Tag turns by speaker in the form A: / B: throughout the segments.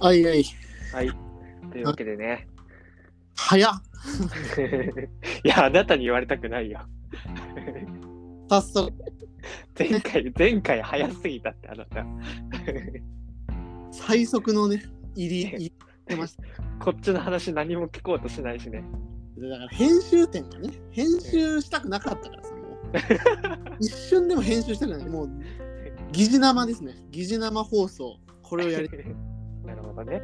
A: あいあい。
B: はい。というわけでね。
A: 早っ
B: いや、あなたに言われたくないよ。
A: 早速。
B: 前回、前回早すぎたって、あなた。
A: 最速のね、入 り、入り出ました。
B: こっちの話何も聞こうとしないしね。
A: だから編集点がね、編集したくなかったからさ、も う。一瞬でも編集したくない。もう、疑似生ですね。疑似生放送。これをやり、
B: なるほどね。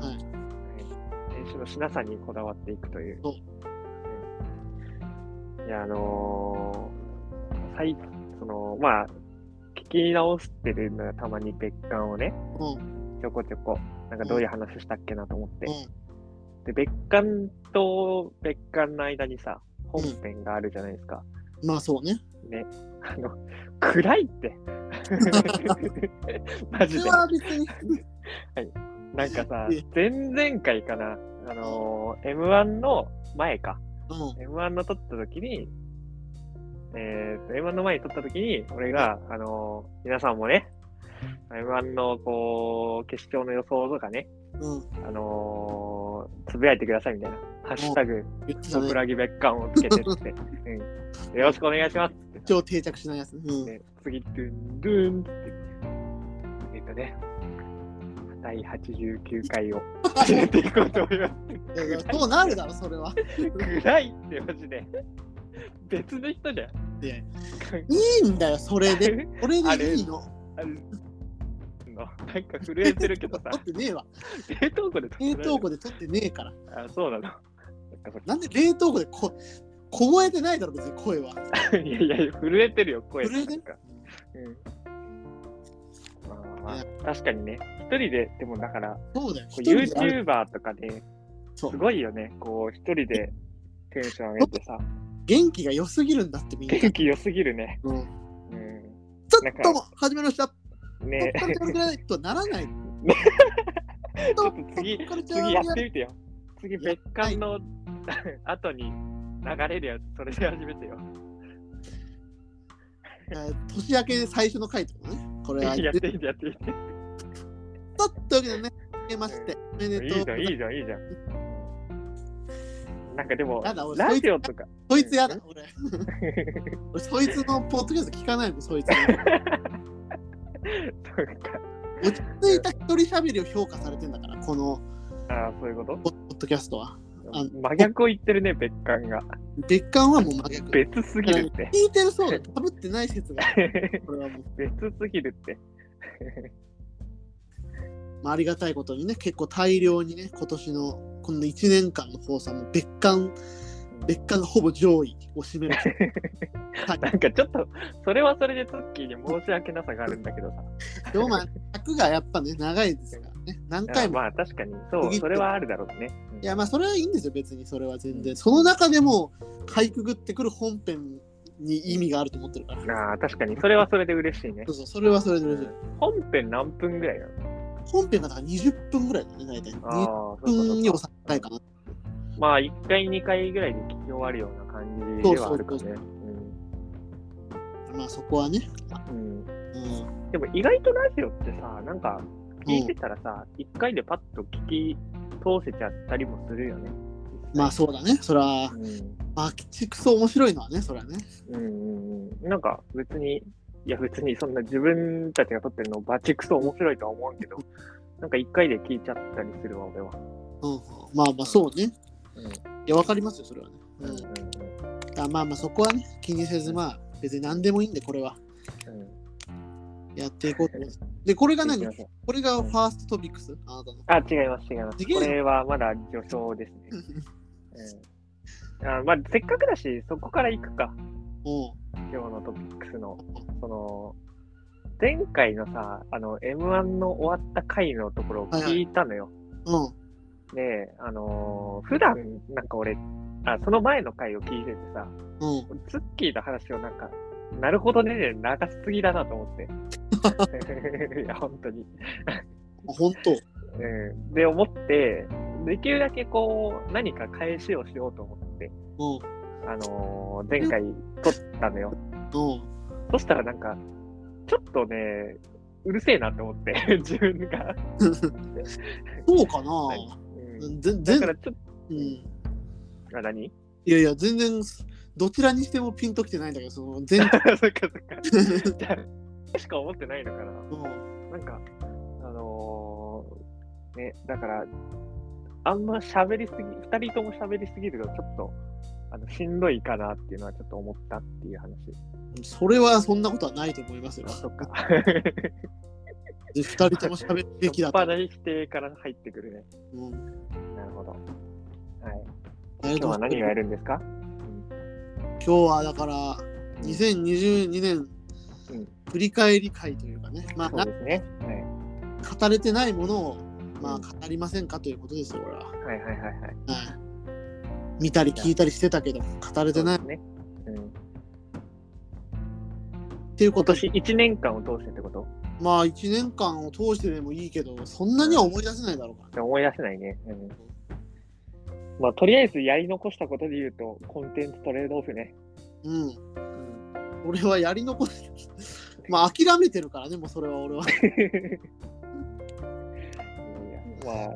B: はい。練習のしなさにこだわっていくという。
A: そう
B: うんいや、あのー、最、その、まあ、聞き直してるのがたまに別館をね、
A: うん、う
B: ちょこちょこ、なんかどういう話したっけなと思って。
A: ん、
B: で、別館と別館の間にさ、本編があるじゃないですか。
A: まあそう ね。
B: ね。あの、暗い って。マ
A: そ
B: ジ
A: れ
B: で。
A: は別に、
B: なんかさ
A: え、
B: 前々回かな、あのー、M1 の前か。
A: う
B: M1 の撮った時に、えー、と、M1 の前に撮った時に、俺が、あのー、皆さんもね、M1 の、こう、決勝の予想とかね、
A: ん、うん、
B: あのー、つぶやいてくださいみたいな。ハッシュタグ、
A: 言ってたね。
B: 桜木別館をつけてって、うん。よろしくお願いしますって。
A: 今日定着しないやつね。うん、
B: ね、次、ドゥン、ドゥンって言って、えっとね、第89回を入れていこうと思います。
A: いやそうなるだろ、それは。
B: 暗いって、マジで。別の人じゃん。
A: いやいいいんだよ、それ で。これでいいの。
B: あのなんか震えてるけどさ
A: 撮、ってねえわ。
B: 冷凍庫で撮
A: 冷凍
B: 庫
A: 庫で撮ってねえから。
B: あ、そうなの。
A: なんで冷凍庫でこ凍えてないだろ、別に声は。
B: いやいや、震えてるよ、声
A: 震えてる
B: なんかうんまあまあまあ確かにね、一人で、でもだから、
A: そうだよ。
B: こう
A: 一人でやる
B: YouTuber とかで、
A: そう
B: すごいよね、こう、一人でテンション上げてさ、
A: 元気が良すぎるんだってみん な。
B: 元気良すぎるね。
A: うん、
B: う
A: ちょっとも始めました。
B: ん、
A: こっ
B: ね
A: から始めないとならない。
B: ちょっと次、次やってみてよ。次、別館の 後に流れるやつ、それで始めてよ。
A: えー年明け最初の回とかね。これは、ちょ
B: や
A: っ
B: ってみて、やってみて。
A: とわけでね、明けまして。おめでとう。
B: いいじゃん、いいじゃん、いいじゃん。なんかでも、
A: やだ俺
B: ラジオとか、
A: そいつやだ、俺。俺そいつのポッドキャスト聞かないもん、そいつの。
B: そうか
A: 落ち着いた一人喋りを評価されてんだから、この
B: ああ、そういうこと
A: ポポッドキャストは。あ
B: 真逆を言ってるね、別館が。
A: 別館はもう真逆。
B: 別すぎるっ
A: 聞
B: て。
A: いてるそうで、かぶってない説がある。これはもう、
B: 別すぎるって。
A: まあ、ありがたいことにね、結構大量にね、今年のこの1年間の放送はもう別館、別館がほぼ上位を占め る。
B: なんかちょっと、それはそれでツッキーに申し訳なさがあるんだけどさ。
A: でもまあ、100がやっぱね、長いですからね、何
B: あ
A: 回
B: あ
A: も。
B: まあ確かに、そう、それはあるだろうね。うん
A: いや、まあ、それはいいんですよ、別にそれは全然。その中でも、かいくぐってくる本編に意味があると思ってるから。
B: ああ、確かに、それはそれで嬉しいね
A: そう。そう、それはそれで嬉しい。
B: 本編何分ぐらいなの
A: 本編がだから20分ぐらいだね、大体。
B: ああ
A: 20、
B: そういうこと
A: 分に収めたいかな。
B: まあ、1回、2回ぐらいで聞き終わるような感じではあるかね。
A: そうそう
B: うん
A: まあ、そこはね。
B: うん
A: うん。
B: でも意外とラジオってさ、なんか聞いてたらさ、一1回でパッと聞き通せちゃったりもするよね。
A: まあ、そうだね。それは、
B: う
A: まあ、鬼畜そう面白いのはね、それはね。
B: ん、うん、うん。なんか別に、いや別にそんな自分たちが撮ってるのバチクソ面白いとは思うけど、なんか1回で聞いちゃったりするわ、俺は。
A: うん、まあまあそうね。
B: うん
A: いや、わかりますよ、それはね。
B: う
A: うん
B: うん
A: ん、あまあまあそこはね、気にせず、まあ別に何でもいいんで、これは
B: うんうん
A: やっていこうと思います。で、これが
B: 行き
A: 何
B: ましょう
A: これがファーストトピックスあなたの。
B: あ、違います、違います。
A: 違うの
B: これはまだ序章ですね。うんあまあ、せっかくだし、そこから行くか、
A: も
B: 今日のトピックスの。
A: う
B: その前回のさ、あの M1 の終わった回のところを聞いたのよ。
A: ん、うん、
B: で、あのー普段なんか俺あ、その前の回を聞いててさ、
A: うん。
B: ツッキーの話をなんか、なるほどね、長すぎだなと 思って。いや、本当に。
A: あ本当。
B: うん、で、思って、できるだけこう、何か返しをしようと思って、
A: うん、
B: あのー前回撮ったのよ。
A: うん。
B: そしたらなんか、ちょっとね、うるせえなって思って、 自分が。
A: そうかな
B: うん、
A: 全
B: だ
A: 然
B: か、らちょっ
A: うん、い
B: と、あ、何
A: やいや、全然、どちらにしてもピンときてないんだけど、その全
B: そっかそっか。じゃあしか思ってないのかな。
A: の、
B: なんか、あのーね、だから、あんま喋りすぎ、二人とも喋りすぎると、ちょっと、あの、しんどいかなっていうのはちょっと思ったっていう話。
A: それはそんなことはないと思います よ
B: あ、。そっか。
A: で二人とも喋るべき
B: し
A: だ
B: ょっ
A: と
B: ぱ。な否定から入ってくるね。
A: うん
B: なるほど。はい。
A: ありがと
B: 今日
A: うござい
B: は
A: ます
B: 何をやるんですか
A: 今日はだから、2022年
B: うん、
A: 振り返り会というかね、まあ、
B: そう
A: な
B: ですね。
A: 語れてないものを、まあ、語りませんかということですよ、これは。は
B: はい、はい、はいはいはい。
A: い。見たり聞いたりしてたけど、語れてない
B: そうですね。うん、
A: っていうこ
B: 今
A: と
B: 年1年間を通してってこと
A: まあ1年間を通してでもいいけど、そんなには思い出せないだろうからね。
B: 思い出せないね。うん。まあ、とりあえずやり残したことで言うと、コンテンツトレードオフね。
A: うん。
B: うん
A: 俺はやり残して、 まあ諦めてるからね、もうそれは俺は。
B: いやまあ、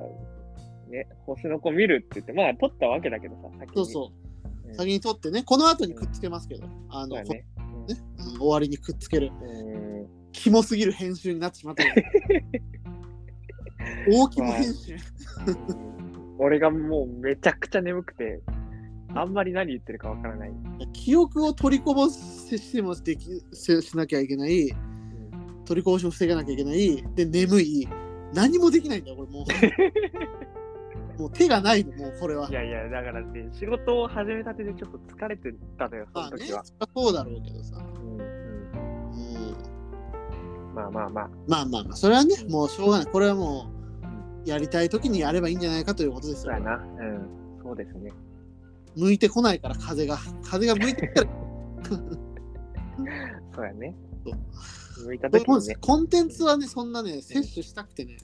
B: ね、星の子見るって言って、まあ、撮ったわけだけどさ、先
A: そう
B: に
A: そう。
B: うん
A: 先に取ってね、この後にくっつけますけど、あ
B: そう
A: の、
B: だ
A: こ
B: ね。
A: ねうん終わりにくっつける、
B: うん。
A: キモすぎる編集になってしま ったけど。大キモ編集。
B: 俺がもうめちゃくちゃ眠くて、あんまり何言ってるかわからない。
A: 記憶を取りこぼしてもできせしなきゃいけない、取りこぼしを防がなきゃいけない、で、眠い、何もできないんだよ、これも
B: 。
A: う。もう手がないの、もうこれはい
B: やいや、だからね、仕事を始めたてでちょっと疲れてたのよ、そ
A: まあ
B: の
A: ね、
B: 時
A: そり
B: は
A: ゃ。そうだろうけどさ。
B: うんう
A: うん、
B: んまあまあまあ。
A: まあまあまあ、それはね、もうしょうがない。これはもう、やりたい時にやればいいんじゃないかということです
B: そう
A: よ
B: や。な。うん。そうですね。
A: 向いてこないから、風が。風が向いてきたら、
B: そうやね
A: そ。
B: 向いた
A: そういう
B: 時
A: もん
B: に
A: です
B: ね
A: よ。コンテンツはね、そんなね、摂取したくてね、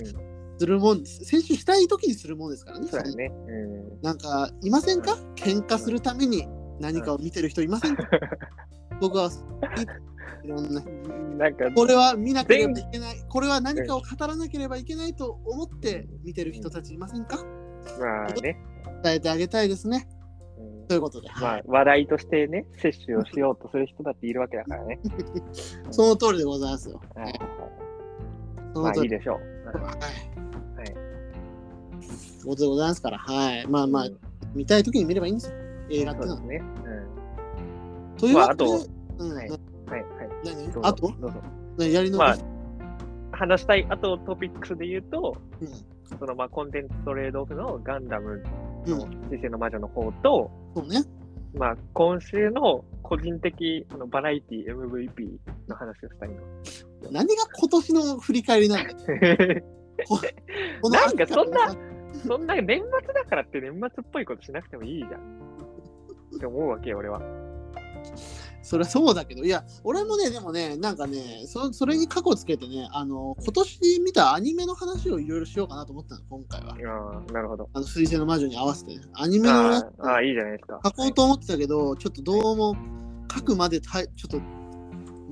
B: う
A: するもんです。摂取したい時にするもんですからね。
B: そうやね。うん。
A: なんか、いませんか喧嘩するために何かを見てる人いませ んか僕は、いいろんな。
B: なんか、
A: これは見なければいけない。これは何かを語らなければいけないと思って見てる人たちいませんか
B: まあね、
A: 伝えてあげたいですね。
B: うん
A: ということで、
B: まあ、話題としてね、接種をしようとする人だっているわけだ からね。
A: その通りでございますよ。
B: はいはい
A: その
B: まあ、
A: 通
B: いい
A: り。
B: でしょう。
A: はい。
B: はい
A: ということでございますから、はい。まあまあ、
B: うん
A: 見たいときに見ればいいんですよ。映画って
B: そう
A: の
B: で
A: は
B: す。ね。うん
A: というわけで、
B: まああ
A: うん、
B: はいはいはい。
A: 何
B: どうぞ
A: あと
B: どうぞ。
A: 何やりの、
B: まあ、話したい、あとトピックスで言うと、
A: うん、
B: そのまあコンテンツトレードオフのガンダムの
A: うん
B: 人生の魔女の方と、
A: そうね。
B: まあ今週の個人的あのバラエティ MVP の話をしたいの。
A: 何が今年の振り返りなんだよここの
B: なんかそんな
A: 秋から
B: そんな年末だからって年末っぽいことしなくてもいいじゃん。って思うわけよ、俺は。
A: そりゃそうだけど、いや、俺もね、でもね、なんかね、そそれに過去つけてね、あの、今年見たアニメの話をいろいろしようかなと思ったの、今回は。
B: ああ、なるほど。
A: あの、水星の魔女に合わせてね、アニメの
B: あ
A: 話
B: ーあー、いいじゃないですか。
A: 書こうと思ってたけど、ちょっとどうも書くまでたいちょっと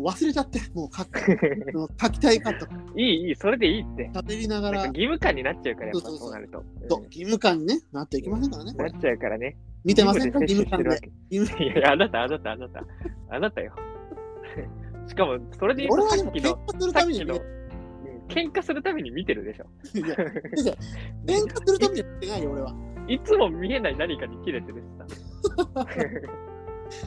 A: 忘れちゃって、もう書くもう書きたいかった。
B: いい、いい、それでいいって。
A: 喋りなが
B: なん
A: ら
B: か、義務感になっちゃうから、やっぱ
A: そうそうそ
B: そううなると。
A: と
B: うん
A: 義務感に、ね、なっていきませんからね、こ
B: な
A: れ。
B: っちゃうからね。
A: 見てませんか義
B: 義
A: 務
B: 務
A: 感
B: で
A: で。
B: 摂取
A: 義
B: し
A: 務
B: てるわけ。いや、あなた、あなた、あなた。あなたよ。 しかも、それで言う
A: 俺
B: と、
A: はで
B: さ
A: も
B: っき
A: 喧
B: の、
A: 嘩する
B: さ
A: た
B: っ
A: めに見
B: きの
A: て、
B: うん喧嘩するために見てるでしょ。
A: る。いや喧嘩するために見てないよ、俺は。
B: いつも見えない何かに切れてるしさ。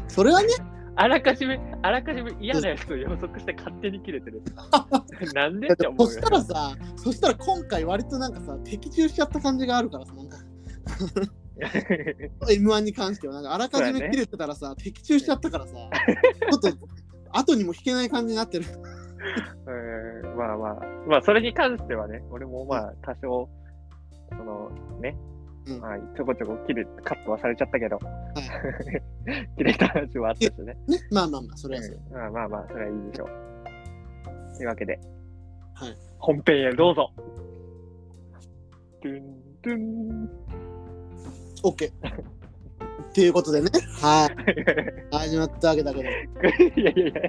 A: それはね、
B: あらかじめ、あらかじめ嫌なやつを予測して勝手に切 れてるしさ。なんでって思
A: そう
B: よ
A: し。たらさ、そしたら今回割となんかさ、的中しちゃった感じがあるからさ、なんか。M1 に関しては、なんかあらかじめ切れてたらさ、的中しちゃったからさ、ちょっと後にも引けない感じになってる。
B: えーまあまあ、まあ、それに関してはね、俺もまあ、多少、そのね、
A: うん
B: まあ、ちょこちょこ切る、カットはされちゃったけど、
A: い
B: 切れた話はあったしね。
A: ね、まあまあまあ、それはそれ。
B: まあまあまあ、それはいいでしょう。というわけで、
A: はい
B: 本編へどうぞ。ドゥンドゥン。
A: OK。っていうことでね、はい、始まったわけだけど、
B: いやいやいや、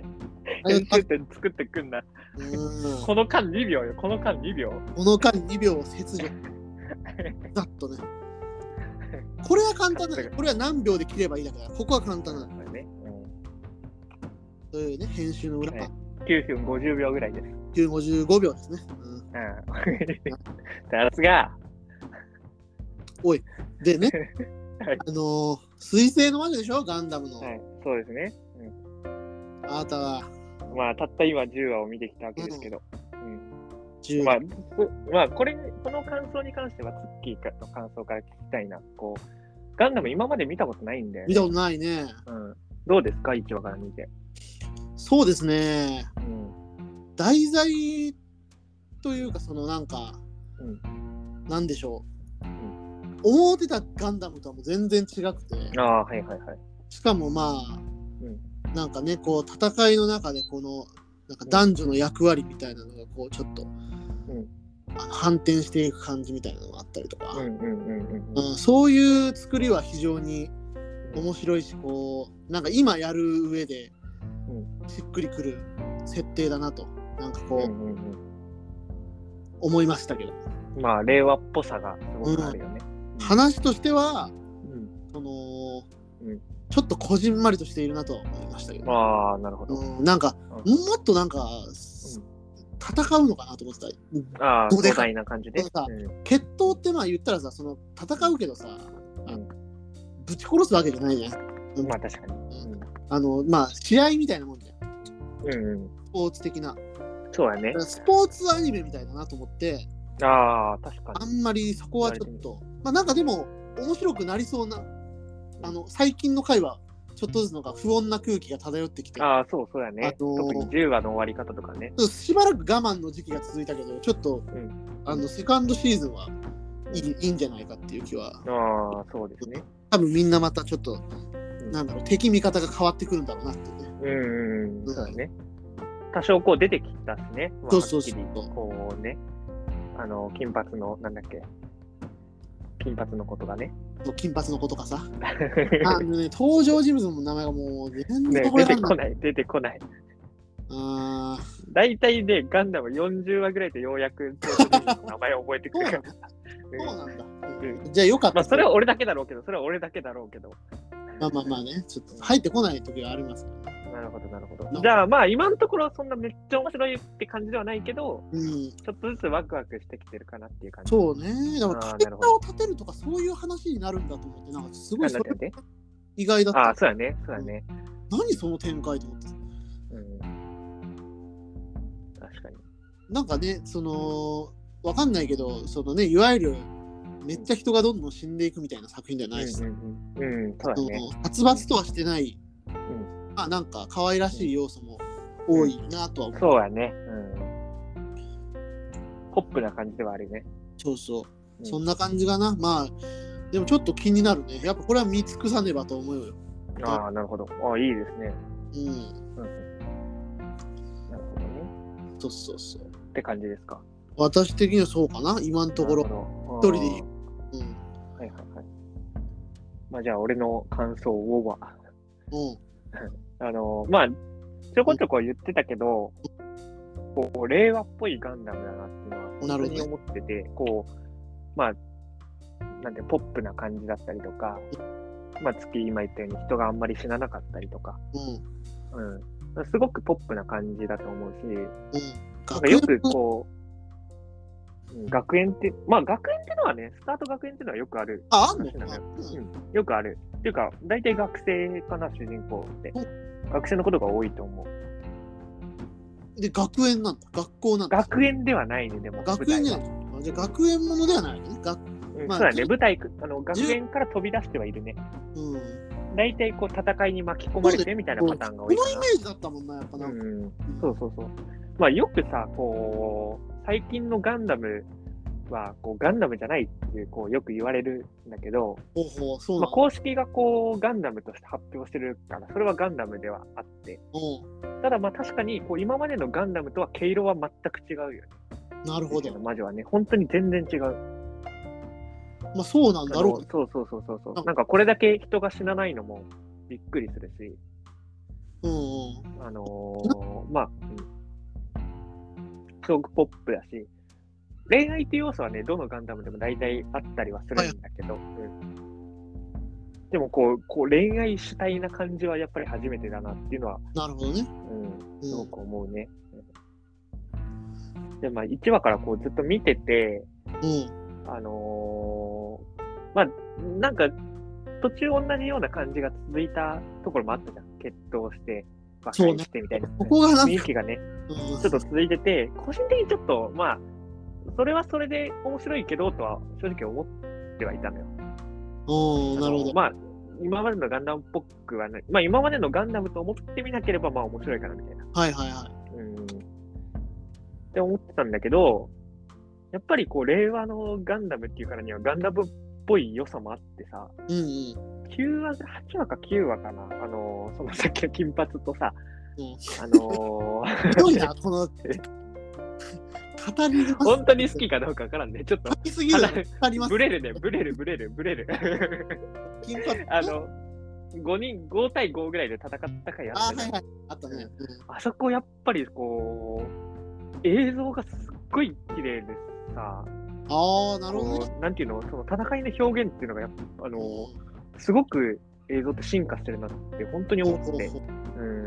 B: 編集点作ってくんな。
A: うん
B: この間2秒よ、この間2秒。
A: この間2秒切除。ざっとね。これは簡単だね。これは何秒で切ればいいだから、ここは簡単だ。
B: だね
A: というね、編集の裏
B: は
A: 側
B: い。9分50秒ぐらいです。
A: 955秒ですね。うん
B: うん。さすが。
A: でね
B: はい、
A: あのー、水星の魔女でしょガンダムの。
B: はい、そうですね。
A: あなたは
B: うん、まあ、たった今10話を見てきたわけですけど。うん
A: 10
B: まあ、そまあ、これ、この感想に関しては、ツッキーの感想から聞きたいな。こう、ガンダム今まで見たことないんで
A: 見、たことないね。
B: うん、どうですか、1話から見て。
A: そうですね。
B: うん
A: 題材というか、そのなんか、
B: うん
A: なんでしょう、
B: ん
A: 思ってたガンダムとはもう全然違くて。
B: ああ、はいはいはい。
A: しかもまあ、
B: うん
A: なんかねこう戦いの中でこのなんか男女の役割みたいなのがこうちょっと、
B: ん
A: あの反転していく感じみたいなのがあったりとか、
B: う
A: うん
B: んうんうんうんうん。
A: そういう作りは非常に面白いしこうなんか今やる上でしっくりくる設定だなとなんかこう、
B: うんうん
A: 思いましたけど
B: うんまあ、令和っぽさがすごくあるよね。
A: 話としては
B: うん
A: その、
B: うん
A: ちょっとこじんまりとしているなとは思いましたけど、
B: ああ、なるほど。
A: うん、なんか
B: う
A: もっとなんか、戦うのかなと思ってた
B: ああ、
A: どうで
B: 壮
A: か
B: 大な感じで。
A: どうか
B: うん
A: 決闘ってまあ言ったらさその戦うけどさ、あの
B: うん
A: ぶち殺すわけじゃないじゃん
B: まあ確かに。
A: あのまあ試合みたいなもんじゃん
B: うん、うん、
A: スポーツ的なだか
B: そうだね
A: ら。スポーツアニメみたいだなと思って
B: ああ、確か
A: あ
B: に。
A: んまりそこはちょっとまあなんかでも面白くなりそうなあの最近の回はちょっとずつのが不穏な空気が漂ってきて
B: ああ、そうそうだね。
A: あのー
B: 特に10話の終わり方とかね。
A: ちょっとしばらく我慢の時期が続いたけどちょっと、
B: ん
A: あのセカンドシーズンはいいいいんじゃないかっていう気は
B: ああ、そうですね。
A: 多分みんなまたちょっと、なんだろう敵味方が変わってくるんだろうなっていうね
B: うん、うん、そうだね。多少こう出てきたしね。まあ
A: そうそうそう
B: はっきりこうね、あの、金髪の、なんだっけ。金髪のことがね。
A: 金髪の子とか さあの、ね、登場人物の名前がもう全
B: ね
A: 然これな
B: 出て
A: ん
B: こ
A: だ、
B: ない、出てこない。
A: あー
B: 大体ね、ガンダム40話ぐらいでようやく、名前を覚えてくるから。
A: そう
B: うん
A: なんだ、
B: ん
A: じゃあよかった、
B: まあ、それは俺だけだろうけど、それは俺だけだろうけど。
A: まあまあまあねちょっと入ってこない時がありますからね
B: なるほど、なるほ
A: ど
B: ど。じゃあ、まあ、今のところ、そんなめっちゃ面白いって感じではないけど、
A: うん
B: ちょっとずつワクワクしてきてるかなっていう感じ。
A: そうねだか
B: あ
A: ら
B: ー
A: キャ
B: なる
A: ラ
B: ほ
A: クターを
B: ど
A: 立てるとかそういう話になるんだと思ってなんかすご
B: ないんだ
A: そ
B: っ
A: れ
B: け
A: 意外だっ
B: あ
A: た
B: あ、そうだね、そうだね。
A: 何その展開と思って
B: うん。確かに。
A: なんかねそのわかんないけどそのねいわゆるめっちゃ人がどんどん死んでいくみたいな作品じゃないし、
B: うん、うんうん、うん、そうだ
A: そ
B: ね。
A: の殺伐とはしてない、
B: ん
A: まあなんか可愛らしい要素も多いなとは思う、
B: そうだね。うん。ポップな感じではあるね。
A: そうそううんそんな感じかなまあでもちょっと気になるねやっぱこれは見尽くさねばと思うよ
B: ああ、なるほど。ああ、いいですね。
A: うん
B: うん。なるほどね。
A: そうそうそう
B: って感じですか。
A: 私的にはそうかな今のところ、
B: ろ
A: 一人でいいうんうん
B: はいはいはい。まあじゃあ俺の感想をは、あのまあちょこちょこ言ってたけど、こう令和っぽいガンダムだなっていうのは
A: なるほ
B: 本当
A: ど
B: に思ってて、こうまあなんてポップな感じだったりとか、まあ月今言ったように人があんまり死ななかったりとか、
A: うん
B: うん、すごくポップな感じだと思うし、
A: うん
B: なんかよくこう、うん学園って、まあ学園ってのはね、スタート学園ってのはよくある
A: ああんの
B: 話なのよ
A: うん
B: うんよくある。っていうか、大体学生かな、主人公って
A: う。
B: 学生のことが多いと思う。
A: で学園なんだ学校なんだ
B: 学園ではないね、でも。
A: 学園じゃ
B: 舞台は
A: ないじゃあ学園ものではないね学
B: うん
A: まあ
B: そうだ
A: じ
B: ね、舞台あの、学園から飛び出してはいるね。
A: うん
B: 大体こう戦いに巻き込まれ
A: そうだ
B: てみたいなパターンが
A: こ
B: 多
A: の
B: い
A: イ
B: か
A: メージだったもんなやっぱ
B: な。
A: な
B: うん
A: か、
B: ん、そうそうそう。まあ、よくさ、こう、最近のガンダムはこうガンダムじゃないっていうこうよく言われるんだけど、
A: ほうほうそうな
B: ま
A: ん
B: あ、
A: だ
B: 公式がこうガンダムとして発表してるから、それはガンダムではあって、
A: う
B: ただまあ確かにこう今までのガンダムとは毛色は全く違うよね。
A: んなるほど
B: の魔女はね、本当に全然違う。
A: まあそうなんだろう
B: あのそうそうそうそうそ
A: あ
B: う。なんかこれだけ人が死なないのもびっくりするし、
A: うんうん
B: あのの、まあ、うんすごくポップだし、恋愛っていう要素はね、どのガンダムでも大体あったりはするんだけど、うんでもこう、こう恋愛主体な感じはやっぱり初めてだなっていうのは、
A: なるほどね。
B: うん、
A: うん
B: すごく思うね。うんで、まあ、1話からこうずっと見てて、
A: うん。
B: あのーまあ、なんか、途中同じような感じが続いたところもあったじゃん。決闘して、爆
A: そうね
B: 発してみたいな。
A: ここがなん
B: 雰囲
A: か、
B: 気がね、
A: うん
B: ちょっと続いてて、個人的にちょっと、まあ、それはそれで面白いけど、とは正直思ってはいたのよ。
A: うん、なるほ
B: あの
A: ど。
B: まあ、今までのガンダムっぽくはない。まあ、今までのガンダムと思ってみなければ、まあ、面白いかな、みたいな。
A: はいはいは
B: うんって思ってたんだけど、やっぱりこう、令和のガンダムっていうからには、ガンダムっぽい良さもあってさ、
A: い。うん
B: 9話、8話か9話かな、あのーそのさっきの金髪とさ、
A: うん
B: あのー
A: うん。ひどいな、この。語りが
B: 本当に好きかどうかわからんね、ちょっと
A: 語。りすぎるな。語ります
B: ブ。レるね、ブレる、ブレる、ブレる。
A: 金髪
B: あの、5人、5対5ぐらいで戦った回あ
A: あ
B: る
A: ーは
B: じ
A: い
B: ゃない
A: はい。あったね。う
B: あそこやっぱりこう、映像がすっごい綺麗で
A: ん、
B: さ、
A: ああ、なるほどね。
B: こうなんていうの、その戦いの表現っていうのがやっぱ、あの
A: う
B: すごく映像って進化してるなって、本当に思
A: ん
B: って、うん、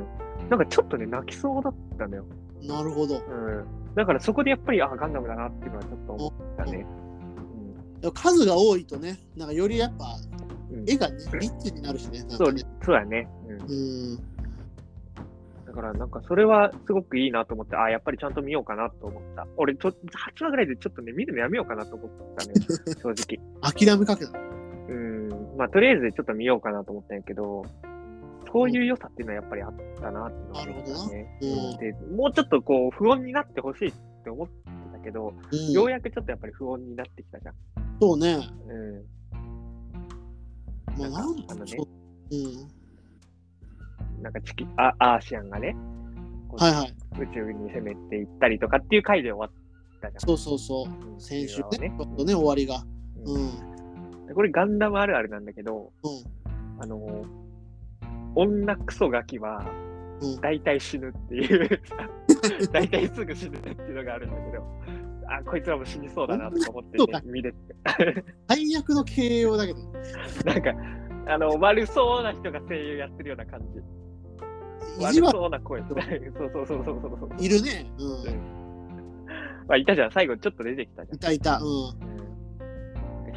B: なんかちょっとね、泣きそうだったんだよ。
A: なるほど。
B: うん、だからそこでやっぱり、あ、ガンダムだなっていうのはちょっと思ったね。
A: でも数が多いとね、なんかよりやっぱ
B: うん
A: 絵がね、リッチになるしね。なん
B: そ
A: か
B: う
A: ね
B: そうだね、うん。
A: うん。
B: だからなんかそれはすごくいいなと思って、あ、やっぱりちゃんと見ようかなと思った。俺ちょ、8話ぐらいでちょっとね、見るのやめようかなと思った ね、正直。
A: 諦めかけた。
B: うん、まあとりあえずちょっと見ようかなと思ったんやけど、そういう良さっていうのはやっぱりあったなっていうのは思っ
A: な
B: たね。
A: るほどな
B: でもうちょっとこう不穏になってほしいって思ってたけど、
A: うん、
B: ようやくちょっとやっぱり不穏になってきたじゃん。
A: そうね。
B: うん、
A: まあ、なん
B: あのね
A: そううん。
B: なんかチキあアーシアンがね、こう
A: はいはい。
B: 宇宙に攻めていったりとかっていう回で終わったじゃん。
A: そうそうそう。
B: うん
A: 先週ね、ちょっ
B: う
A: と
B: ん
A: ね、終わりが。
B: うん
A: うん。
B: でこれガンダムあるあるなんだけど、
A: うん。
B: あの女クソガキは
A: うん
B: 大体死ぬっていう、 大体すぐ死ぬっていうのがあるんだけど、あ、こいつらも死にそうだなとか思って、
A: 女クソガ
B: ね、見れて、
A: 最悪の形容だけど、
B: なんか、あの、悪そうな人が声優やってるような感じ。
A: 意
B: 悪
A: 地悪
B: そうな声。 そうそうそうそうそうそう。
A: いるね。うん。
B: まあ、いたじゃん、最後ちょっと出てきたじ
A: いたいた。うん。
B: ゃん。うん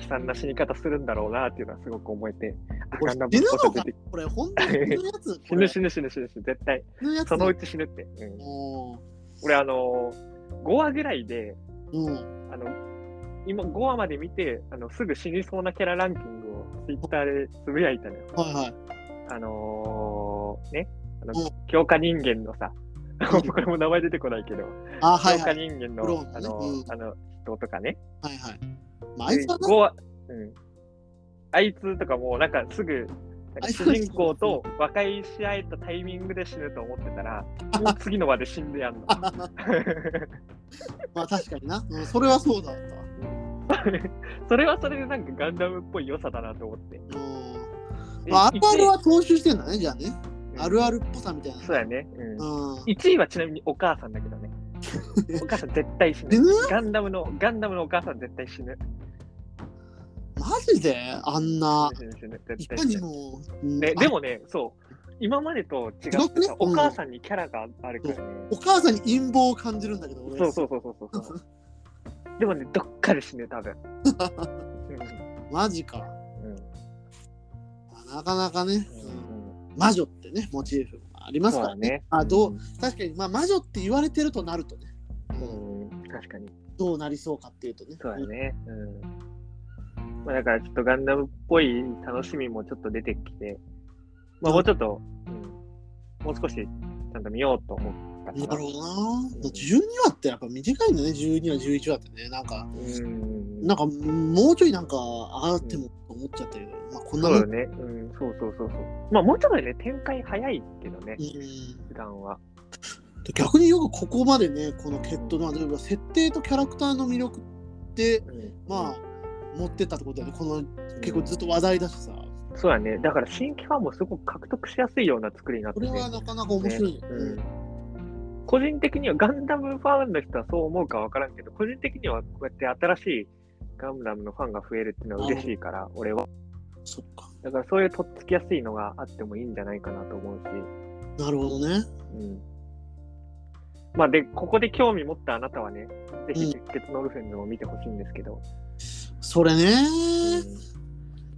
B: 悲惨な死に方するんだろうなっていうのはすごく思えて、あ
A: これ
B: ガンダム
A: 死ぬ
B: っぽさ
A: の
B: 出
A: か
B: てき
A: これ、本当に死ぬやつ。
B: 死
A: こ
B: ぬ
A: れ
B: 死ぬ死ぬ死ぬ死ぬ、絶対。
A: 死ぬやつ。
B: そのうち死ぬって。うん
A: も
B: 俺あの5話ぐらいで
A: う、うん。
B: あの今5話まで見てあのすぐ死にそうなキャラランキングをツイッターでつぶやいたのよ。
A: はいはい。
B: あのー、ねあの
A: う
B: 強化人間のさ
A: うん
B: これも名前出てこないけど、
A: あ、はいは
B: 強化
A: い。
B: 人間の
A: クローンね
B: あの,、
A: うん
B: あの人とかね
A: はいはい。まあ、あいつは
B: で
A: な
B: 5話、うん、あいつとかもうなんかすぐなん
A: あ
B: か
A: いつ
B: 主人公と和解し合えたタイミングで死ぬと思ってたらもう次の話で死んでやんの。
A: まあ確かにな。うん、それはそうだっ
B: それはそれでなんかガンダムっぽい良さだなと思って。
A: た。うん。
B: で
A: まあ、あるある
B: 一
A: は踏襲してんだね、じゃあね。
B: 位
A: あるあるっぽさみたいな。
B: そうやね。う
A: う
B: ん
A: ん。
B: 1位はちなみにお母さんだけど ね。お母さん絶対死
A: 死
B: ぬ
A: ぬ。
B: ガンダムの、ガンダムのお母さん絶対死ぬ。
A: マジであんな。
B: 死ぬ死ぬ
A: い
B: 絶
A: か
B: 対死
A: に
B: ぬ。
A: も。うん
B: ね、
A: あ
B: でもね、そう。今までと違って
A: 違くね
B: さ、お母さんにキャラがあるからね。
A: お母さんに陰謀を感じるんだけど、俺。
B: そうそうそうそうそう。でもね、どっかで死ぬ、多分。
A: マジか。
B: うんうん
A: なかなかね、うん
B: うん
A: 魔女ってね、モチーフもあります
B: そう
A: か
B: だ
A: らね。
B: ね。
A: あどう確かに、まあ、魔女って言われてるとなるとね、うん
B: うんうん確かに。
A: どうなりそうかっていうとね。
B: そうだね。うん。まあ、だからちょっとガンダムっぽい楽しみもちょっと出てきて、まあもうちょっと、うん、もう少しちゃんと見ようと思った
A: うんな
B: から
A: る。ほどな。12話ってやっぱ短いんだね、12話、11話ってね。なんか、
B: うん。
A: なんかもうちょいなんかあってもと思っちゃったけど、まあ、こんな
B: そう
A: もん
B: だね。うん、そうそうそうそう。まあもうちょっとでね、展開早いけどね、
A: うん
B: 普段は。
A: 逆によくここまでねこの決闘の例えば設定とキャラクターの魅力って
B: うん、
A: まあ持ってったってことだよねこの結構ずっと話題だしさ
B: そうだね。だから新規ファンもすごく獲得しやすいような作りになっ
A: こ
B: て
A: れ
B: ね。
A: はなかなか面白いよね
B: うん。個人的にはガンダムファンの人はそう思うかわからんけど、個人的にはこうやって新しいガンダムのファンが増えるっていうのは嬉しいから、俺は。
A: そっか。
B: だからそういうとっつきやすいのがあってもいいんじゃないかなと思うし。
A: なるほどね。
B: うん。まあで、ここで興味持ったあなたはね、ぜひ鉄血のルフェンズを見てほしいんですけど。
A: それね。
B: うん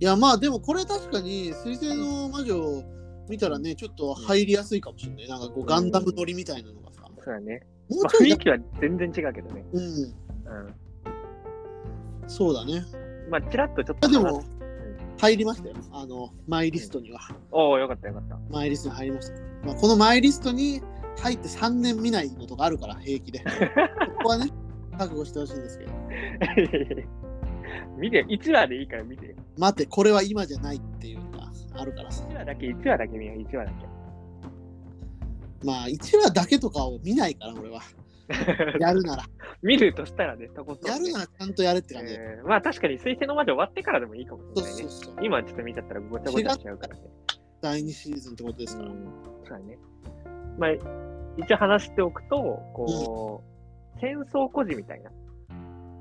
A: いや、まあでもこれ確かに、水星の魔女を見たらね、ちょっと入りやすいかもしれない。なんかこう、ガンダム乗りみたいなのがさ。も
B: そうだね。
A: う
B: まあ、
A: ちょ
B: 雰
A: いだ
B: 囲、気は全然違うけどね。
A: うん、
B: う
A: そうだね。
B: ん。まあ、ちらっとちょっ
A: あ
B: と話。
A: ですも、入りましたよ。あの、マイリストには。
B: おお、よかったよかった。
A: マイリストに入りました。まあ、このマイリストに入って3年見ないのとかあるから、平 気で。ここはね、覚悟してほしいんですけど。
B: 見てよ、1話でいいから見てよ。
A: 待って、これは今じゃないっていうのがあるからさ。
B: 1話だけ、1話だけ見よう、1話だ
A: まあ、1話だけとかを見ないから、俺は。
B: け。
A: やるなら。
B: 見るとしたらね、とことんね
A: やるならちゃんとやれって感じ。
B: えーまあ確かに水星の魔女終わってからでもいいかもし
A: そ
B: れ
A: う
B: ない
A: そ
B: ね
A: う。そう。
B: 今ちょっと見ちゃったらごちゃごちゃしちゃうからね。
A: 第2シーズンってことですから。
B: そうだね。まあ、一応話しておくと、こう、戦争孤児みたいな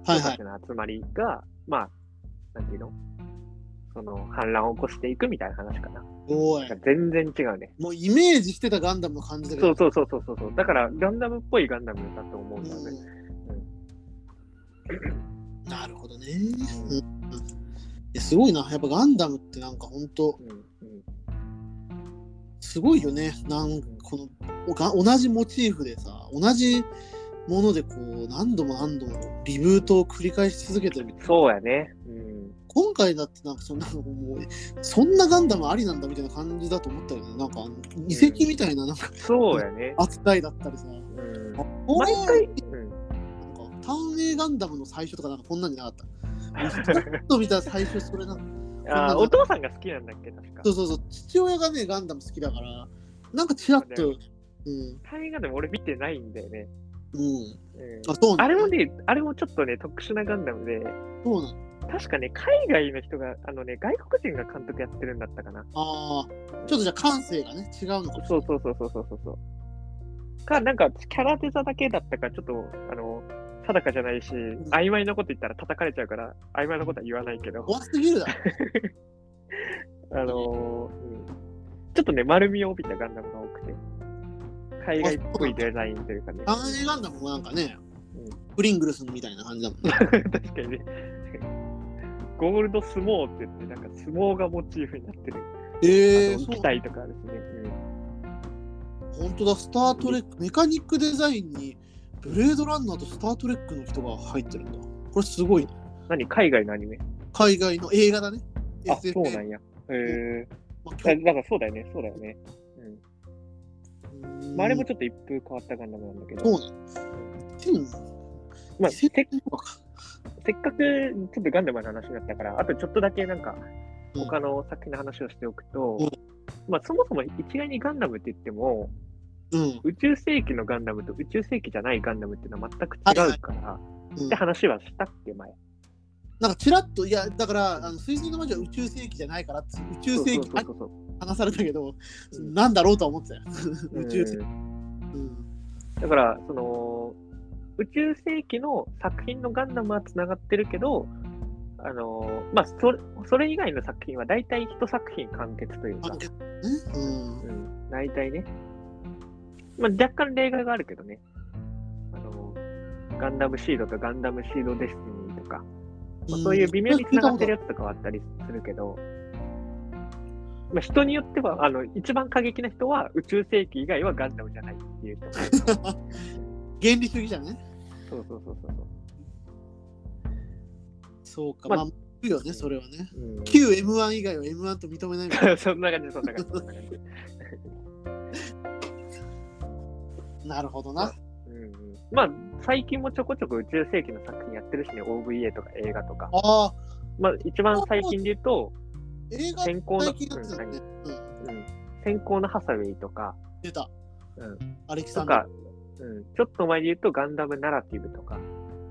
A: はい
B: 人
A: は
B: た
A: い
B: ち。の集まりが、まあ、なんていうのその反乱を起こしていくみたいな話かな。
A: おい。
B: 全然違うね。
A: もうイメージしてたガンダムの感じだけ
B: そ
A: ど。
B: うそうそうそうそう。だから、ガンダムっぽいガンダムだと思うんだよね。
A: うんなるほどね。うんうんいやすごいな。やっぱガンダムってなんかほんと
B: うんうん
A: すごいよね。なんかこのおが同じモチーフでさ、同じものでこう何度も何度もリブートを繰り返し続けてるみたいな。
B: そうやね。うん。
A: 今回だってなんかそんなもうそんなガンダムありなんだみたいな感じだと思ったよね。なんかあの遺跡みたいななんか
B: そうやね。
A: 扱いだったりさ。
B: うん
A: あ。
B: 毎回、
A: なんか、単影ガンダムの最初とかなんかこんなんじゃな かった。ちょっと見たら最初それなんか。
B: うん、あーお父さんが好きなんだっけ、確か
A: そ。うそうそう、父親がね、ガンダム好きだから、なんかちらっ
B: そ
A: と。うん。
B: 大河でも俺見てないんだよね。
A: うん。
B: うん
A: あ、そうなの
B: あれもね、あれもちょっとね、特殊なガンダムで、
A: そうなの。
B: 確かね、海外の人が、あのね、外国人が監督やってるんだったかな。
A: ああ。ちょっとじゃあ感性がね、違うのかもし
B: そうそうそうそうそうそうそう。か、なんか、キャラデザだけだったか、ちょっと、あの、定かじゃないし、曖昧なこと言ったら叩かれちゃうから、曖昧なことは言わないけど、
A: 怖すぎるだろ。
B: あのーうんちょっとね、丸みを帯びたガンダムが多くて、海外っぽいデザインというかね。
A: 単影ガンダムもなんかね
B: うん、
A: プリングルスみたいな感じだもん ね。
B: 確かにね。ゴールドスモーって言って、なんか相撲がモチーフになってる。
A: ええー、
B: あと
A: そう
B: 機体とかですね。
A: 本当だ、スター・トレック、メカニックデザインに、ブレードランナーとスター・トレックの人が入ってるんだ。これすごいね。
B: うん、何海外のアニメ
A: 海外の映画だね。
B: あ、そうな
A: SF
B: んや。へ
A: まあ
B: えー。だからそうだよね、そうだよね。うん。まあ、あれもちょっと一風変わったガンダムなんだけど、
A: そうなの。チーム
B: まあ、
A: せ
B: せ
A: っ
B: せっ
A: か
B: かくちょっとガンダムの話になったから、あとちょっとだけなんか、
A: うん
B: 他の作品の話をしておくと、
A: うん
B: まあ、そもそも一概にガンダムって言っても、
A: うん。
B: 宇宙世紀のガンダムと宇宙世紀じゃないガンダムっていうのは全く違うから、
A: うん
B: って話はしたっけ、前。
A: なんかちらっと、いや、だから、あの水星の魔女は宇宙世紀じゃないからって、宇宙世紀あ
B: そうそう
A: 話されたけど、
B: うん
A: なんだろうとは思ってたよ。
B: そう
A: 宇宙世紀。
B: うん
A: うん。
B: だから、その、宇宙世紀の作品のガンダムはつながってるけど、あのーまあそれ、それ以外の作品は大体一作品完結という
A: あ
B: か、
A: うん。
B: うん、大体ね。まあ、若干例外があるけどね。あのーガンダムシードとガンダムシードデスティニーとか、まあそういう微妙につながってるやつとかはあったりするけど、まあ、人によっては、あの、一番過激な人は宇宙世紀以外はガンダムじゃないっていう人もいるから
A: 原理主義じゃね。
B: そうそうそうそうそう。
A: そうか。
B: ま
A: ま
B: あ
A: あ、まあ、いるよね、それはね。
B: うん
A: 旧 M1 以外は M1 と認めないみたい
B: そん な感じ、そんな感じそんな感じ。
A: な。なるほどな。
B: うんうん、まあ、最近もちょこちょこ宇宙世紀の作品やってるしね、OVA とか映画とか。
A: ああ、
B: まあ、一番最近で言うと、
A: 映画
B: 先行の、
A: 最
B: う
A: 近やって
B: ん
A: たよね。うん。
B: 何うん先行のハサウェイとか、
A: 出た。
B: うん。
A: アレキサ
B: と
A: ンダ
B: か、うん、ちょっと前で言うと、ガンダムナラティブとか、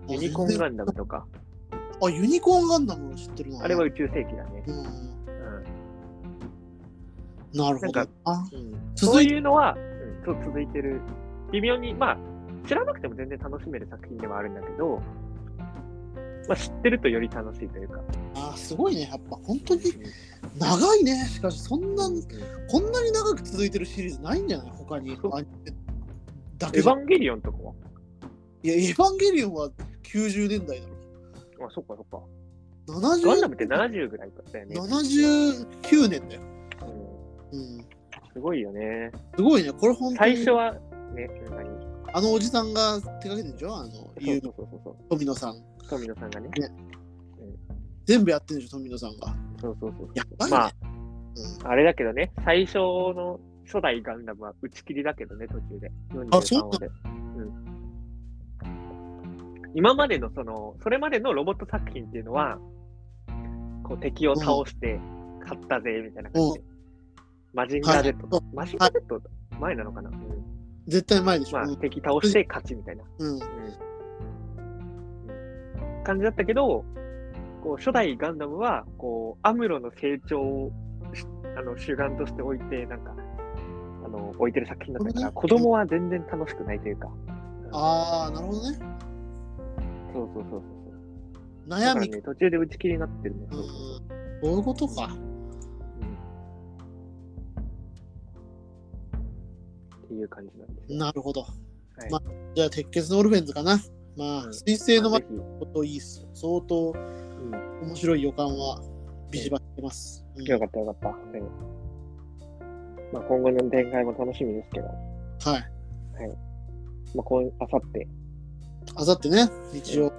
A: ー。
B: ユニコーンガンダムとか、
A: あ、ユニコーンガンダムを知ってるな。
B: あれは宇宙世紀だね。
A: うん。
B: うん
A: なるほど
B: なん
A: な。
B: うん、
A: 続
B: そう
A: いて、
B: いうのは、うん、そう続いてる微妙に、まあ、知らなくても全然楽しめる作品ではあるんだけど、まあ、知ってるとより楽しいというか。
A: あーすごいねやっぱ本当に長いねしかしそんなこんなに長く続いてるシリーズないんじゃない他に
B: そう
A: アニメだ
B: エ
A: け
B: ヴ
A: じゃ
B: ァンゲリオンとかはい
A: やエヴァンゲリオンは90年代だろ
B: あ、そっかそっか。
A: 70
B: ガンダムって70ぐらいだよね。
A: 79年だよ、
B: うん
A: うん、
B: すごいよね。
A: すごいねこれ本当
B: 最
A: に
B: 初は、ね、何
A: あのおじさんが手掛けてるんでしょあの有
B: そ
A: 名
B: うそうそうそう。
A: 富野さん
B: 富野さんがね。
A: 全部やってるんでしょ富野さんが
B: そうそうそう。
A: やばいね、
B: まあ、
A: うん
B: あれだけどね、最初の初代ガンダムは打ち切りだけどね、途中で。
A: あそう
B: 43話で。うん今までのその、それまでのロボット作品っていうのは、こう敵を倒して、勝ったぜ、みたいな感じで。マジンガー Z と、マジンガー Z 前なのかな、うん
A: 絶対前でしょ、
B: まあ
A: うん、
B: 敵倒して勝ちみたいな、
A: うん
B: うん感じだったけど、こう初代ガンダムは、こう、アムロの成長をしあの主眼として置いて、なんか、あの、置いてる作品だったから、
A: こ
B: 子
A: れね
B: 供は全然楽しくないというか。
A: ああなるほどね
B: そうそうそうそう。だ
A: 悩
B: から
A: み
B: ね、途中で打ち切りになってるんだ
A: う
B: よ
A: ん。そういうことか
B: うんっていう感じなんですよ。
A: なるほど、
B: はい
A: まあじゃあ鉄血のオルフェンズかなまあ
B: うん
A: 彗星の
B: まあ
A: 魔
B: ぜひ
A: こといいっすよ相当
B: うん
A: 面白い予感はビジバしてます、うん
B: よかったよかった。はいまあ、今後の展開も楽しみですけど、
A: はい
B: まあ、今、あさって、
A: あさってね日曜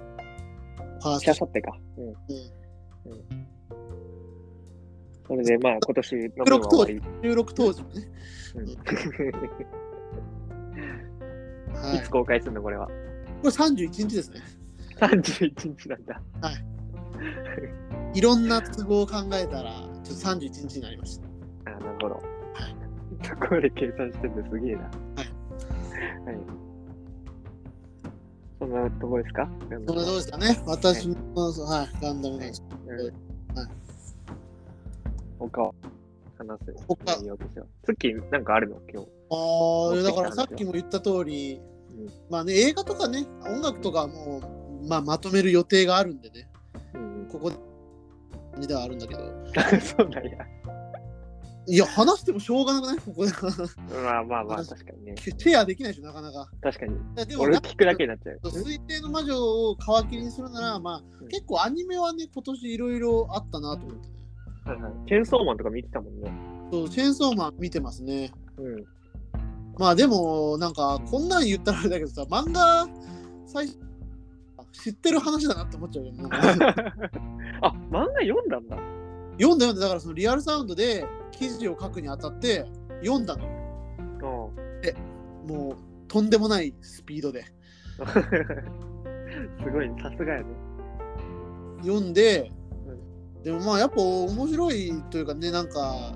A: パー
B: しあ
A: セ
B: さってか。うん。
A: うん
B: それで、まあ、今年の分は終わり。
A: 収録当時もね、
B: うん
A: はいい、
B: つ
A: こ
B: 公開するのこれ は。
A: れ31日ですね
B: 31日なんだ。
A: いろんな都合を考えたらちょっと31日になりました
B: あ、なるほど。そこまで計算してんのすげえな。はい。そんなとこですか
A: そんなどうですかね私も、はい、ガンダムの
B: うん
A: はい
B: 他を話す
A: 他
B: 内容ですよ。ツッキーなんかあるの今日。
A: ああ
B: 持ってきたんですよ
A: だからさっきも言った通り、
B: うん
A: まあね映画とかね音楽とかはもう、まあ、まとめる予定があるんでね
B: うん、
A: ここにではあるんだけど
B: そうなんや。
A: いや話してもしょうがなくないここで
B: まあまあまあ、確かにね。
A: シェアできないでしょなかなか
B: 確かに。
A: いやで
B: 俺聞くだけになっちゃう。
A: 水星の魔女を皮切りにするならまあ
B: うん
A: 結構アニメはね今年いろいろあったなと思ってね
B: はいはいチェーンソーマンとか見てたもんね。
A: そうチェーンソーマン見てますね
B: うん。
A: まあでもなんかこんなん言ったらあれだけどさ漫画最初知ってる話だなって思っちゃうよねなんか
B: あ、漫画読んだんだ。
A: 読んだ読んだだからそのリアルサウンドで記事を書くにあたって読んだのよ
B: う
A: もうとんでもないスピードで
B: ん。すごい、さすがやね。
A: 読んで、でもまあやっぱ面白いというかねなんか、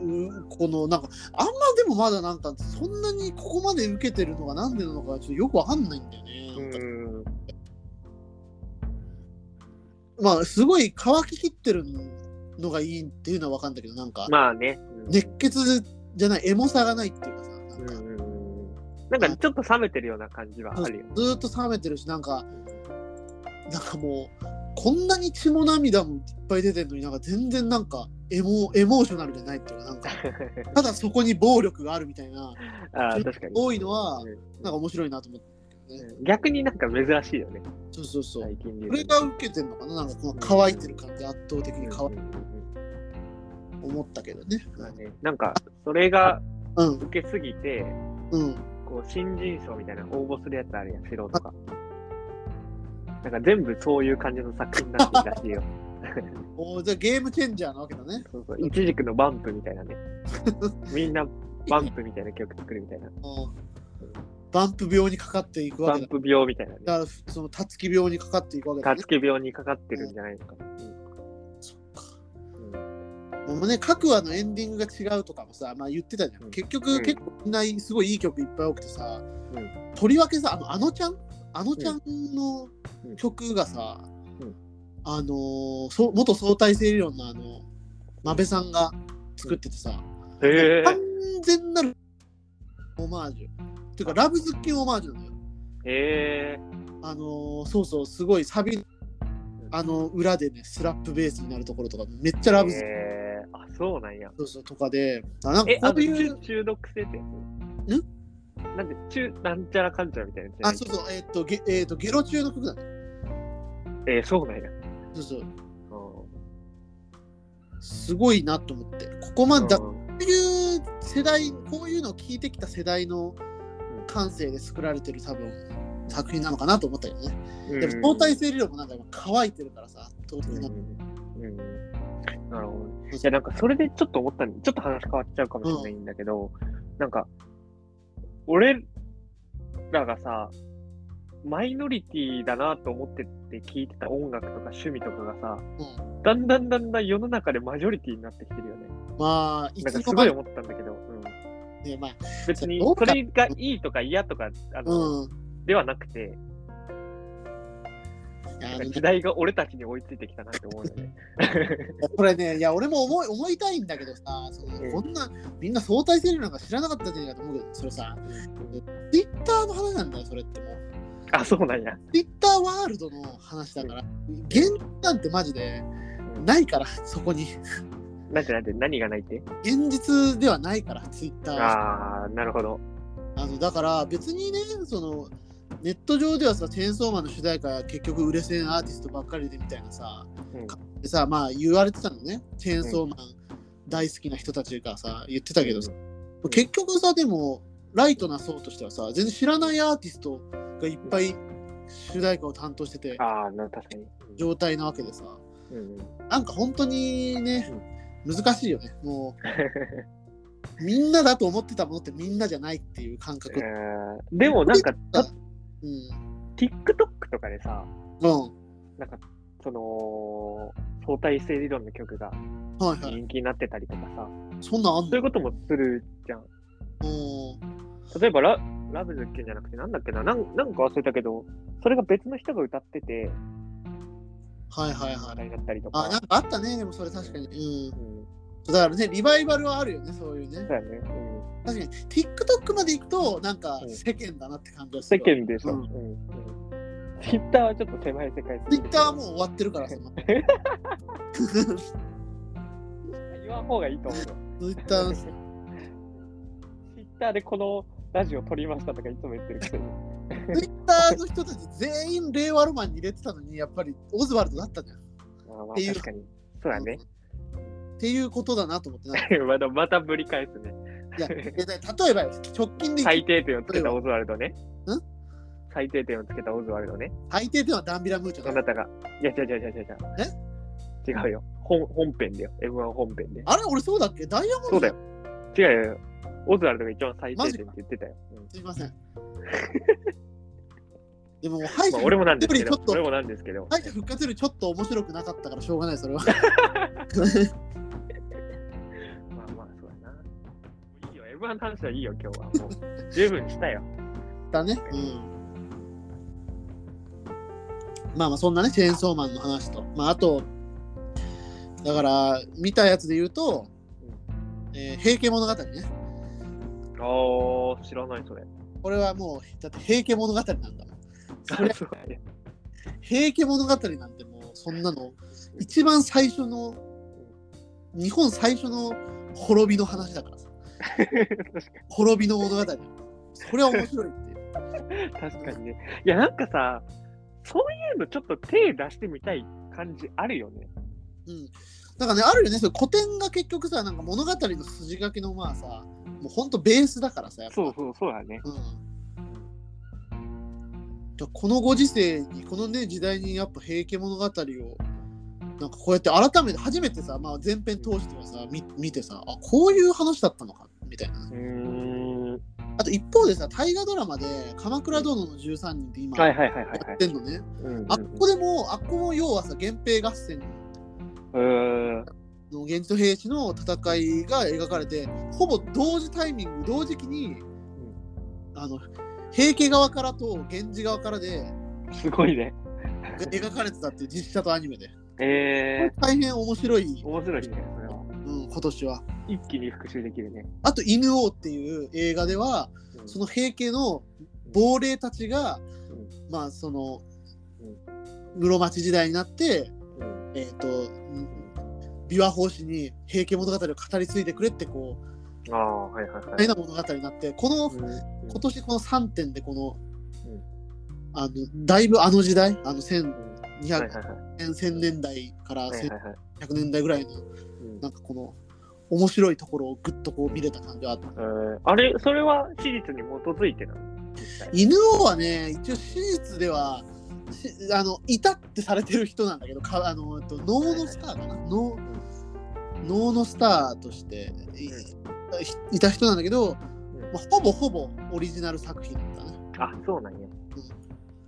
A: うんこのなんかあんまでもまだなんかそんなにここまで受けてるのがなんでなのかちょっとよくわかんないんだよね、なんか
B: うん。
A: まあすごい乾ききってるのがいいっていうのはわかんだけどなんか、
B: まあね。
A: 熱血じゃないエモさがないっていうかさなん
B: うん
A: か、
B: うん。なんかちょっと冷めてるような感じはあるよ。
A: ずーっと冷めてるしなんかなんかもうこんなに血も涙もいっぱい出てるのになんか全然なんかエモエモーショナルじゃないっていうか なんかただそこに暴力があるみたいな
B: ああ、確かに。
A: 多いのは
B: うん
A: なんか面白いなと思って
B: うん逆になんか珍しいよね、
A: そうそうそう、
B: 最近で
A: これ
B: 言う
A: が
B: とね。
A: 受けてんのかななんかこの乾いてる感じ圧倒的に乾い
B: うんうんうん
A: 思ったけどね
B: まあねなんか、それが
A: うん
B: 受けすぎて、
A: うん
B: こう新人賞みたいなの応募するやつあるやん、素人が。なんか全部そういう感じの作品になってるらしいよ。
A: おーじゃあゲームチェンジャーなわけだね
B: そうそう、イチジクのバンプみたいなね。みんなバンプみたいな曲作るみたいな。
A: うんバンプ病にかかっていくわ
B: バ
A: け
B: ン
A: だ
B: プ病みたいなね。
A: だからそのたつき病にかかっていくわけだ
B: た
A: ね
B: つき病にかかってるんじゃないのかな。
A: そっか
B: うん
A: もうね、各話のエンディングが違うとかもさ、まあ、言ってたじゃん。
B: うん
A: 結
B: う
A: 局、
B: ん
A: 結構みんないすごいいい曲いっぱい多くてさ、
B: ん
A: とりわけさ、あのあのちゃんあのちゃんの
B: うん
A: 曲がさ、
B: うん
A: あのーそう元相対性理論のあの、まべさんが作っててさ、
B: へえ
A: 完全なるオマージュ。っていうか、ラブズッキンオマージュなのよ。
B: え
A: あのーそうそう、すごいサビの、あの、裏でね、スラップベースになるところとか、めっちゃラ
B: ー、
A: ブズッキン、
B: えー、あ、そうなんや。
A: そうそうとかで、あなん
B: え、
A: か
B: あ
A: こう
B: の
A: いう
B: 中、中毒性ってやつんなんで、中、なんちゃらかんちゃらみたいなやつじゃな
A: あ、そうそう、
B: い
A: えーっと、ゲえーっとゲロ中の曲だね。
B: えー、そうなんや。
A: そうそう。
B: う
A: すごいなと思って。ここま
B: ん
A: で、だ
B: う
A: こ
B: ん
A: ういう世代、こういうのを聞いてきた世代の感性で作られてる多分作品なのかなと思ったよね。でも相対性理論もなんか今乾いてるからさ、圧倒的
B: うん
A: な。
B: うんなるほど。
A: そう
B: い
A: そ
B: や、
A: う
B: なんかそれでちょっと思ったんで、ちょっと話変わっちゃうかもしれないんだけど、なんか、俺らがさ、マイノリティだなと思ってって聞いてた音楽とか趣味とかがさ、
A: う
B: だんだんだんだん世の中でマジョリティになってきてるよね。
A: んまあ、い
B: な
A: つ
B: んか
A: の
B: す
A: 間
B: ごい
A: に
B: 思ったんだけど、うん、
A: ね、まあ、
B: 別に
A: そう
B: そ
A: か
B: れがいいとか嫌とかあの、
A: うん。
B: ではなくて、
A: いやあ
B: なん
A: の
B: か時
A: ね
B: 代が俺たちに追いついてきたなって思うよね。
A: これね、いや、俺も思い思いたいんだけどさ、その
B: うん
A: こんな、みんな相対性理論なんか知らなかったんじゃないかと思うけど、それさ、ツイッターの話なんだよ、それってもう。
B: あ、そうなんや。
A: ツイッターワールドの話だから、現実なんてマジでないから、そこに。
B: なんてなんて、何がないって
A: 現実ではないから、ツイッターは。
B: あー、なるほど。
A: あのだから別にね、そのネット上ではさ、チェーンソーマンの主題歌は結局売れ線アーティストばっかりでみたいなさ、
B: うん
A: でさ、まあ言われてたのね、チェーンソーマン大好きな人たちがさ、言ってたけどさ、結局さ、でも、ライトな層としてはさ、全然知らないアーティストがいっぱい主題歌を担当してて、
B: ああ、な確かに。
A: 状態なわけでさ、
B: うんうん、
A: なんか本当にね、難しいよね。も う、みんなだと思ってたものってみんなじゃないっていう感覚。
B: えーでもなんか、た
A: うん。
B: TikTok とかでさ、
A: うん。
B: なんか、その、相対性理論の曲が
A: はいはい。
B: 人気になってたりとかさ、
A: そんなんあん
B: そうい
A: の
B: うこともするじゃん。
A: うん
B: 例えばラ、ラブズッキンじゃなくて、なんだっけななん、なんか忘れたけど、それが別の人が歌ってて、
A: はいはいは
B: 話
A: い。
B: 題になったりとか。
A: あ、なんかあったね、でもそれ確かに。うん
B: う。ん、
A: だからね、リバイバルはあるよね、そういう
B: そう
A: ね。
B: だよね。うん、
A: 確かに、TikTok まで行くと、なんか
B: うん
A: 世間だなって感じがす
B: 世
A: る。
B: 間でさ、
A: う
B: うんんうん、Twitter はちょっと狭い世界
A: Twitter はもう終わってるからさ。
B: 言わん方がいいと思 うよ。
A: Twitter の
B: Twitter でこのラジオ撮りましたとかいつも言ってるくせに。
A: Twitter の人たち全員令和ロマンに入れてたのに、やっぱりオズワルドだったじゃん。
B: あーまあ
A: ていう
B: 確かに。そうだね。
A: うん。っていうことだなと思って、なんか
B: またまたぶり返す ね。
A: いや、えだ例えばよ直近で
B: 最低点をつけたオズワルドね。
A: ん
B: 最低点をつけたオズワルドね。
A: 最低ではダンビラムーチョ
B: あ
A: だ
B: なたが。いや、違う違う違う違う違う。違うよ。本本編だよ。M1 本編で。
A: あれ俺そうだっけダイヤモンド
B: そうだよ。。違うよ。オズワルドが一番最低点って言ってたよ。うん
A: すいません。でも、敗
B: ま
A: 者
B: あ、俺もなんですけ
A: ちょ
B: ど
A: っ、と
B: 俺もなんですけど。
A: 敗者復活よりちょっと面白くなかったからしょうがない、それは。
B: まあまあ、そうだな。いいよ。M1 の話はいいよ、今日は。もう十分し たよ。
A: だね。うん。まあまあ、そんなね、チェーンソーマンの話と。まあ、あと、だから、見たやつで言うと、えー平家物語ね。
B: ああ、知らない、それ。
A: これはもう、だって平家物語なんだもん。それ
B: そうだね
A: 平家物語なんてもうそんなの一番最初の日本最初の滅びの話だからさ滅びの物語だよそれは面白いっていう
B: 確かにね。いや、なんかさ、そういうのちょっと手出してみたい感じあるよね。
A: なんかねあるよねそれ古典が結局さなんか物語の筋書きのまあさもうほんとベースだからさやっぱ
B: そうそう、そうだね。
A: うんだからこのご時世にこのね時代にやっぱ平家物語をなんかこうやって改めて初めてさ、まあ、前編通してはさ見見てさあこういう話だったのかみたいな
B: うーん。は
A: あと一方でさ、大河ドラマで「鎌倉殿の13人」って今
B: いはい
A: や
B: はいはい、はい
A: ってんのね。
B: うんうんうん。
A: あっこでも、あっこも要はさ、源平合戦
B: うーん。
A: の源氏と平氏の戦いが描かれて、ほぼ同時タイミング、同時期に、あの平家側からと源氏側からで
B: すごいね。
A: 描かれてたっていう実写とアニメで。
B: え
A: これ大変面白い、
B: ー、面白いね、それは。
A: うん、今年は。
B: 一気に復習できるね。
A: あと、犬王っていう映画では、
B: うん
A: その平家の亡霊たちが、
B: ん
A: まあ、その、室町時代になって、
B: うん
A: えっ、と、琵琶法師に平家物語を語り継いでくれって、こう、
B: ああ、はいはいは
A: 大
B: い。
A: 変な物語になって、この
B: うんうん
A: 今年この3点でこの、
B: うん
A: あのだいぶあの時代あの1200
B: うんは
A: 年、
B: いはいはい。
A: 1000年代から
B: はいはい
A: 1100
B: はい。
A: 年代ぐらいの
B: うん
A: なんかこの面白いところをぐっとこう見れた感じはあった
B: えーあれ、それは史実に基づいてなの実際
A: 犬王はね一応史実ではしあのいたってされてる人なんだけどかあの、えっと、能のスターかな能能のスターとしてい,、いた人なんだけど、まあ、ほぼほぼオリジナル作品だね
B: あ、そうなんや。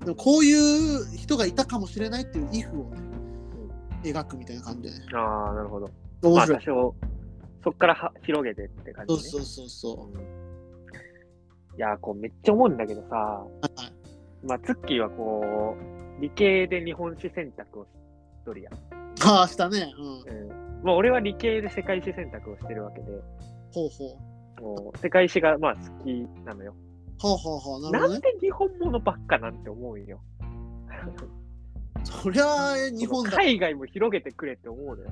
A: でもこういう人がいたかもしれないっていうイフをね、描くみたいな感じでね。
B: ああ、なるほど。
A: 面
B: まあ、
A: 白
B: 多
A: い。
B: 少、そっからは広げてって感じ
A: そう
B: ね。
A: そうそうそ
B: いやー、こう、めっちゃ思うんだけどさ、
A: う。はい。
B: まあ、ツッキーはこう、理系で日本史選択をしとるやん。
A: ああ、したね。うん。
B: うん。まあ、俺は理系で世界史選択をしてるわけで、
A: ほうほう。
B: もう、世界史が、まあ、好きなのよ。
A: ほうほうほう。なる
B: な
A: ほ
B: ん
A: どね。
B: で日本ものばっかなんて思うんよ。
A: そりゃあ日本だ。
B: 海外も広げてくれって思うのよ。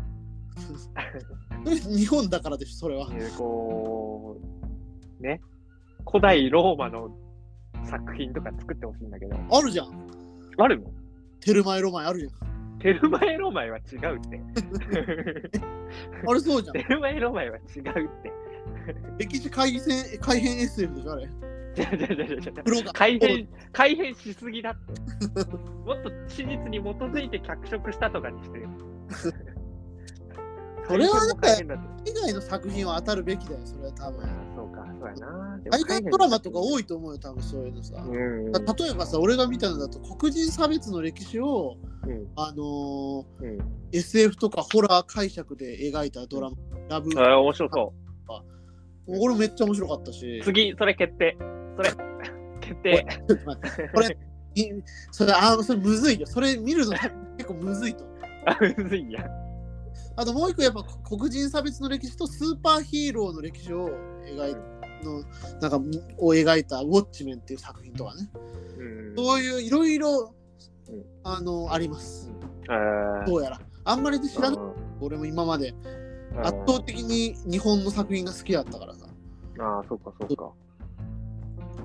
A: 日本だからでしょ、それは。
B: でこう、ね、古代ローマの作品とか作ってほしいんだけど、
A: あるじゃん。
B: あるの
A: テルマエロマエあるじゃ
B: テルマエロマエは違 うって。
A: ん。あれそうじゃん
B: テ。ルマエロマエは違うって。
A: 歴史改変改変 SF でしょ、あれ。
B: じゃじゃじゃじゃ
A: ブロガー。
B: 改変、改変しすぎだって。 もっと史実に基づいて脚色したとかにしてよ。
A: それはね
B: 改変も改変だって。
A: 以外の作品は当たるべきだよ、それは多分。
B: あそうか、そうやな。でも
A: 海外ドラマとか
B: 改
A: 多いと思うよ、多分そういうのさ。
B: 変うん。
A: た例えばさ、俺が見たのだと、黒人差別の歴史を、あの
B: うん。う
A: ー
B: ん。
A: SF とかホラー解釈で描いたドラマ、ラブ、
B: あー面白そう。
A: 俺めっ ちゃ面白かったし、
B: 次、それ決定。それ、決定。
A: ちょっと待ってこれ、いそれ、あー、それむずいよ。それ見るの結構むずいと。
B: あ、むずいや。
A: あともう一個、やっぱ黒人差別の歴史とスーパーヒーローの歴史を描いのなんかを描いた「ウォッチメン」っていう作品とかね、
B: うん
A: そういういろいろ
B: うん
A: あのあります、
B: えー
A: どうやらあんまり知らなくて
B: うん
A: 俺も今まで
B: うん
A: 圧倒的に日本の作品が好きだったからさ
B: ああ、そうか、そうか。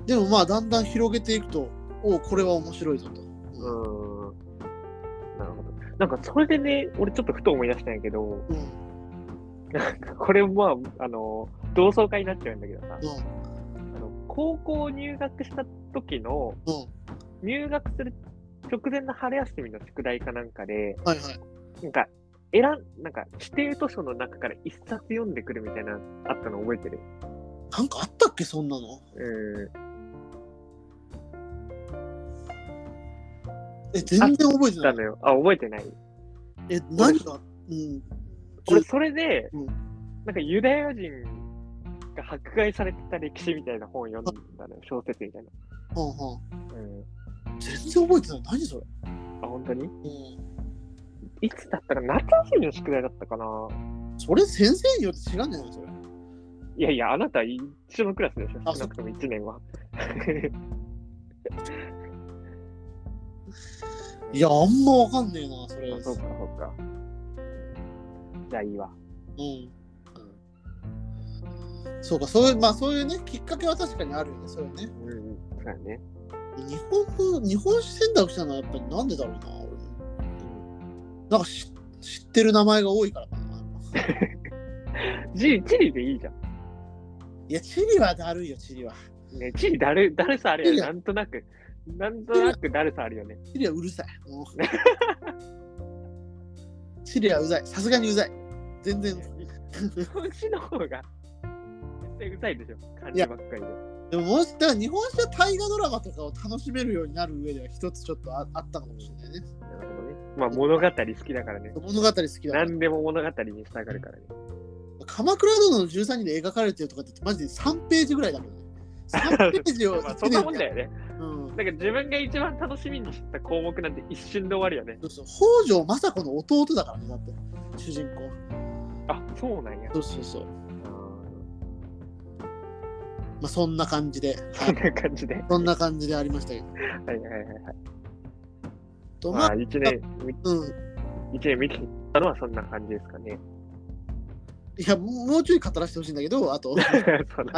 A: でもまあだんだん広げていくとおおこれは面白いぞと、う
B: う
A: ん
B: ん。なるほど。なんか、それでね、俺ちょっとふと思い出したんやけど、なんかこれ、まあ、あの、同窓会になっちゃうんだけどさ、
A: うん
B: あの高校入学した時の、
A: うん
B: 入学する直前の春休みの宿題かなんかで、
A: はいはい
B: なんか、選ん、なんか、指定図書の中から一冊読んでくるみたいな、あったの覚えてる
A: なんかあったっけそんなの
B: うん。
A: え全然覚えて
B: な
A: ない
B: のよ。あ、覚えてない。
A: え何がうん
B: 俺、それで、
A: うん
B: なんかユダヤ人が迫害されてた歴史みたいな本を読んだのよ。小説みたいな。
A: はんは
B: うん。
A: ん全然覚えてない何それ、
B: あ、本当に
A: うん、
B: いつだったか、夏休みの宿題だったかな
A: それ先生によって違うんじゃないのそれ
B: いやいや、あなた一緒のクラスでしょ。
A: あ
B: 少なくとも1年は。
A: いやあんまわかんねえなそれ
B: あ そうか、そうか。じゃあいいわ。
A: うんそうかそういうまあそういうねきっかけは確かにあるよねそういうね
B: うん、うん、そうだね。
A: 日本の日本史選択したのはやっぱりなんでだろうな俺なんかし知ってる名前が多いからかな
B: チリ、チリでいいじゃん。
A: いやチリはだるいよチリは
B: ね、チリだる、だるさあるよ
A: い
B: ね。
A: や
B: なんとなく、なんとなくだるさあるよね。
A: チリはうるさい もうチリはうざいさすがにうざい全然
B: 日本史の方が、絶対うざいでしょ。漢字ばっかりで。
A: でももしだから日本史は大河ドラマとかを楽しめるようになる上では一つちょっとああったかもしれないね
B: なるほどね。まあ物語好きだからね。
A: 物語好きだから
B: 何でも物語にしたがるからね。
A: 鎌倉殿の13人で描かれてるとかってマジで3ページぐらいだもんね。3ページを
B: まあ
A: 1
B: そんなもんだ
A: 年
B: よね。
A: うん
B: なんか自分が一番楽しみにしてた項目なんて一瞬で終わるよね。
A: そうそう北条政子の弟だからね、だって、主人公。
B: あ、そうなんや。
A: そうそうそう。
B: うん
A: まあ、そんな感じで、は
B: そ
A: い、
B: ん な感じで。は
A: そんな感じでありましたけ
B: いはいはいはい。
A: ど。ま
B: ま
A: あ
B: あ、、一年、み
A: うん。
B: 一年見てきたのはそんな感じですか ね。
A: いや、もうちょい語らせてほしいんだけど、あと、
B: そうだ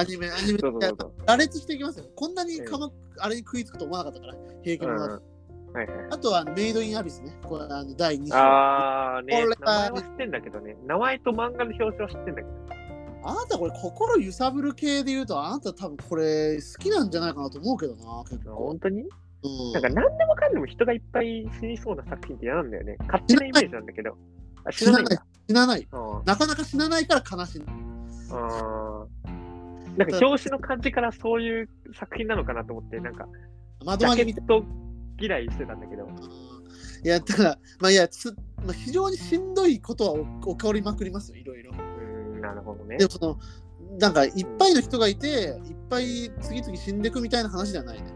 A: アニメ、アニメ、
B: どうぞどうぞ。
A: 羅列していきますよ。こんなに
B: ええ
A: かま、あれに食いつくと思わなかったから、平気
B: うん。
A: も、
B: はいはい。
A: あとは、メイド・イン・アビスね。これ、あの第2章。あ
B: あーね、
A: これ
B: 名前は知ってんだけどね。名前と漫画の表紙は知ってんだけど。
A: なた、これ、心揺さぶる系で言うと、あなた、多分これ、好きなんじゃないかなと思うけどな、結構。
B: 本当に
A: うん
B: なんか何でもかんでも人がいっぱい死にそうな作品って嫌なんだよね。勝手なイメージなんだけど。あ、知らないんだ。
A: 死なない。
B: うん。
A: なかなか死なないから悲しい。
B: あーなんか表紙の感じからそういう作品なのかなと思って、なんか、ジ
A: 窓
B: ャケ
A: 紛れみたい
B: ット嫌いしてたんだけど。
A: な。いや、だから、まあ、いや、つまあ、非常にしんどいことはお起こりまくりますよ、いろいろ。
B: うん、なるほどね
A: で。もそのなんかいっぱいの人がいていっぱい次々死んでいくみたいな話じゃないね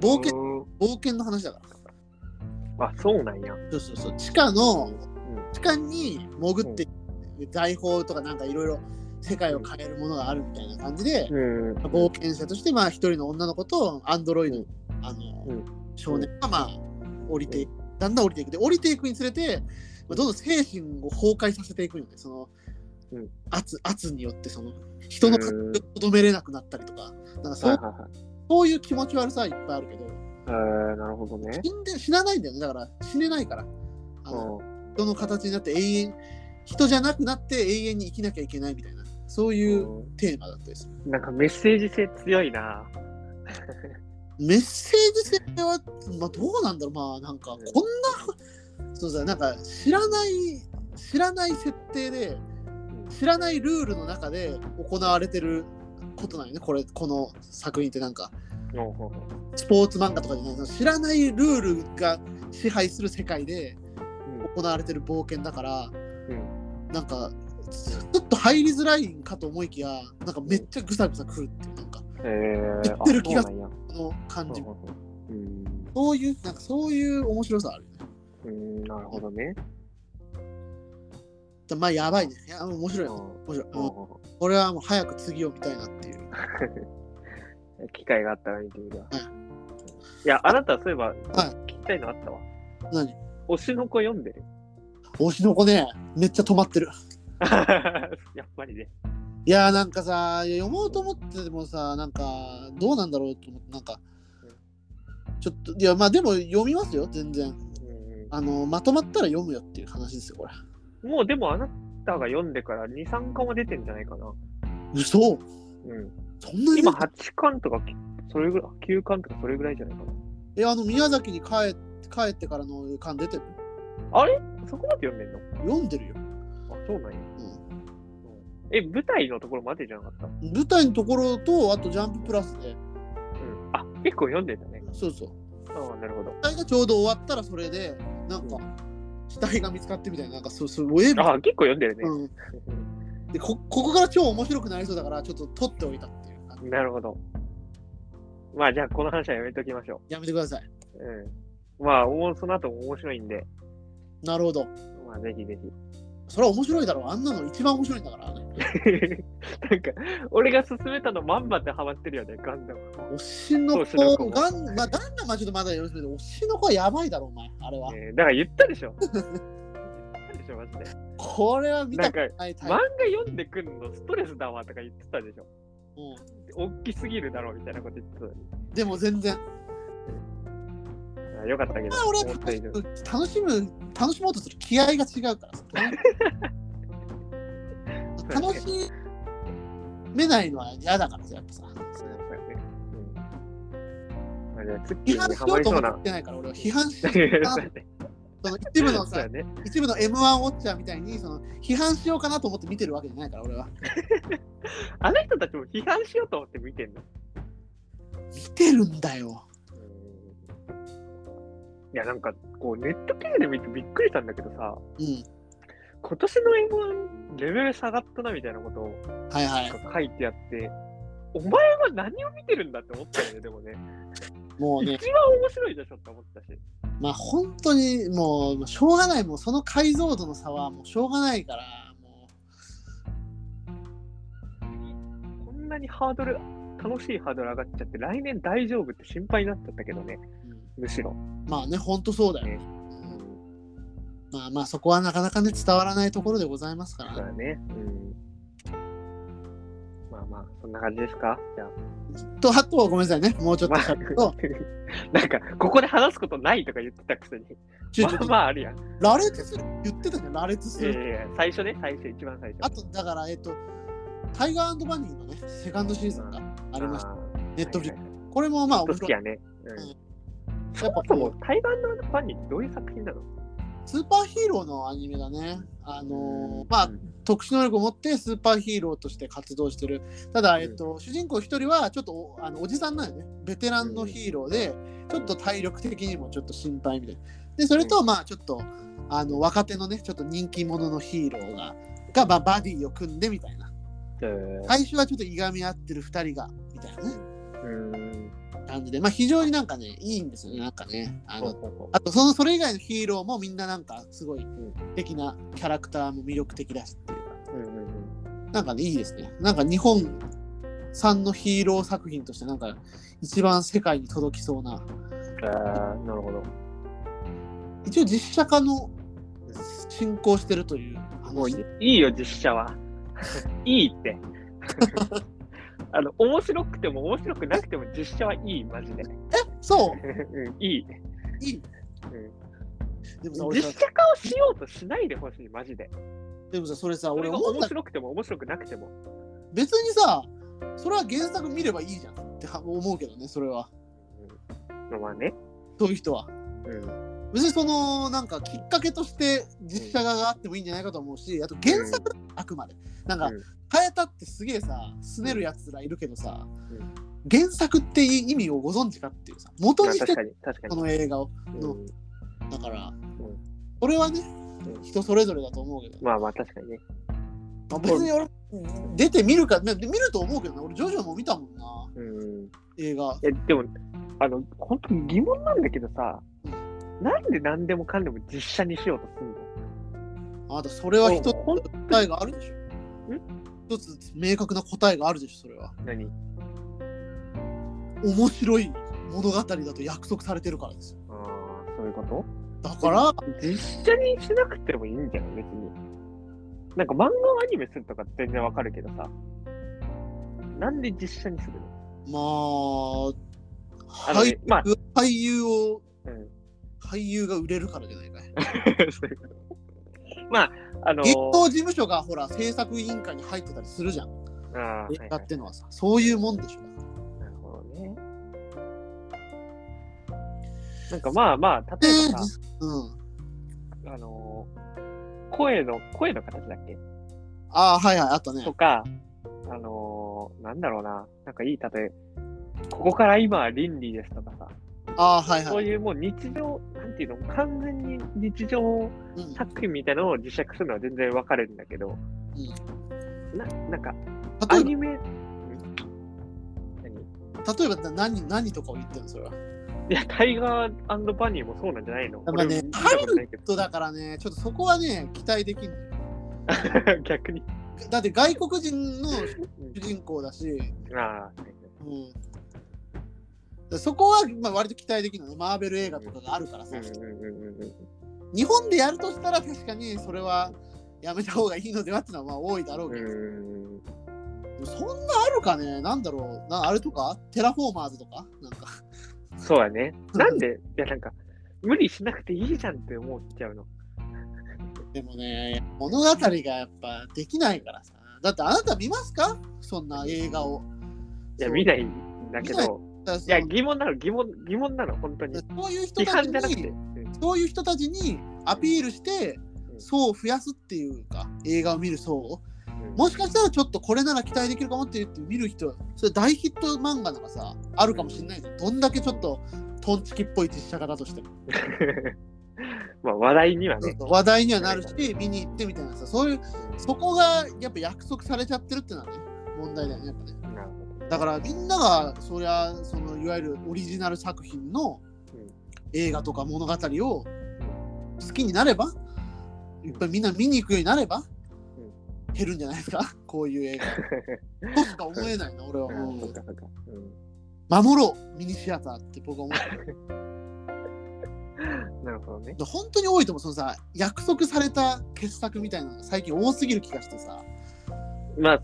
A: 冒険
B: うん
A: 冒険の話だから
B: あ、そうなんや。
A: そうそうそう地下の
B: うん
A: 地下に潜って財宝とかなんかいろいろ世界を変えるものがあるみたいな感じで
B: うん。
A: 冒険者としてまあ一人の女の子とアンドロイドのあの
B: うん
A: 少年がまあ降りていくだんだん降りていくで降りていくにつれてまあどんどん精神を崩壊させていくよねその
B: うん
A: 圧圧によってその人の
B: うん
A: ちょっと止めれなくなったりとか、なんかそ
B: はいうはいはい。
A: そういう気持ち悪さはいっぱいあるけど、
B: えー、なるほどね。
A: 死んで死なないんだよね、だから死ねないから。あの
B: う。
A: 人の形になって永遠、人じゃなくなって永遠に生きなきゃいけないみたいな、そういううんテーマだったでする。
B: なんかメッセージ性強いな。
A: メッセージ性は、まあ、どうなんだろう、まあなんか、こんな、そうだ、なんか知らない、知らない設定で、知らないルールの中で行われてることなんよね、これ、この作品ってなんか。
B: うんうん
A: スポーツ漫画とかじゃないその知らないルールが支配する世界で行われてる冒険だから、なんかちょっと入りづらいかと思いきやなんかめっちゃぐさぐさくるっていうなんか
B: えー、
A: 言ってる気が
B: あそうなんや
A: この感じ
B: うん
A: そういうなんかそういう面白さあるよね
B: うん、なるほどね。
A: だまあやばいねいや面白いよ
B: う
A: 面白い、
B: ん
A: うん、これはもう早く次を見たいなっていう
B: うん機会があったら見てみるわ。
A: はい
B: いや、あなた、そういえば、聞きたいのあったわ。
A: 何
B: 推しの子読んでる。
A: 推しの子ねめっちゃ止まってる
B: やっぱりね。
A: いやーなんかさ読もうと思っててもさなんかどうなんだろうと思ってなんかちょっといやまあでも読みますよ全然
B: う
A: あのまとまったら読むよっていう話ですよこれ
B: んもう、でも、あなたが読んでから2、3巻は出てんじゃないかな。
A: 嘘
B: うん、
A: そんなに
B: 今、8巻とか、きそれぐらい、9巻とか、それぐらいじゃないかな。
A: えあの宮崎に帰って帰ってからの感出てる
B: あれそこまで読んでんの
A: 読んでるよ
B: あ、そうなんや。うんえ、舞台のところまでじゃなかった、うん、
A: 舞台のところとあとジャンププラスで
B: あ、結構読んでたね。
A: そうそう
B: ああ、なるほど。
A: 舞台がちょうど終わったらそれでなんか死体が見つかってみたいななんかそうそうウェーブ
B: ああ、結構読んでるね。
A: うん、でこここから超面白くなりそうだからちょっと取っておいたっていう感じ
B: なるほど。まあ、じゃあ、この話はやめときましょ
A: やめてください。
B: う。うん。まあ、おもその後も面白いんで、
A: なるほど。
B: まあ、ぜひぜ ひ。
A: それは面白いだろう。あんなの一番面白いんだから、ね。
B: なんか、俺が勧めたのまんまってハマってるよね、ガンダム。
A: 推しの
B: 推しの
A: 子、
B: 子
A: ガン、まあ、ガンダムはちょっとまだよろしいけど、推しの子はやばいだろ、お前。あれは。
B: えーだから言ったで しょ。言ったでしょ、マジで。
A: これは見
B: な
A: た
B: ん
A: く
B: か、
A: ないタイ
B: 漫
A: プ
B: 画。読んでくんのストレスだわとか言ってたでしょ。
A: う
B: 大きすぎるだろ、みたいなこと言ってたのに
A: んでも全然。
B: あよかったけど
A: まあ、俺は
B: 思った
A: 楽
B: 以
A: し
B: 上
A: む、楽しむ、楽しもうとする気合が違うからさ。楽しめないのは嫌だからさ、やっぱさ。
B: そうだねうん。あれ、ツッキ
A: 批
B: ー
A: 判
B: に
A: し
B: ハ
A: よ
B: マ
A: う
B: り
A: と
B: そ
A: 思
B: うな
A: っ。てないから、俺は批判し、
B: そう
A: な
B: だね
A: その一部の
B: そう
A: さ
B: だ、ね。
A: 一部の M1 ウォッチャーみたいに、その批判しようかなと思って見てるわけじゃないから、俺は。
B: あの人たちも批判しようと思って見てんの。
A: 見てるんだよ。
B: いや、なんか、こう、ネット記事で見てびっくりしたんだけどさ、
A: うん。
B: 今年の M1 レベル下がったなみたいなことを
A: はいは。
B: ないんか書いてあって、お前は何を見てるんだって思ったよね、でもね。
A: もう
B: 一
A: ね、
B: 番面白いでしょって思ったし。
A: まあ本当にもう、しょうがない、もうその解像度の差はもうしょうがないから、もう
B: なにハードル、楽しいハードル上がっちゃって、来年大丈夫って心配になっちゃったけどね、むしろ。
A: まあね、ほんとそうだよね。
B: うん。
A: まあまあ、そこはなかなかね、伝わらないところでございますか
B: そう
A: ら、
B: だね。うん。まあまあ、そんな感じですかじゃあ。
A: と、あと、ごめんなさいね、もうちょっと
B: まあ
A: 喋ると、
B: なんか、ここで話すことないとか言ってたくせに。
A: ちょち
B: まあ
A: ょ
B: まああるやん。
A: 羅列する、言ってたじゃん、羅列す
B: いやい
A: る。
B: やいや最初ね、最初、一番最初。
A: あと、だから、えっと、タイガーバニーのね、セカンドシーズンがありました。
B: あー
A: ネットフリック
B: はいはいはい
A: これもまあ、面
B: 好
A: 白
B: き
A: い。
B: やね。うん。
A: うん
B: そ
A: やっぱ
B: もそも、タイガーのファンにどういう作品なの
A: スーパーヒーローのアニメだね。あのーまあ、特殊能力を持ってスーパーヒーローとして活動してる。ただ、
B: ん
A: えっと、主人公一人はちょっとおあのおじさんなんよね。ベテランのヒーローで、ちょっと体力的にもちょっと心配みたいな。で、それと、まあ、ちょっと、あの、若手のね、ちょっと人気者のヒーローが、が、まあ、バディを組んでみたいな。
B: うん
A: 最初はちょっといがみ合ってる二人が、みたいなね。
B: うん
A: 感じで、まあ、非常になんかね、いいんですよね、なんかね。あ
B: ほう
A: の
B: ほうほう
A: あとその、それ以外のヒーローもみんななんか、すごい
B: ん
A: 素敵なキャラクターも魅力的だしっていうか、
B: うんうんうん
A: なんかね、いいですね。なんか日本産のヒーロー作品として、なんか、一番世界に届きそうな、
B: あーなるほど。
A: 一応実写化の進行してるという
B: もう
A: 話
B: い
A: で。
B: いいよ、実写は。 いいって。 あの、面白くても面白くなくても実写はいい、マジで。
A: そ
B: うんいい。
A: う、いい。でもさ、俺
B: 実
A: さ、
B: 写化をしようとしないでほしい、マジで。
A: でもさ、それさ、
B: そ
A: 俺
B: れが
A: 思っ
B: 面
A: た、
B: 白くても面白くなくても。
A: 別にさ、それは原作見ればいいじゃんって思うけどね、それは。
B: うんまあね。
A: そういう人は。
B: うん
A: 別にそのなんかきっかけとして実写画があってもいいんじゃないかと思うしあと原作だあくまでなんか
B: うん
A: 早田ってすげえさすねるやつらいるけどさ
B: ん
A: 原作っていう意味をご存知かっていうさ元にし
B: 確
A: て
B: かに、確か
A: こ
B: に。
A: の映画を
B: うん
A: だから
B: ん
A: これはね
B: ん
A: 人それぞれだと思うけど
B: まあまあ、確かにね。
A: まあ別に俺出てみるかね見ると思うけどな俺ジョジョも見たもんな
B: うん
A: 映画
B: えでも、あの、本当に疑問なんだけどさ、なんで何でもかんでも実写にしようとするの
A: あなたそれは一つ
B: ほん
A: 答えがあるでしょ一つ明確な答えがあるでしょそれは
B: 何
A: 面白い物語だと約束されてるからですよ
B: ああ、そういうこと
A: だから
B: 実写にしなくてもいいんじゃない別に。なんか漫画をアニメするとか全然わかるけどさ、なんで実写にするの
A: まあ
B: あの
A: 俳
B: ね
A: 優,、
B: まあ
A: 俳優を
B: うん。
A: 俳優が売れるからじゃないかい、
B: そういうことまあ、あの
A: 芸能事務所がほら制作委員会に入ってたりするじゃん
B: あーはいは
A: 映
B: い
A: 画ってのはさそういうもんでしょ
B: なるほどね。なんかまあまあ、例えばさ、
A: うん
B: あのー声の、声の形だっけ
A: ああはいはいあったね
B: とか、あのーなんだろうな、なんかいい例え、ここから今は倫理ですとかさ、
A: ああはい
B: そ
A: は
B: う
A: い、
B: いうもう日常、なんていうの、完全に日常
A: うんうん、例
B: 作品みたいなのを実写化するのは全然わかるんだけど、ななんか、ア
A: え
B: ニメ、ん何
A: ば例えばな何何とかを言ってるのそれはい
B: や、タイガーバニーもそうなんじゃないの
A: まあね
B: 俺も見たことないけ
A: そうだからねちょっとそこはね期待できんのよ
B: ど、 逆に。
A: だって外国人の主人公だし、
B: ああ、
A: うん、だからそこは、まあ、割と期待できるのねマーベル映画とかがあるからさ、
B: うんうんうんうん
A: 日本でやるとしたら確かにそれはやめた方がいいのではっていうのはまあ多いだろう
B: う
A: けど、
B: ん。
A: そんなあるかねなんだろうなあれとかテラフォーマーズとかなんか
B: そうだね。なんで、いや、なんか、無理しなくていいじゃんって思っちゃうの。
A: でもね物語がやっぱできないからさだってあなた見ますかそんな映画を
B: いや、
A: そう
B: 見ないんだけ
A: 見ない
B: ど、
A: だからそ
B: い
A: の
B: や、疑問なの、疑問、疑問なの、本当に。
A: そういう人
B: 批
A: た
B: 判じゃな
A: ち
B: くて。
A: に
B: うん
A: そういう人たちにアピールして
B: うん
A: 層を増やすっていうか映画を見る層を
B: うん
A: もしかしたらちょっとこれなら期待できるかもって言って見る人、それ大ヒット漫画ならさ、あるかもしれないじゃん。どんだけちょっとトンチキっぽい実写化だとしても。
B: まあ、話題にはね。
A: 話題にはなるし、見に行ってみたいなさ、そういう、そこがやっぱ約束されちゃってるってのはね、問題だよね、やっぱね。
B: なるほど
A: だからみんなが、そりゃ、そのいわゆるオリジナル作品の
B: うん
A: 映画とか物語を好きになれば、いっぱいみんな見に行くようになれば、減るんじゃないですかこういう映画。としか思えないな、俺は。
B: うん、
A: う
B: そっ
A: ん
B: かそっか。うん。
A: 守ろう、ミニシアターって僕は思ってる。
B: なるほどね。
A: で本当に多いと思う、そのさ、約束された傑作みたいなのが最近多すぎる気がしてさ、
B: まあ、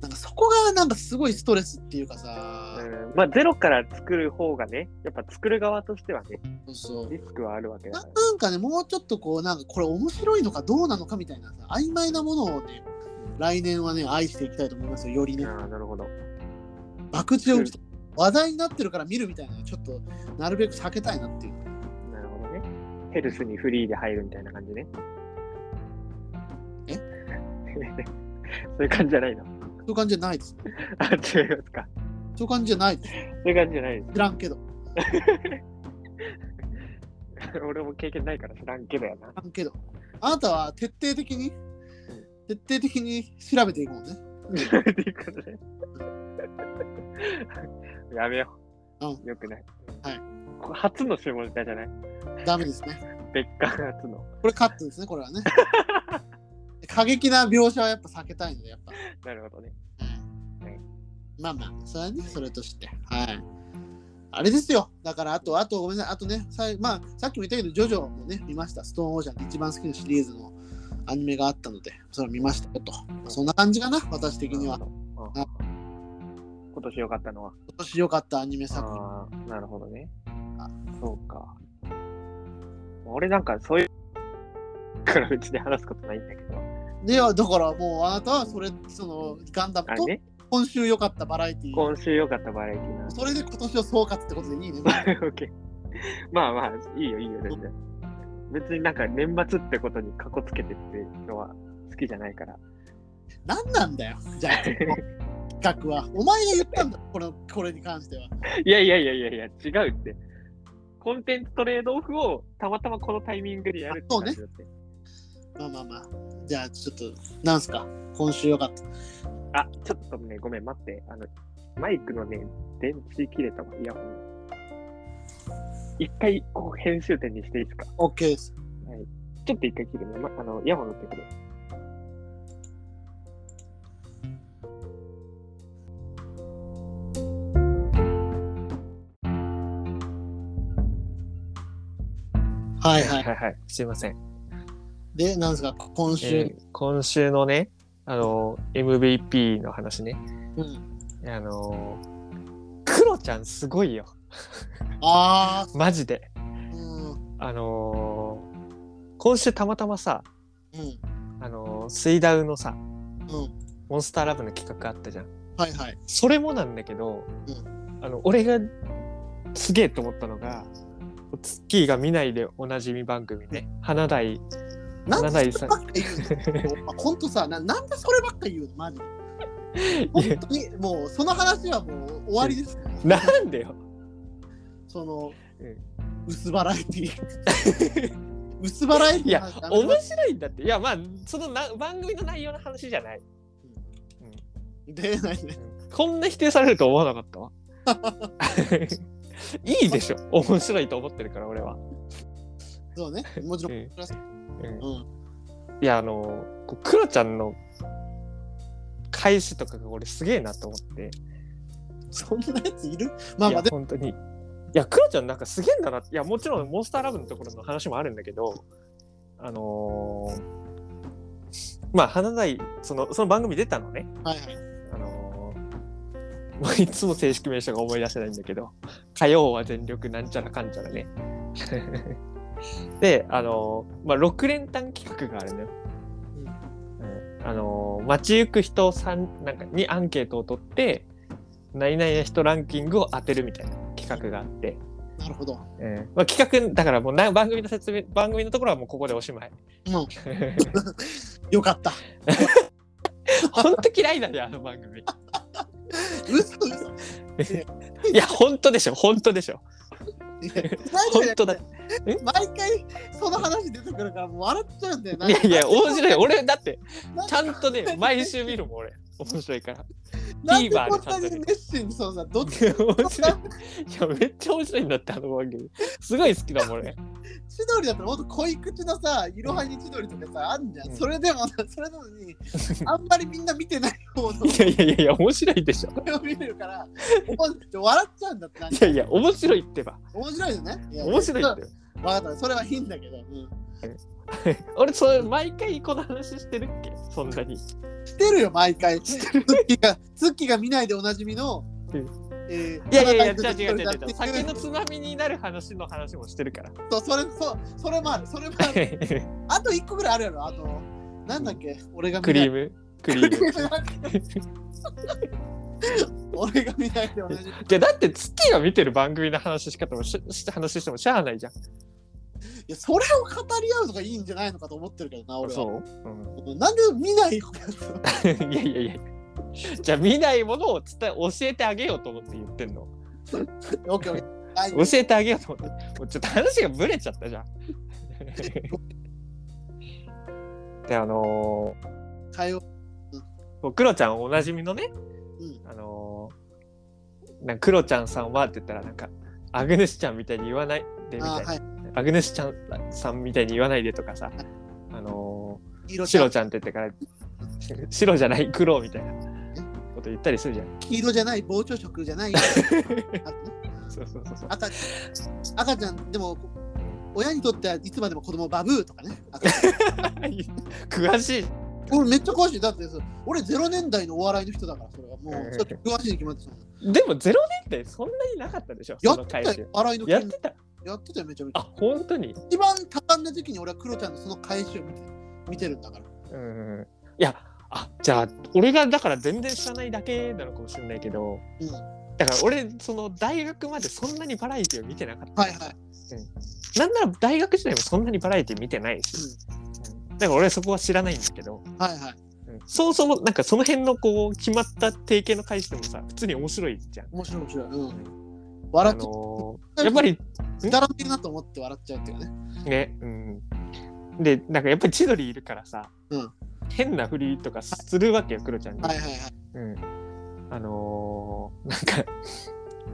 A: なんかそこがなんかすごいストレスっていうかさ、
B: うん、まあ、ゼロから作る方がね、やっぱ作る側としてはね、
A: そうそう
B: リスクはあるわけだ
A: な
B: から。
A: なんかね、もうちょっとこう、なんかこれ面白いのかどうなのかみたいなさ、曖昧なものをね、来年はね、愛していきたいと思いますよ、よりね。
B: ああ、なるほど。
A: 爆打を話題になってるから見るみたいなのはちょっとなるべく避けたいなっていう。
B: なるほどね。ヘルスにフリーで入るみたいな感じね。
A: え
B: そういう感じじゃないの
A: そういう感じじゃないです。
B: あ、違いますか。
A: そういう感じじゃないです。
B: そういう感じじゃないで
A: 知らんけど。知
B: す。 俺も経験ないから知らんけどやな。
A: らんけど。あなたは徹底的に、徹底的に調べていくもんね。
B: っていうことで。 やめよう。
A: う
B: よくない。
A: はい
B: これ初の下ネタじゃない
A: ダメですね。
B: 別館初の。
A: これカットですね、これは ね。過激な描写はやっぱ避けたいので、やっぱ。
B: なるほどね。
A: はいまあまあ、それはね、それとして。はい。あれですよ。だから、あと、あと、ごめんなさい。あとね、さいまあ、さっきも言ったけど、ジョジョもね、見ました。ストーンオーシャンで一番好きなシリーズのアニメがあったので、それを見ましたよと。そんな感じかな、私的には。
B: な
A: 今
B: るほど。うん今年良かったのは。
A: 年良かったアニメ作品。
B: ああ、なるほどね
A: あ。
B: そうか。俺なんかそういう。 からうちで話すことないんだけど。
A: では、だからもう、あなたはそれ、その、ガンダ
B: あ
A: ム
B: れ
A: と
B: ね、
A: 今週良かったバラエティー。
B: 今週良かったバラエティーな。
A: それで今年を総括ってことでいいね。
B: オッケー。まあまあ、いいよいいよ、全然。別になんか年末ってことにかこつけてっていうのは好きじゃないから。
A: 何なんだよ、じゃあ、この企画 は。お前が言ったんだ、これこれに関しては。
B: いやいやいやいやいや、違うって。コンテンツトレードオフをたまたまこのタイミングでやるって感じだって。
A: まあまあまあ。じゃあちょっと、なんすか今週よかった。
B: あ、ちょっとね、ごめん、待って。あの、マイクのね、電池切れたわ、イヤホン。一回、ここ編集点にしていいですか
A: OK です。
B: ちょっと一回切るね。ま、あの、イヤホン乗ってくる。
A: はいはい。
B: いはい。すいません。
A: で、なんすか今週、
B: えー今週のね、あの、MVP の話ね。
A: うん。
B: あの、クロちゃんすごいよ。
A: あ
B: マジで。
A: ー、うん。うん。
B: あのー今週たまたまさ、あのー、水ダウのさ、
A: うん。
B: モンスターラブの企画あったじゃん。
A: はいはい。
B: それもなんだけど、
A: う
B: あの、俺がすげえと思ったのが、ツッキーが見ないでおなじみ番組ね、花台、
A: なん
B: 七
A: で
B: 井
A: そ
B: さ
A: れ
B: ん
A: ばっか言う のほんとさな、なんでそればっか言うのマジで。本当に、もう、その話はもう終わりです。
B: なんでよ。
A: その、
B: うん
A: 薄バラエティー。 薄バラエティー
C: いや
A: なんか、
C: 面白いんだって。いや、まあ、そのな番組の内容の話じゃない。
A: で、何ね。
C: こんな否定されると思わなか ったわ。いいでしょ。面白いと思ってるから、俺は。
A: そ うね。もちろん、
C: うんうん
A: うん。
C: いや、あの、こうクロちゃんの返しとかが俺すげえなと思って。
A: そんなやついるまあ
C: い
A: まあ、
C: や、
A: で
C: 本当に。いや、クロちゃんなんかすげえんだなって。いや、もちろん、モンスターラブのところの話もあるんだけど、あのーまあ、花台、その、その番組出たのね。
A: も、はいはい。
C: あのー もういつも正式名称が思い出せないんだけど、火曜は全力なんちゃらかんちゃらね。 で、あのーまあ、6連単企画があるのよ。うんあのー街行く人さんなんかにアンケートを取って、何々な人ランキングを当てるみたいな企画があって、
A: なるほど。
C: うんまあ、企画、だからもうな番組の説明、番組のところはもうここでおしまい。
A: うん。よかった。
C: 本当嫌いだね、あの番組。
A: 嘘嘘。
C: いや、本当でしょ、本当でしょ。
A: いや
C: 本当だ。
A: 毎回その話出てくるからもう笑っちゃうんだよな。
C: いやいや、面白い。俺、だって
A: なん、
C: ちゃんとね、毎週見るもん、俺。面白い から。
A: な
C: TVer
A: ん
C: で
A: でこんなに熱心にそのさ、どっち
C: 面白い。いや、めっちゃ面白いんだって、あの番組。すごい好きだもん、俺。
A: 千鳥だったらもっと濃い口のさ、いろはに千鳥とかさ、あんじゃん。
B: うん
A: それでもさ、それなの に、あんまりみんな見てない方の
B: いやいやいやいや、面白いでしょ。
A: これを見れるから、おも笑っちゃうんだってなん
B: い
A: か
B: やいや、面白いってば。
A: 面白いよね。いや
B: 面白いって。
A: わかった、それはいいんだけど。うん
B: 俺、それ、毎回この話してるっけそんなに。
A: してるよ、毎回。ツッキーが、ツッキーが見ないでおなじみの
B: うん。
A: えー
B: いやいやい
A: 田
B: や、
A: 中
B: 違う違う違う違
A: 千
B: う。
A: 鳥だ
B: 酒の
A: って
B: つまみになる話の話もして るから。
A: そうそれ、そう、それもある、それもある。あと一個ぐらいあるやろ、あと。なんだっけ、俺が
B: ク
A: 見な
B: リー
A: い。
B: ムクリーム。
A: 俺が見ないでおなじみ。
B: じゃあだって月が見てる番組の話し方もしし話してもしゃあないじゃん。
A: いや、それを語り合うのがいいんじゃないのかと思ってるけどな、俺は。
B: う、
A: なんで見ないやつ
B: ん、 いやいやいや。じゃあ見ないものを伝え教えてあげようと思って言ってんの。
A: オッケーオッケー。はい
B: 教えてあげようと思って。もうちょっと話がブレちゃったじゃん。であのー
A: 会話
B: もうクロちゃんおなじみのね、
A: うん
B: あのーなんかクロちゃんさんはって言ったらなんかアグネスちゃんみたいに言わないでみ
A: あ
B: たい
A: ー
B: な、
A: はい。
B: アグネスちゃんさんみたいに言わないでとかさ、あのー
A: 色ちゃ
B: 白
A: ん
B: ちゃんって言ってから白じゃない黒みたいなこと言ったりするじゃん。
A: 黄色じゃない、膨張色じ ゃない。あとね
B: そうそうそうそう。
A: 赤ちゃん、赤ちゃん、でも、親にとってはいつまでも子供バブーとかね。赤ちゃん
B: 詳しい。
A: 俺めっちゃ詳しい。だってそう、俺0年代のお笑いの人だから、それはも
B: うん
A: う、ちょっと詳しいに決まってたもん
B: でもゼロ年ってそんなになかったでしょ。
A: や
B: その
A: って
B: 回
A: た
B: 収
A: よ、笑いの
B: やっ
A: 件
B: てた。
A: やってたよ、めちゃめち
B: あ
A: ゃ。
B: 本当に。
A: 一番多感な時期に俺はクロちゃんのその回収を見て見てるんだから。
B: うん。いやあじゃあ俺がだから全然知らないだけなのかもしれないけど。
A: うん
B: だから俺その大学までそんなにバラエティを見てなかった。
A: はいはい。
B: なんなら大学時代もそんなにバラエティ見てないし。うんだから俺はそこは知らないんだけど。
A: はいはい。
B: そもそもなんかその辺のこう決まった定型の回数もさ普通に面白いじゃん。
A: 面白い面白い。うん。
B: あ
A: 笑っちゃ
B: の ーやっぱり
A: う。だらめえなと思って笑っちゃうっていうかね。
B: ね、うん、でなんかやっぱり千鳥いるからさ、
A: うん
B: 変な振りとかするわけよクロちゃんに。
A: はいはいはい。
B: うん、あのーなんか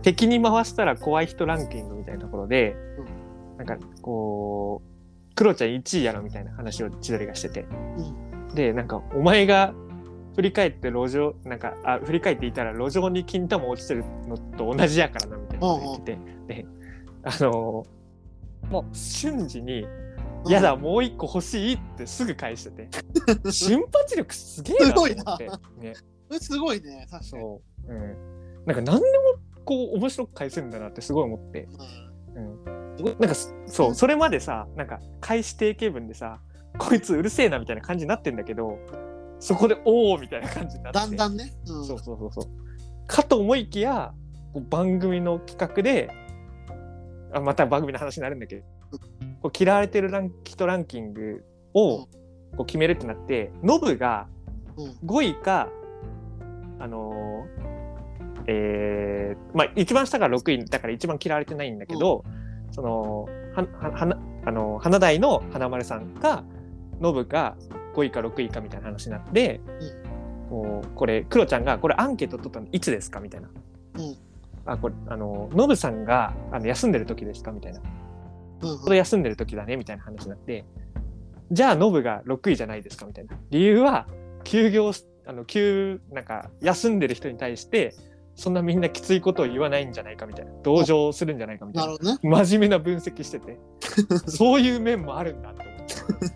B: 敵に回したら怖い人ランキングみたいなところで、なんかこうクロちゃん1位やろみたいな話を千鳥がしてて。
A: うん。
B: でなんかお前が振り返って路上なんかあ振り返っていたら路上に金玉落ちてるのと同じやからなみたいなこと言ってて、であのーもう瞬時に「やだもう一個欲しい」ってすぐ返 してて瞬発力すげえなと思って
A: す
B: ね
A: うん。すごいね、確かに。
B: そう、うん、なんか何でもこう面白く返せるんだなってすごい思って
A: うん
B: なんかそそうそれまでさなんか開始定型文でさこいつうるせえなみたいな感じになってんだけどそこでおおみたいな感じになって
A: だんだんね。うん。
B: そうそうそうそうかと思いきやこう番組の企画であまた番組の話になるんだけどこう嫌われてるラン人ランキング
A: う
B: を
A: ん
B: こう決めるってなってノブが
A: うん
B: 5位かあのーえーまあ一番下が6位だから一番嫌われてないんだけど、そのはははなあのー花大の花丸さんかノブが5位か6位かみたいな話になって、こうこれクロちゃんがこれアンケート取ったのいつですかみたいな。
A: うん
B: あこれあのーノブさんがあの休んでる時ですかみたいなち
A: うん
B: ょうど休んでる時だねみたいな話になってじゃあノブが6位じゃないですかみたいな理由は休業しあの休なんか休んでる人に対してそんなみんなきついことを言わないんじゃないかみたいな同情するんじゃないかみた
A: ないる
B: な
A: ほどね。
B: 真面目な分析しててそういう面もあるんだって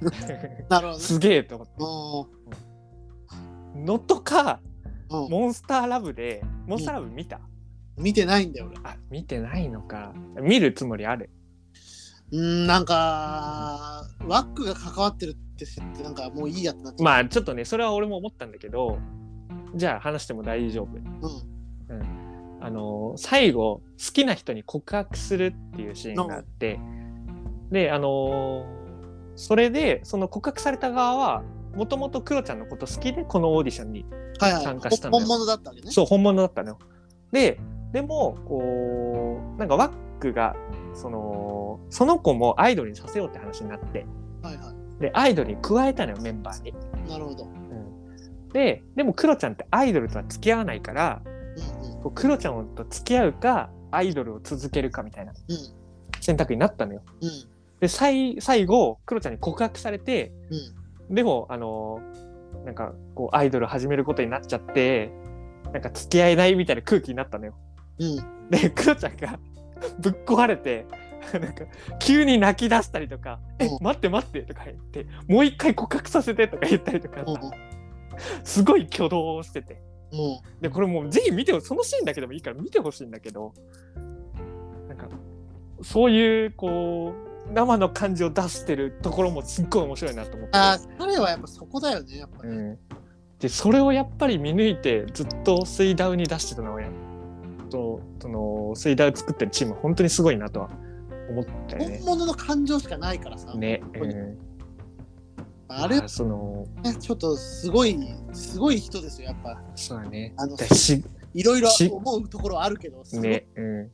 B: 思って
A: なるほ
B: すげえと思って
A: どね。
B: のとか
A: うんうん
B: モンスターラブでモンスターラブ見た、
A: 見てないんだよ、
B: あ見てないのか見るつもりある
A: 俺。うん、なんか、ワックが関わってるって知って、なんかもういいやってなっちゃ
B: まあちょっとねそれは俺も思ったんだけどじゃあ話しても大丈夫
A: う。うん。
B: あの最後好きな人に告白するっていうシーンがあってであのそれでその告白された側はもともとクロちゃんのこと好きでこのオーディションに
A: はいはい。
B: 参加したんだよ
A: 本物だったわけね。
B: そう本物だったのよ。ででもこうなんかワックがそのその子もアイドルにさせようって話になって
A: はいは
B: でアイドルに加えたのよメンバーに。
A: い。なるほど。うん
B: ででもクロちゃんってアイドルとは付き合わないから
A: うん
B: こうクロちゃんと付き合うかアイドルを続けるかみたいな
A: うん
B: 選択になったのよ。
A: うん。
B: で最最後クロちゃんに告白されて、でもあのなんかこうアイドル始めることになっちゃってなんか付き合えないみたいな空気になったのよ。
A: うん。
B: でクロちゃんが ぶっ壊れてなんか急に泣き出したりとか「え
A: うん
B: 待って待って」とか言って「もう一回告白させて」とか言ったりとか
A: うん。
B: すごい挙動をしてて
A: うん。
B: でこれもうぜひ見てほそのシーンだけでもいいから見てほしいんだけどなんかそういうこう生の感じを出してるところもすっごい面白いなと思って。
A: ああ、彼はやっぱそこだよね、やっぱ
B: う
A: ね。
B: んでそれをやっぱり見抜いてずっと水ダウに出してたのはやとその水ダウ作ってるチームは本当にすごいなとは思ったよ
A: 本
B: ね。
A: 物の感情しかないからさ。
B: ね、
A: 本当に
B: うん
A: あれ
B: まあその
A: ね、ちょっとすごい、すごい人ですよ、やっぱ。
B: そうだね
A: あの
B: だし
A: いろいろ
B: し
A: 思うところはあるけど、すごい
B: ね、うん、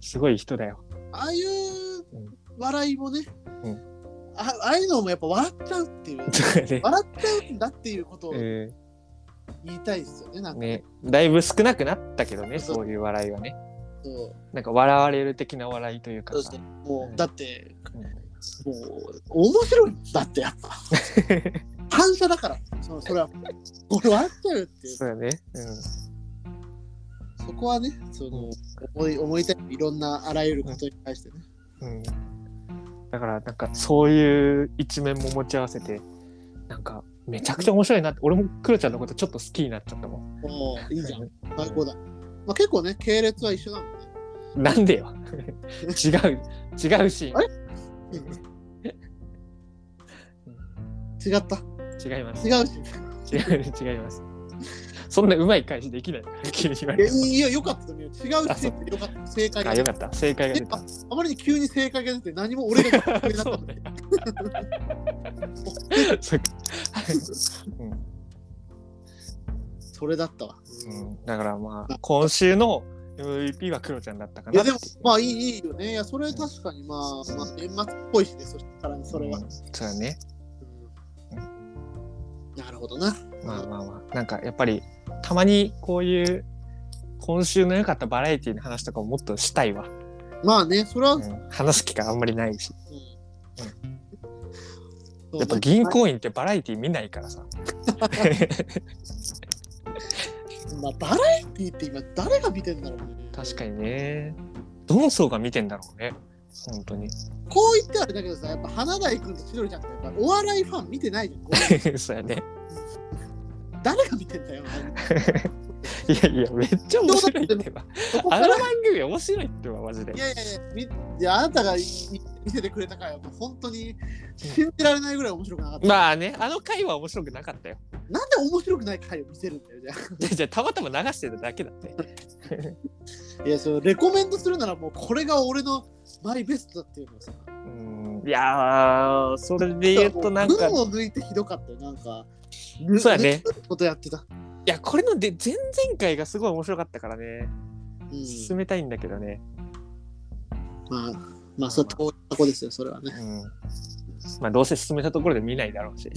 B: すごい人だよ。
A: ああいう笑いもね、
B: うん
A: あああいうのもやっぱ笑っちゃうって いう、
B: そうだね
A: 笑っちゃうんだっていうことを
B: う
A: 言いたいですよね、なん
B: ん、
A: か。
B: ねだいぶ少なくなったけどね
A: そう
B: そういう笑いはね
A: そう
B: なんか笑われる的な笑いというか
A: そう
B: さ
A: そうも
B: うん
A: うだって、
B: う
A: もう面白いんだってや っぱ反射だからそのそれは俺笑っちゃうって
B: ん
A: いう
B: そうだね、うん、
A: そこはねその思い思いたいいろんなあらゆることに対してね、
B: うん、だからなんかそういう一面も持ち合わせてなんかめちゃくちゃ面白いなって俺もクロちゃんのことちょっと好きになっちゃったもん
A: もういいじゃん最高だ、まあ、結構ね系列は一緒なのね
B: な んでよ違う違うシ
A: あ違った
B: ーン違います
A: 違うし
B: 違う違いますそんなうまい返しできないから急に言わ
A: いや
B: れ
A: い
B: ても
A: いやよかったと思うよ違う
B: あ
A: し
B: そう
A: よかった正解が
B: あよかった正解が出た
A: えあまりに急に正解が出て何も俺が正解になった
B: そ
A: の
B: うだよそっか
A: それだったわ
B: うんだからまあ今週の MVP はクロちゃんだったか
A: い
B: な
A: やでもまあいいいいよねいやそれ確かにまあ、まあ、年末っぽいしねそしたらねそれは
B: うん、そうだね
A: うんなるほどな
B: まあまあまあなんかやっぱりたまにこういう今週の良かったバラエティの話とかももっとしたいわ、
A: まあねそれは、
B: う
A: うん
B: ん、話す機会あんまりないし
A: そう
B: やっぱ銀行員ってバラエティ見ないか らさ
A: まあ、バラエティって今誰が見てんだろうね
B: 確かにねどの層が見てんだろうね本当に
A: こう言ってあれだけどさやっぱ花大君と千鳥ちゃんってやっぱお笑いファン見てないじゃんこれ
B: そうやね
A: 誰が見てんだよあれ
B: いやいやめっちゃ面白いってば
A: そこか
B: あ の
A: ら
B: 番組面白いってばマジで
A: いやいやいやみいやあなたがい見せてくれた回はもう本当に信じられないぐらい面白くなかった、
B: まあねあの回は面白くなかったよ
A: なんで面白くない回を見せるんだよじゃ
B: じゃあじゃあたまたま流してただけだって
A: あいやそのレコメンドするならもうこれが俺のマイベストだっていうのをさ
B: うんいやーそれで言うとなんか
A: 群を抜いてひどかったよなんかぬ
B: そうやね
A: 抜くことやってた、
B: いや、これので前々回がすごい面白かったからね、
A: うん
B: 進めたいんだけどね。
A: まあまあそれは遠いとこですよそれはね
B: うん。まあ、どうせ進めたところで見ないだろうし。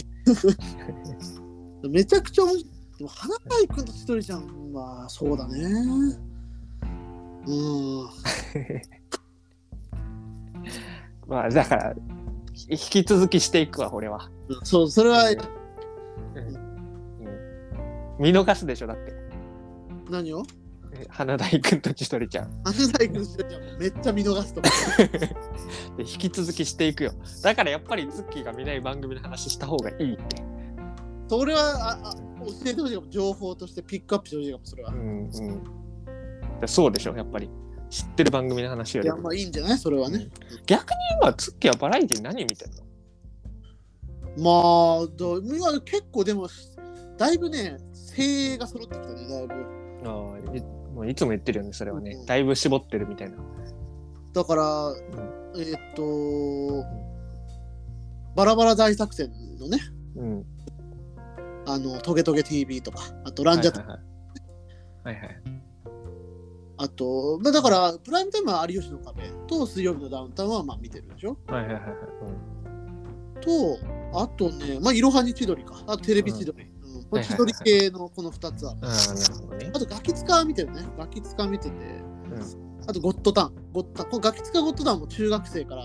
A: めちゃくちゃ面白いでも花大君と千鳥ちゃんはそうだねうん
B: まあ、だから、ひ引き続きしていくわ、俺は。
A: そうそれは
B: 見逃すでしょ、だって。
A: 何を
B: え花大君と千鳥ちゃん。
A: 花大君と千鳥ちゃんもめっちゃ見逃すとか
B: で、引き続きしていくよ。だからやっぱり、ズッキーが見ない番組の話した方がいいって。
A: それはああ教えてほしいかも情報としてピックアップしてほしいかもそれは、
B: ん、うん。いやそうでしょ、やっぱり。知ってる番組の話よ
A: い
B: り
A: や
B: も。
A: まあいいんじゃないそれはね、
B: 逆に今、ズッキーはバラエティ何見てんの
A: まあど今結構でもだいぶね精鋭が揃ってきたねだいぶ
B: ああ、いもういつも言ってるよね、それはね
A: う。ん
B: だいぶ絞ってるみたいな。
A: だから、えーっとバラバラ大作戦のね
B: うん。
A: あのトゲトゲ TV とかあとランジャタイ、
B: はいはいはい。はいはい。
A: あと、まあ、だからプライムタイムは有吉の壁と水曜日のダウンタウンはまあ見てるでしょ
B: はいはいはいはい。
A: とあとねまあいろはに千鳥かあとテレビ千鳥、うんこれ千鳥系のこの2つは
B: ああ、なるほどね。
A: あとガキ使は見てるねガキ使見てて、
B: ん
A: あとゴッドタンゴッドタンこのガキ使ゴッドタンも中学生から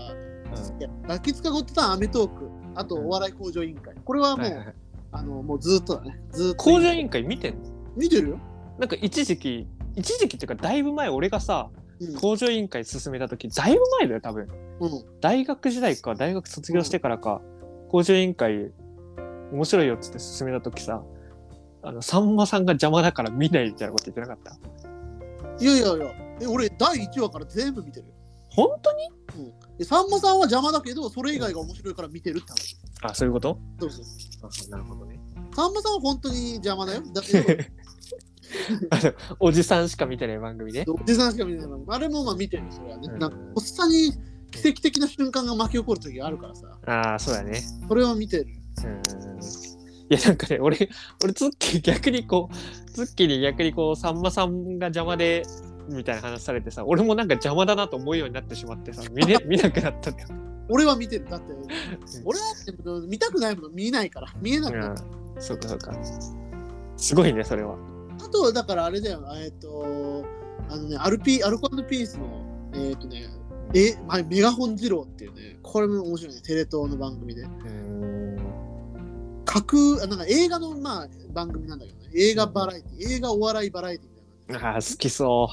A: ガキ使ってたアメトーク、あとお笑い工場委員会。これはもう、
B: はいはいはい
A: あの、もうずっとだね。ずっと。
B: 工場委員会見てんの
A: 見てるよ。
B: なんか一時期一時期っていうかだいぶ前俺がさ
A: うん
B: 工場委員会進めた時だいぶ前だよ多分
A: うん。
B: 大学時代か大学卒業してからか、工場委員会面白いよっつって進めた時さあのさんまさんが邪魔だから見ないみたいなこと言ってなかった
A: いやいやいや、え俺、第1話から全部見てるよ。
B: 本当に
A: でさんまさんは邪魔だけど、それ以外が面白いから見てるって話。
B: あそういうこと
A: そうそう。さ
B: なるほどね
A: んまさんは本当に邪魔だよ。だけ
B: おじさんしか見てない番組ね
A: ど、おじさんしか見てない。あれもまあ見てるよ、それはね。
B: うん
A: なんか、おっさんに奇跡的な瞬間が巻き起こる時があるからさ、
B: ああそうだね
A: それを見てる。
B: うんいやなんかね俺俺ツッキー逆にこうツッキーに逆にこうさんまさんが邪魔でみたいな話されてさ俺もなんか邪魔だなと思うようになってしまってさ見,、ね、見なくなったんだよ。
A: 俺は見てる。だって、俺はだって見たくないもの見ないから、見えなくなる。
B: うんそうかそうか。すごいねそれは。
A: あと、だからあれだよ、えっ、と、あのね、アルピアルコピースの、えっ、とね、え、まあ、メガホン二郎っていうね、これも面白いね、テレ東の番組で。
B: うん
A: 架空、あなんか映画の、まあ、番組なんだけどね、映画バラエティ、映画お笑いバラエティみたいな。
B: あー好きそ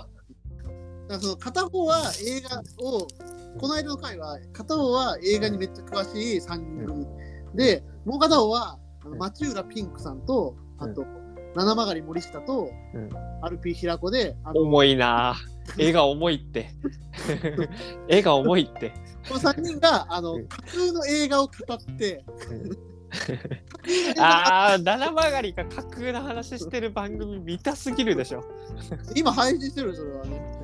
A: だからその片方は映画を、この間の回は、片方は映画にめっちゃ詳しい3人組、で、もう片方は、あの
B: うん
A: 町浦ピンクさんと、あと、
B: う
A: 七曲り森下と、
B: うん
A: アルピー平子で、あ
B: う。
A: の
B: 重いな。絵が重いって。 絵が重いって。
A: この3人があの
B: うん
A: 架空の映画を語って、
B: ああ七曲がりが架空の話してる番組見たすぎるでしょ。
A: 今配信してるよそれはね。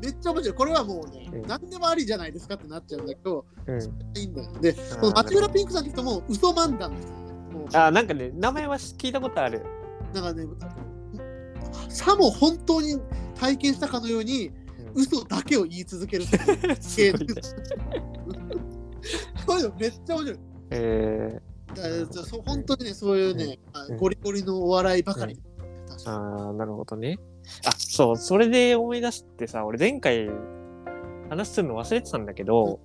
A: めっちゃ面白い。これはもうね
B: うん、
A: 何でもありじゃないですかってなっちゃうんだけど、
B: うん
A: いいんだよ。で、その町浦ピンクさんって人も嘘漫談の人ね。もう
B: あーなんかね名前は聞いたことある。
A: なんかね、さも本当に体験したかのように、
B: うん
A: 嘘だけを言い続ける。
B: す
A: そう
B: ごいね
A: いうのめっちゃ面白い。
B: え
A: だからそう本当にね、そういうね、あゴリゴリのお笑いばかり。確
B: ー、
A: か
B: あーなるほどね。あそうそれで思い出してさ俺前回話するの忘れてたんだけど、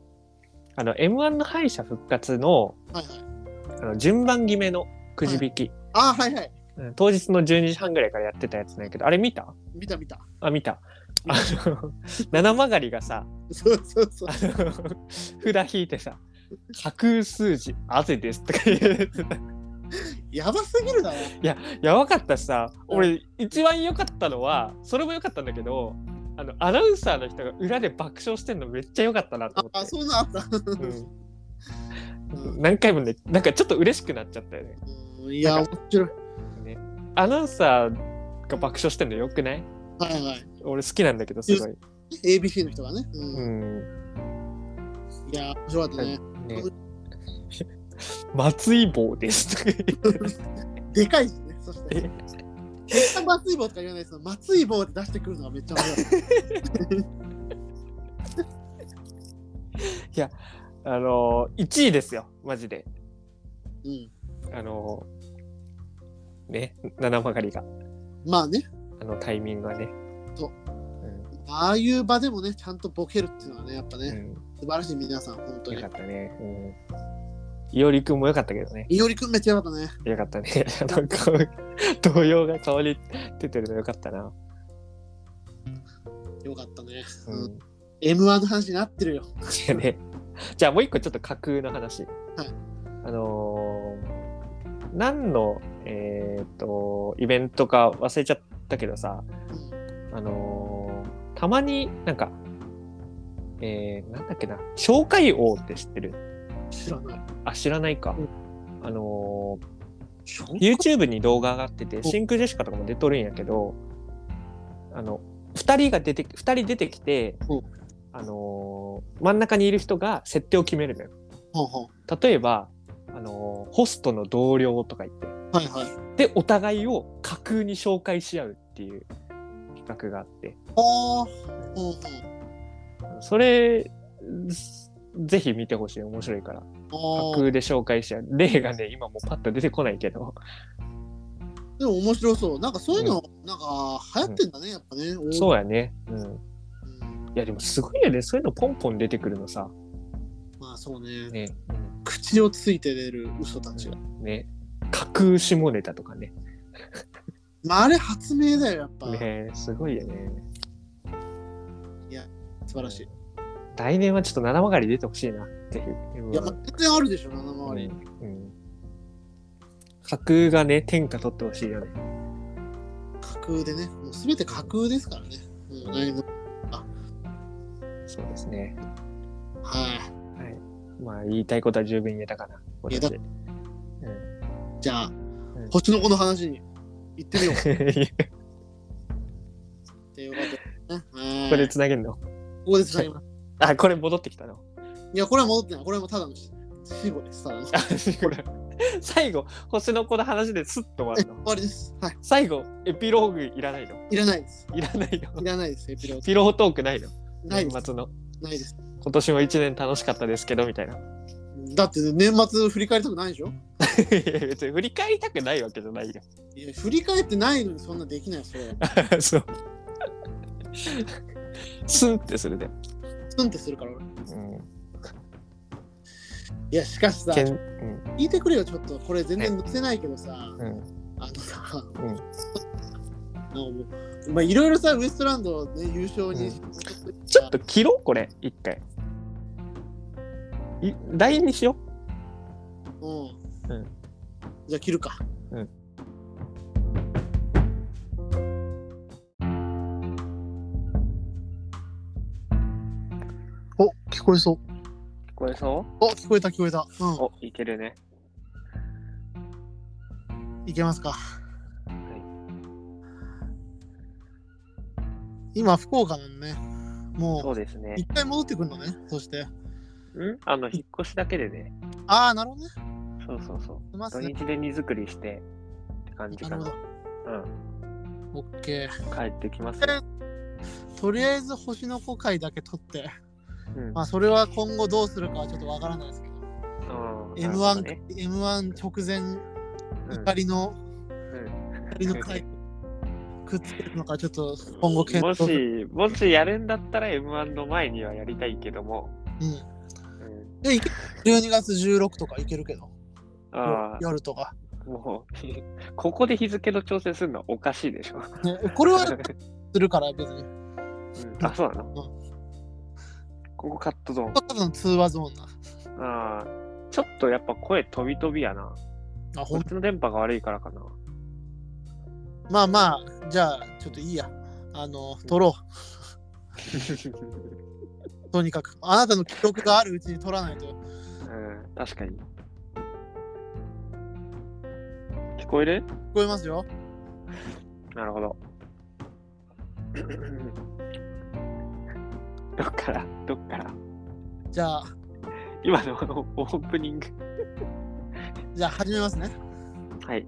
B: あの m 1の敗者復活の
A: にはいはい。
B: あの順番決めのくじ引き、
A: あーはいはい。
B: うん当日の12時半ぐらいからやってたやつなんやけどあれ見た
A: 見た見た。
B: あ見た。あの七曲がりがさ
A: そうそうそう。
B: あの札引いてさ「架空数字あぜです」とか言う
A: やばすぎるだろ。
B: やばかったしさ俺一番良かったのはそれも良かったんだけどあのアナウンサーの人が裏で爆笑してんのめっちゃ良かったなと
A: あ
B: 思って
A: あ、そうなった。
B: うん何回もねなんかちょっと嬉しくなっちゃったよね
A: うんいや、面白い。
B: ねアナウンサーが爆笑してんのよくない
A: はいはい。
B: 俺好きなんだけどすごい、
A: ABC の人がね。う。
B: うんん
A: いや、面白かったね。
B: ね、 松井棒です とか言って
A: でかいしね。そ して。
B: え
A: 絶対松井棒とか言わないですよ。松井棒って出してくるのがめっちゃ面白い。
B: あの1位ですよマジで
A: うん。
B: あのね七曲がりが
A: まあね、
B: あのタイミングはね
A: そう
B: うん
A: ああいう場でもね、ちゃんとボケるっていうのはね、やっぱ
B: う
A: ね、
B: ん
A: 素晴らしい皆さん、本当
B: よ
A: に
B: か。ったね。うん。いおりくんもよかったけどね。
A: いおりくんめっちゃよかったね。
B: よかったね。 あの顔動揺が顔に出てるのよかったな。
A: よかったね。
B: う
A: うん、
B: ん。
A: M1 の話になってるよ。
B: じゃあね。 じゃあもう一個ちょっと架空の話。
A: はい
B: あのー何の、えっ、と、イベントか忘れちゃったけどさ、あのーたまになんか、えー、なんだっけな、紹介王って知ってる
A: 知らない。
B: あ、知らないか。
A: うん
B: あのー YouTube に動画上がってて、シンクジェシカとかも出とるんやけど、あの、二人が出て、二人出てきて
A: うん、
B: あのー真ん中にいる人が設定を決めるのよ。
A: ほうほ
B: 例えば、あのーホストの同僚とか言っ
A: うはいはい。
B: て、で、お互いを架空に紹介し合うっていう企画があって、
A: ほうほう
B: それ、すぜひ見てほしい。面白いから。
A: ほ
B: 架
A: う。あー
B: 空で紹介し合う。例がね、今もうパッと出てこないけど、
A: でも面白そう。なんかそういうの、なんか流行ってんだね、やっぱね。
B: そう
A: や。
B: やね。うん。
A: うん
B: いやでもすごいよねそういうのポンポン出てくるのさ
A: ままあそうね。
C: ね。
A: 口をついて出る嘘たちが。
C: ね。架空下ネタとかね。
A: まああれ発明だよ、やっぱ。
C: ねすごいよね。
A: 素晴らしい。
C: 来年はちょっと七曲がり出てほしいな。ぜひ。
A: いや、まあ、全然あるでしょ、七
C: う
A: 回
C: ん
A: り。
C: うん架空がね、天下取ってほしいよね。
A: 架空でね。もう全て架空ですからね。うん、来年の
C: そうですね。
A: はい。
C: まあ、言いたいことは十分言えたかな。
A: 言えた
C: 私
A: じゃあ、星の子の話に行ってみよう。っていうことですね。はい
C: これ繋げんの
A: ここで伝えます。
C: あ、これ戻ってきたの。
A: いや、これは戻ってない。これはもうただの死後です。ただ
C: あ
A: の。終
C: これ最後、星の子の話ですっと終わるの。
A: わりです。はい。
C: 最後、エピローグいらないの。
A: いらないです。
C: いらないの。
A: いらないです、エピロー
C: ピロートークないの。
A: ド。ない
C: 年
A: です。
C: 末の。
A: ないです。
C: 今年も一年楽しかったですけど、みたいな。
A: だって年末振り返りたくないでしょ
C: いや別に振り返りたくないわけじゃないよ。
A: いや、振り返ってないのにそんなできないそれ。
C: そう。 スンってするで。
A: スンってするから俺。
C: うん。
A: いや、しかしさ、
C: けん
A: 聞いてくれよ、ちょっと。これ全然載せないけどさ、
C: うん。うん。
A: あのさ、
C: ん
A: なんかもうまあいろいろさ、ウエストランドをね、優勝に、
C: ちょっと切ろう、これ、一回。い LINE にしよ
A: うん。
C: うん
A: じゃあ切るか。
C: うん
A: お、聞こえそう。
B: 聞こえそ
A: お、聞こえた聞こえた。
B: うお、いけるね。
A: うん、いけますか。今、福岡もね、
B: そ
A: も
B: うですね
A: う、。一回戻ってくるのね、そして。
B: んあの、引っ越しだけでね。
A: ああ、なるほどね。
B: そうそうそう。
A: います
B: 土
A: ね。
B: 日で荷造りしてって感じ
A: な
B: か
A: るほ
B: な
A: ど。。オッケー。
B: うん。帰ってきますね。
A: とりあえず星の子回だけ取って、
B: うん。
A: まあそれは今後どうするかはちょっとわからないですけど、
B: うんなるほど
A: M1,、
B: ね
A: M1 直前、
B: うん
A: 怒りの、
B: うん
A: 怒りの 回、くっつけるのかちょっと今後検
B: も
A: 討する。
B: し、もしやるんだったら M1 の前にはやりたいけども。
A: うん。
B: うん。
A: で、いけ12月16とかいけるけど、
B: ああ、
A: 夜とか。
B: もう、 ここで日付の調整するのはおかしいでしょ。
A: ね、こ れはするから別に。
B: うんあ、そうなの
A: う
B: ここカットゾーン。
A: ただの通話ゾーンな。
B: あーちょっとやっぱ声飛び飛びやな。
A: あ、ほ
B: こ
A: ん
B: っちの電波が悪いから かな。
A: まあまあ、じゃあちょっといいや。あの、取ろう。とにかく。あなたの記録があるうちに取らないと。
B: うん、確かに。聞こえる
A: 聞こえますよ。
B: なるほど。 どっからどっから
A: じゃあ、
B: 今のあ のオープニング。
A: じゃあ始めますね。
B: はい。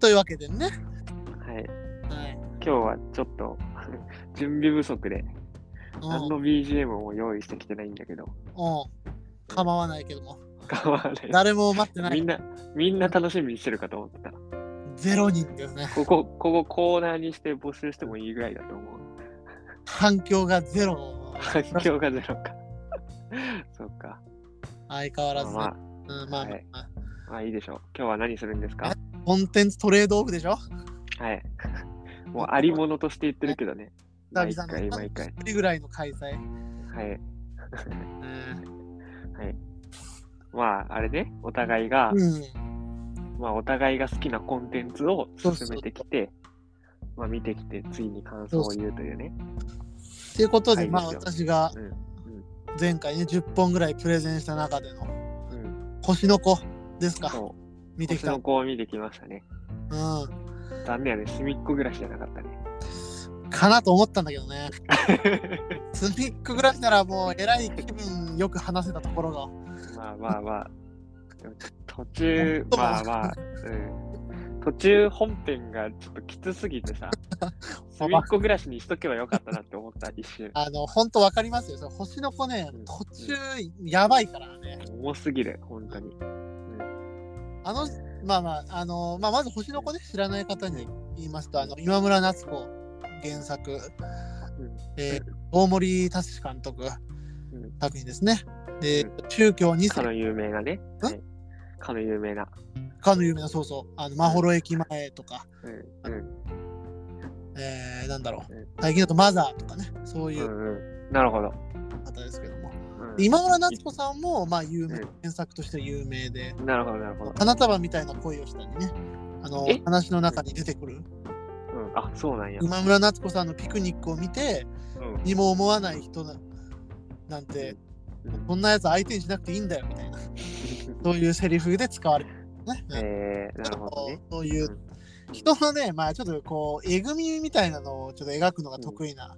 A: というわけでね。
B: はい。
A: はい。
B: 今日はちょっと 準備不足で何
A: うん
B: の BGM も用意してきてないんだけど。
A: うん。構わないけども。
B: 構わない
A: 誰も待ってな
B: み
A: い
B: ん。な、みんな楽しみにしてるかと思ってた。
A: ゼロ人ですね。
B: ここ、ここコーナーにして募集してもいいぐらいだと思う。
A: 反響がゼロ。
B: 反響がゼロか。 そうか。
A: 相変わらず、ね。
B: まあ、
A: うん、まあ、
B: はい
A: まあ
B: まあいいでしょう。今日は何するんですか
A: コンテンツトレードオフでしょ
B: はい。 もうありものとして言ってるけどね。
A: 久
B: 毎
A: 々の
B: 回毎回。
A: 一人ぐらいの開催。
B: はい。
A: うん。
B: まあ、あれね、お互いが、
A: うん
B: まあ、お互いが好きなコンテンツを
A: そう
B: 進
A: そう
B: めてきて、まあ、見てきて、ついに感想を言うというね。
A: ということで、
B: はい
A: まあ
B: いいです
A: 私
B: よ
A: が
B: うん
A: 前回ね、10本ぐらいプレゼンした中での
B: うん。
A: 星の子ですか。
B: そう。
A: 見てき
B: 星
A: た。う
B: の子を見てきましたね。
A: ん。
B: 残念やね。隅っこ暮らしじゃなかったね。
A: かなと思ったんだけどね。スミックぐらいならもう、えらい気分よく話せたところが。
B: まあまあまあ、途中
A: 本、当
B: まあまあ、うん、途中本編がちょっときつす ぎてさ、隅っこ暮らしにしとけばよかったなって思った一瞬。
A: あの、ほんとわかりますよ。その星の子ね
B: うん、
A: 途中、やばいからね。
B: 重すぎる、本当に。
A: あの、まあまあ、あの、まあ、まず星の子ね、知らない方に言いますと、あの、今村夏子原作、
B: うん
A: えー大森達史監督、
B: うん
A: 作品ですね。で、
B: う
A: 宗教2
B: か
A: 世
B: の有名なね。はいかの有名な。
A: かの有名な、そうそう、あの、まほろ駅前とか、
B: うん。うん。
A: えー、なんだろ
B: うん
A: う、最近だとマザーとかね、そういううん
B: うん。なるほど。
A: 方ですけども。
B: うん
A: で今村夏子さんも、まあ、有名
B: うん、
A: 原作として有名で、
B: なるほど、なるほど。
A: 花束みたいな恋をしたりね、あの
B: え、
A: 話の中に出てくる、
B: うん。あ、そうなんや。
A: 今村夏子さんのピクニックを見て、
B: うん。
A: にも思わない人ななんて、
B: うん
A: こんなやつ相手にしなくていいんだよ、みたいな、そういうセリフで使われる。ね、うん
B: えー、なるほどね。
A: そういう人のね、まあちょっとこう、えぐみみたいなのをちょっと描くのが得意な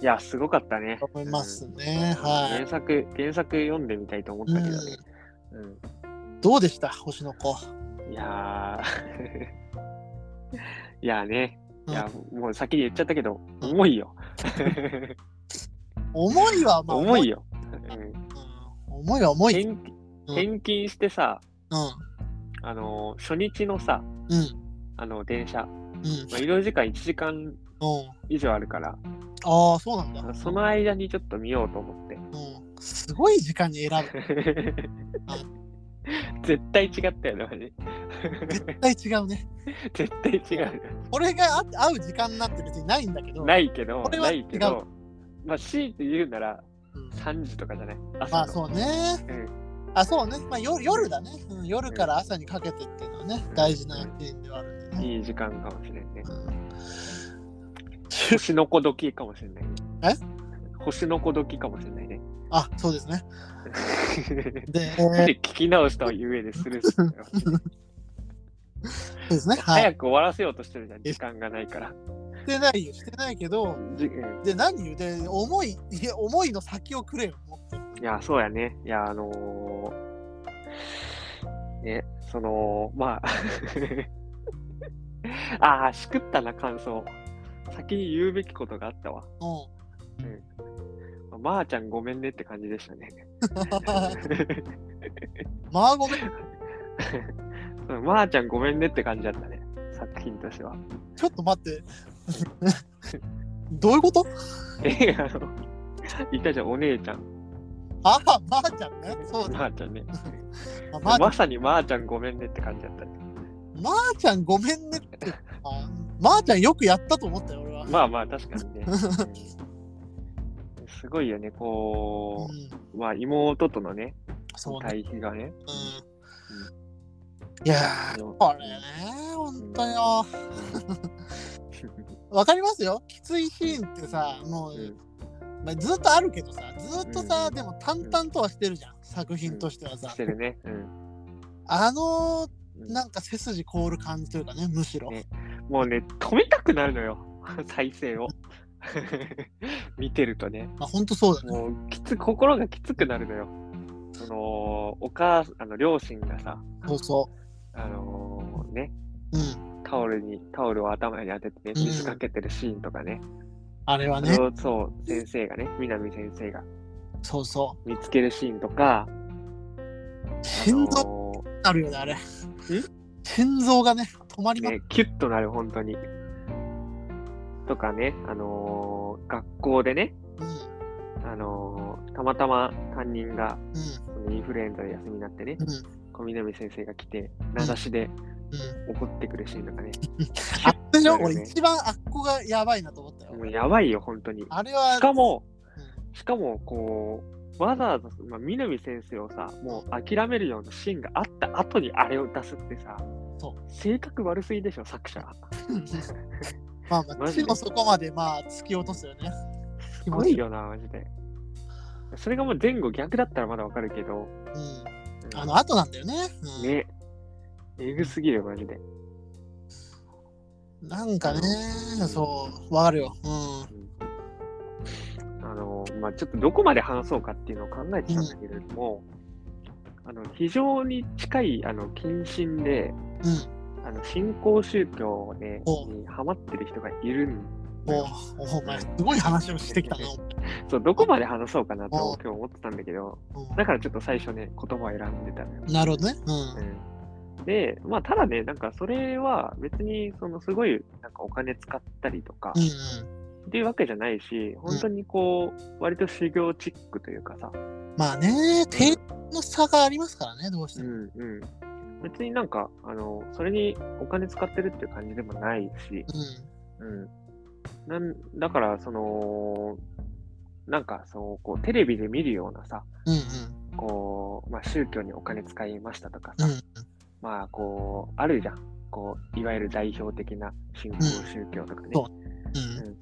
A: い
B: や、すごかったね。
A: と思いますね。は
B: 原作、原作読んでみたいと思ったけどね。
A: い。どうでした星の子。
B: うん。いやー。 いやーね。いや、もう先に言っちゃったけど、
A: うん
B: 重いよ。
A: 思いはまあ
B: 重い
A: よ。
B: よ。うん
A: うん重いは重い。
B: 転転勤してさ、
A: う
B: あのー、初日のさ、
A: ん。うん。
B: あの、電車、
A: うん。
B: まあ、移動時間1時間
A: うん。
B: 以上あるから、
A: ああ、そうなんだ。
B: その間にちょっと見ようと思って。
A: うん。すごい時間に選
B: 絶対違ったよね、マジ。
A: ぶ。絶対違うね。
B: 絶対違う。
A: これがあ合う時間なんて別にないんだけど。
B: ないけど、
A: これは
B: な
A: 違う
B: いけど、まあ、強いて言うなら
A: うん
B: 3時とかじゃない
A: ま
B: 朝
A: あ
B: の。
A: そうね。
B: うん
A: あ、そうね。まあ夜夜だね、うん夜から朝にかけてっていうのはね、大事なシーンではあるんでね。
B: いい時間かもしれんね。
A: うん
B: 星の子時かもしれないね。
A: え
B: 星の子時かもしれないね。
A: あ、そうですね。で、
B: 聞き直したゆえでするんだ
A: そ
B: よ
A: うですね。はい。
B: 早く終わらせようとしてるじゃん、時間がないから。
A: してないよ、してないけど、
B: じうん
A: で、何言うで、思い、いや、思いの先をくれよ、もっと。
B: いや、そうやね。いや、あのーね、その、まあ、 ああ、しくったな、感想。先に言うべきことがあったわ。
A: う
B: まあまー、ちゃんごめんねって感じでしたね。
A: ん。まあごめん、
B: うんまーちゃんごめんねって感じだったね、作品としては。
A: ちょっと待って。 どういうこと
B: え、あの、 いたじゃん、お姉ちゃん、
A: ああ、まーちゃんね。そうだ。
B: まーちゃ んね。
A: あまーちゃん
B: まさにまーちゃんごめんねって感じだったね。
A: まーちゃんごめんねって。あまーちゃんよくやったと思ったよ、俺は。
B: まあまあ、確かにね。 うんすごいよね、こ
A: うん、
B: う、まあ、妹とのね、
A: そうね。
B: 対比がね。
A: うん、いやー、これ ね、ほんとよ。わかりますよ。きついシーンってさ、もう、
B: うん
A: まあ、ずっとあるけどさ、ずっとさ、
B: うん
A: でも淡々とはしてるじゃん、作品としてはさ
B: し。てるね。うん
A: あの
B: うん
A: なんか背筋凍る感じというかね、むしろ。
B: ねもうね、止めたくなるのよ、 再生を。 見てるとね。
A: まあ、ほんとそうだね。
B: もうきつ心がきつくなるのよ。そのお母さんあの両親がさ、
A: そうそ
B: あのーね、
A: う。うん。
B: タオルにタオルを頭に当てて、ね、
A: うん
B: 水かけてるシーンとかね、
A: あれはね
B: そ、れをそう先生がね、南先生が
A: そうそ
B: 見つけるシーンとか、
A: う。
B: あ
A: 心臓
B: の
A: になるよね、あれ。心臓がね、止まり
B: ー
A: ます。
B: ね、キュッとなる本当に。とかね、あのー学校でね、あのーたまたま担任が
A: うん。
B: そのインフルエンザで休みになってね、
A: うん。うん。
B: 小南先生が来て、名指しで
A: うん。
B: 怒ってくるシーンとかね、
A: あっでしょ、
B: そうだよね
A: 俺一番あっこがやばいなと思ったよ。
B: もうやばいよ、本当に。
A: あれは、
B: しかも、しかも、こう、わざわざ、まあ、南先生をさ、もう諦めるようなシーンがあった後にあれを出すってさ
A: そ、
B: 性格悪すぎでしょ、作者。
A: うん、 まあまあ、
B: マジで
A: 地の底までまあ突き落とすよね。
B: すごいよな、マジで。それがもう前後逆だったらまだわかるけど、
A: うん。
B: うん
A: あの後なんだよね。うん、
B: ね、えぐすぎる、マジで。
A: なんかね、そう、わかるよ。う
B: あの、まあ、ちょっとどこまで話そうかっていうのを考えてたんだけれども、あの、非常に近い、あの、近親で、
A: ん。うん。
B: あの新興宗教で
A: お
B: にハマってる人がいるんだ
A: お
B: よ
A: おお前、すごい話をしてきたな。
B: そうどこまで話そうかな
A: お
B: と今日思ってたんだけど
A: うん
B: だからちょっと最初ね言葉を選んでたのよ、
A: なるほどね。う
B: うん、でまあただねなんかそれは別にそのすごいなんかお金使ったりとか、
A: ん。うん
B: っていうわけじゃないし、本当にこう、割と修行チックというかさ、
A: まあね、点の差がありますからね、どうして
B: う
A: も。
B: んうん。別になんか、あの、それにお金使ってるっていう感じでもないし、
A: う
B: うん。なんだから、その、なんか、そう、こう、テレビで見るようなさ、
A: ん。うん
B: こう、まあ、宗教にお金使いましたとか
A: う
B: さ、
A: ん。うん。
B: まあ、こう、あるじゃん。こう、いわゆる代表的な信仰宗教とかね。
A: そう
B: う
A: うん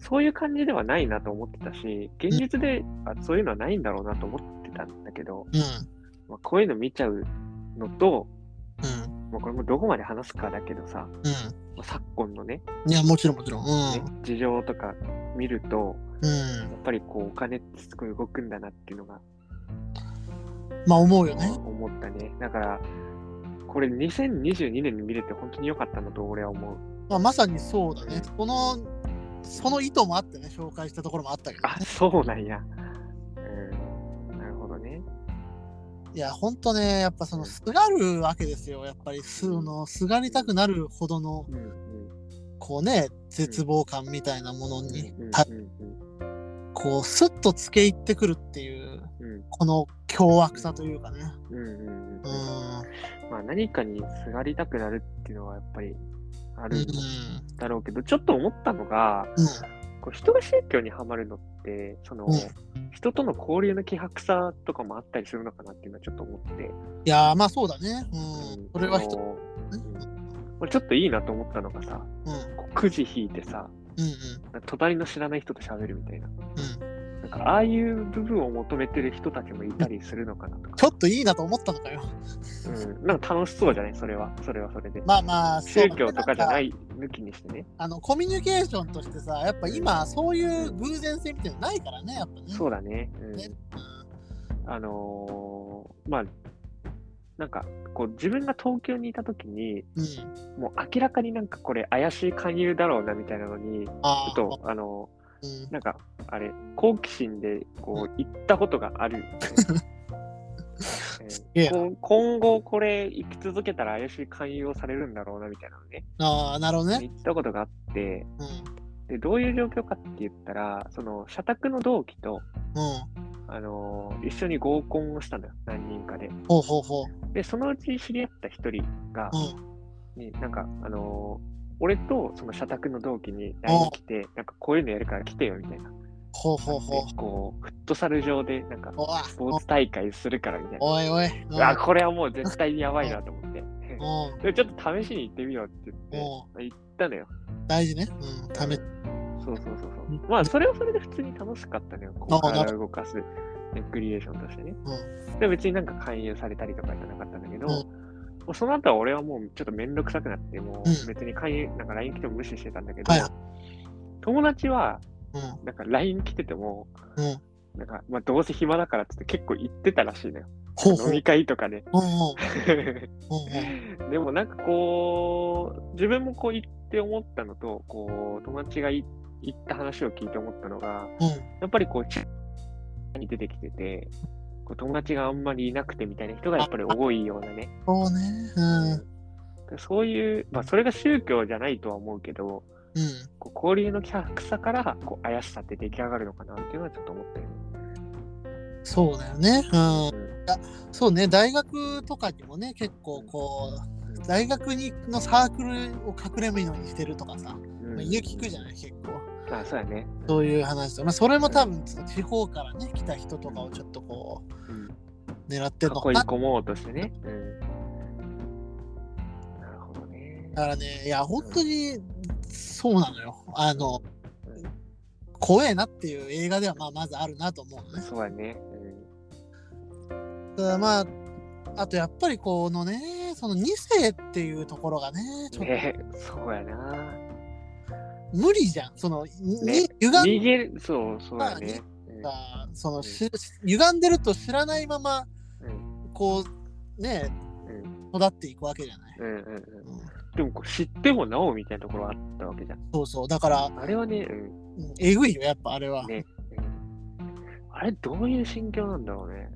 B: そういう感じではないなと思ってたし、現実であそういうのはないんだろうなと思ってたんだけど、
A: ん。
B: まあ、こういうの見ちゃうのと、
A: うん。
B: まあ、これもどこまで話すかだけどさ、
A: う
B: まあ昨今のね、
A: ん。いや、もちろんもちろん。
B: ね事情とか見ると、
A: うん。
B: や
A: う
B: っぱりこうお金ってすごい動くんだなっていうのが
A: ん。まあ、思うよね。
B: 思ったね。だから、これ2022年に見れて本当に良かったなと俺は思う。
A: まあ、まさにそうだね。この、その意図もあってね、紹介したところもあったけど、
B: あ、
A: ね。
B: そうなんや。うん、なるほどね。
A: いや、ほんとね、やっぱその、すがるわけですよ。やっぱり、すの、すがりたくなるほどの、
B: うん、うん、
A: こうね、絶望感みたいなものに、
B: うん、
A: た
B: うん、
A: こう、スッとつけ入ってくるっていう、
B: うん、
A: この凶悪さというかね。
B: うん、うん、うん
A: う。ん。
B: まあ何かにすがりたくなるっていうのはやっぱりある
A: うんん。
B: だろうけど、ちょっと思ったのが、
A: うん。
B: こう人が宗教にはまるのって、その、
A: うん
B: 人との交流の希薄さとかもあったりするのかなっていうのはちょっと思って。
A: いやーまあそうだね。う
B: うん
A: ん。それは人。
B: あ
A: う
B: の俺ちょっといいなと思ったのがさ、
A: うん。うん
B: こうくじ引いてさ、
A: うん。
B: 隣の知らない人と喋るみたいな。
A: うん。
B: なんかああいう部分を求めてる人たちもいたりするのかなとか。
A: ちょっといいなと思ったのかよ。
B: うん、なんか楽しそうじゃないそれは。それはそれで。
A: まあまあ、そう
B: 宗教とかじゃ
A: ん
B: な
A: か
B: い抜きにしてね。
A: あの、コミュニケーションとしてさ、やっぱ今、そういう偶然性みたいなのないからね、やっぱね。
B: そうだね。うん
A: ね
B: あのーまあ、なんか、こう、自分が東京にいたとき
A: う
B: に、
A: ん。うん。
B: もう明らかになんかこれ怪しい勧誘だろうなみたいなのに、ち
A: あ
B: ょ
A: あ
B: っ。と、あの
A: うん
B: ーなんか、あれ、好奇心で、こう、行ったことがある、 ね
A: げ
B: え
A: え
B: ー
A: な
B: こん今後これ行き続けたら怪しい勧誘をされるんだろうなみたいなのね、
A: ああ、なるほどね。
B: 行ったことがあって、
A: うん。
B: で、どういう状況かって言ったら、その、社宅の同期と、
A: うん。
B: あのー一緒に合コンをしたのよ、何人かで。
A: ほうほうほう。
B: で、そのうち知り合った一人が、
A: うん。
B: になんか、あのー俺とその社宅の同期に LINE 来て、なんかこういうのやるから来てよみたいな。
A: ほうほうほう
B: で。こう、フットサル上で、なんか、
A: おわ
B: スポーツ大会するからみたいな。
A: おいおい。うん。
B: うわ、これはもう絶対にやばいなと思って。
A: うん。
B: でちょっと試しに行ってみようって言
A: も
B: って、行ったのよ。
A: う、大事ね。うん。ため。
B: そうそうそうそう。まあ、それはそれで普通に楽しかったのよ。こう
A: あなる
B: 体を動かす、レクリエーションとしてね。で、別になんか勧誘されたりとかじゃなかったんだけど、
A: うん
B: もうその後は俺はもうちょっと面倒くさくなって、も
A: うん
B: う別に勧誘、なんか LINE 来ても無視してたんだけど、
A: はいはい
B: 友達は、
A: うん。
B: なんか LINE 来てても、
A: うん。
B: なんか、まあ、どうせ暇だからっつって結構行ってたらしいのよ。
A: ほうほう。う
B: 飲
A: ん
B: み会とかで。
A: うん。うんうん。
B: でもなんかこう、自分もこう行って思ったのと、こう、友達がい行った話を聞いて思ったのが、
A: うん。
B: やっぱりこう、地に出てきてて、こう友達があんまりいなくてみたいな人がやっぱり多いようなね。
A: そうね。うん。
B: そういう、まあ、それが宗教じゃないとは思うけ
A: う
B: ど、
A: ん。
B: こう交流の希薄さからこう怪しさって出来上がるのかなっていうのはちょっと思ったよね。
A: そうだよね。うん。
B: うん
A: そうね。大学とかにもね、結構こ
B: う
A: う、
B: ん
A: 大学にのサークルを隠れみのにしてるとかさ、
B: うん
A: まあ、家聞くじゃない、結構。
B: あそうやね。
A: そういう話とか。まあ、それも多分、その地方からね、来た人とかをちょっとこ
B: うん
A: う、狙ってん
B: か
A: の
B: っこ
A: か
B: いい
A: な。
B: こもうとしてね。うんなるほどね。
A: だからね、いや、本当に、そうなのよ。あの
B: うん、
A: 怖えなっていう映画では、まあ、まずあるなと思うのね。
B: そうやね。
A: ただまあ、あとやっぱりこのね、その2世っていうところがね、ち
B: う
A: ょ
B: ん、
A: っと
B: ねそうやな。
A: 無理じゃん。その、に
B: ね
A: 歪
B: 逃
A: ん
B: げる、そう、そうやね。
A: だ、その、し歪んでると知らないまま、
B: うんうん
A: こう、ね、育っていくわけじゃない。
B: うんうんうんうん
A: うん
B: でもこう知ってもなおみたいなところあったわけじゃん。
A: そうそう。だから、
B: あれはね、うん、
A: うんえぐいよ、やっぱあれは。
B: ねあれどういう心境なんだろうね。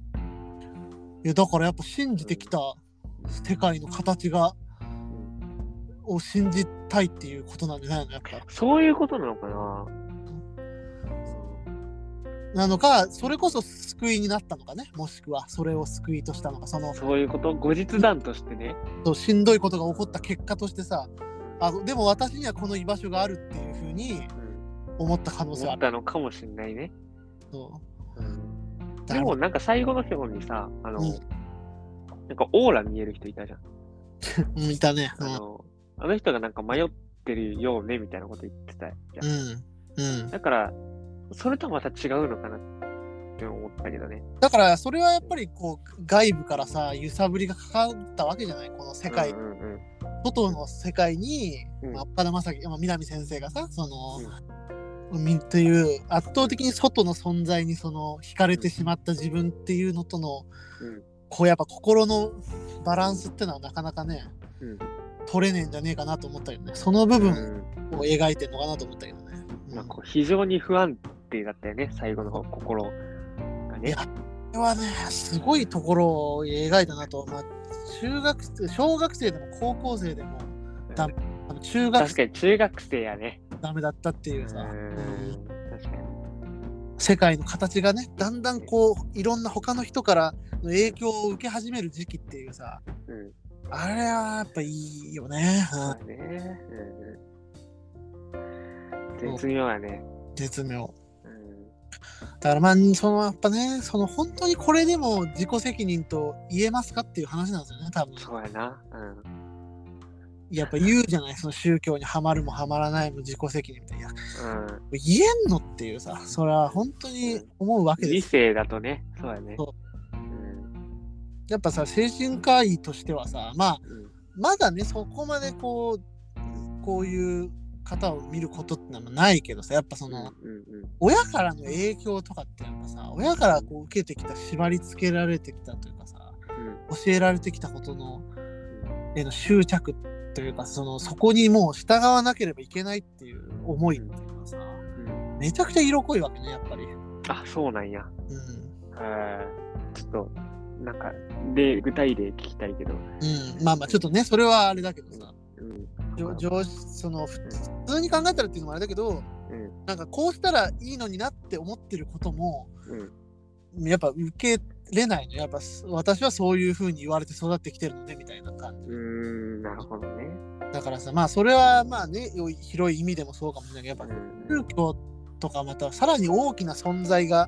A: いやだからやっぱ信じてきた世界の形が、を信じたいっていうことなんじゃないのやっぱ。
B: そういうことなのかな
A: なのか、それこそ救いになったのかね、もしくはそれを救いとしたのか、その
B: そういうこと後日談としてね。
A: そうしんどいことが起こった結果としてさ、あでも私にはこの居場所があるっていうふうに
B: うん
A: 思った可能性
B: 思
A: はあ
B: っ
A: る。
B: たのかもしれないね。
A: そうだ
B: でもなんか最後の方にさ、あの、
A: う
B: なんかオーラ見える人いたじゃん。
A: うんいたね。う
B: あの、あの人がなんか迷ってるよねみたいなこと言ってたじゃん。
A: ん。うん。うん、
B: だから、それとはまた違うのかなって思ったけどね。
A: だから、それはやっぱりこう外部からさ、揺さぶりがかかったわけじゃない、この世界
B: うんうんうん
A: 外の世界に、
B: うん
A: まあ、岡田将生、まあ、南先生がさその、海という圧倒的に外の存在にその惹かれてしまった自分っていうのとの、
B: うん
A: こうやっぱ心のバランスってのはなかなかね
B: うん
A: 取れねえんじゃねえかなと思ったけどねその部
B: う
A: 分
B: ん
A: を描いてんのかなと思ったけどね。うん
B: まあ、こう非常に不安定だったよね、最後の方心が
A: い
B: ね
A: や。これはねすごいところを描いたなと、まあ、中学生小学生でも高校生でもダメあの中学
B: 確
A: 生
B: かに中学生やね。
A: ダメだったっていう
B: う
A: さ。うん
B: ん確かに。
A: 世界の形がねだんだんこういろんな他の人からの影響を受け始める時期っていうさ
B: うん。
A: あれはやっぱいいよね、
B: ま
A: う
B: あ
A: ん
B: ね。うんうん。絶妙やね。
A: 絶妙
B: うん
A: だからまあそのやっぱねその本当にこれでも自己責任と言えますかっていう話なんですよね多分
B: そうやな。うん。
A: やっぱ言うじゃないその宗教にはまるもはまらないも自己責任みたいないや
B: うん。
A: 言えんのっていうさそれは本当に思うわけで
B: 理
A: す
B: 性だとね、そうやね。。
A: そう
B: ん。
A: やっぱさ精神科医としてはさまあ
B: うん
A: まだね、そこまでこう、こういう方を見ることってのはないけどさ、やっぱそ
B: うん
A: の、
B: うん
A: 親からの影響とかってやっぱさ、親からこう受けてきた、縛り付けられてきたというかさ、教えられてきたことの、への執着というか、その、そこにもう従わなければいけないっていう思いっていうのはさ、
B: うんうん。
A: めちゃくちゃ色濃いわけね、やっぱり。うん。
B: あ、そうなんや。はいちょっと、なんか、で、具体例聞きたいけど。
A: うん、まあまあ、ちょっとね、それはあれだけどさ、
B: うん。
A: 上上その、普通に考えたらっていうのもあれだけど、
B: うん。
A: なんかこうしたらいいのになって思ってることも
B: うん。
A: やっぱ受けれないのやっぱす私はそういうふうに言われて育ってきてるのねみたいな感
B: うーん、なるほどね。
A: じだからさまあそれはまあねよい広い意味でもそうかもしれないけど
B: う
A: やっぱ
B: ん
A: 宗教とかまたさらに大きな存在が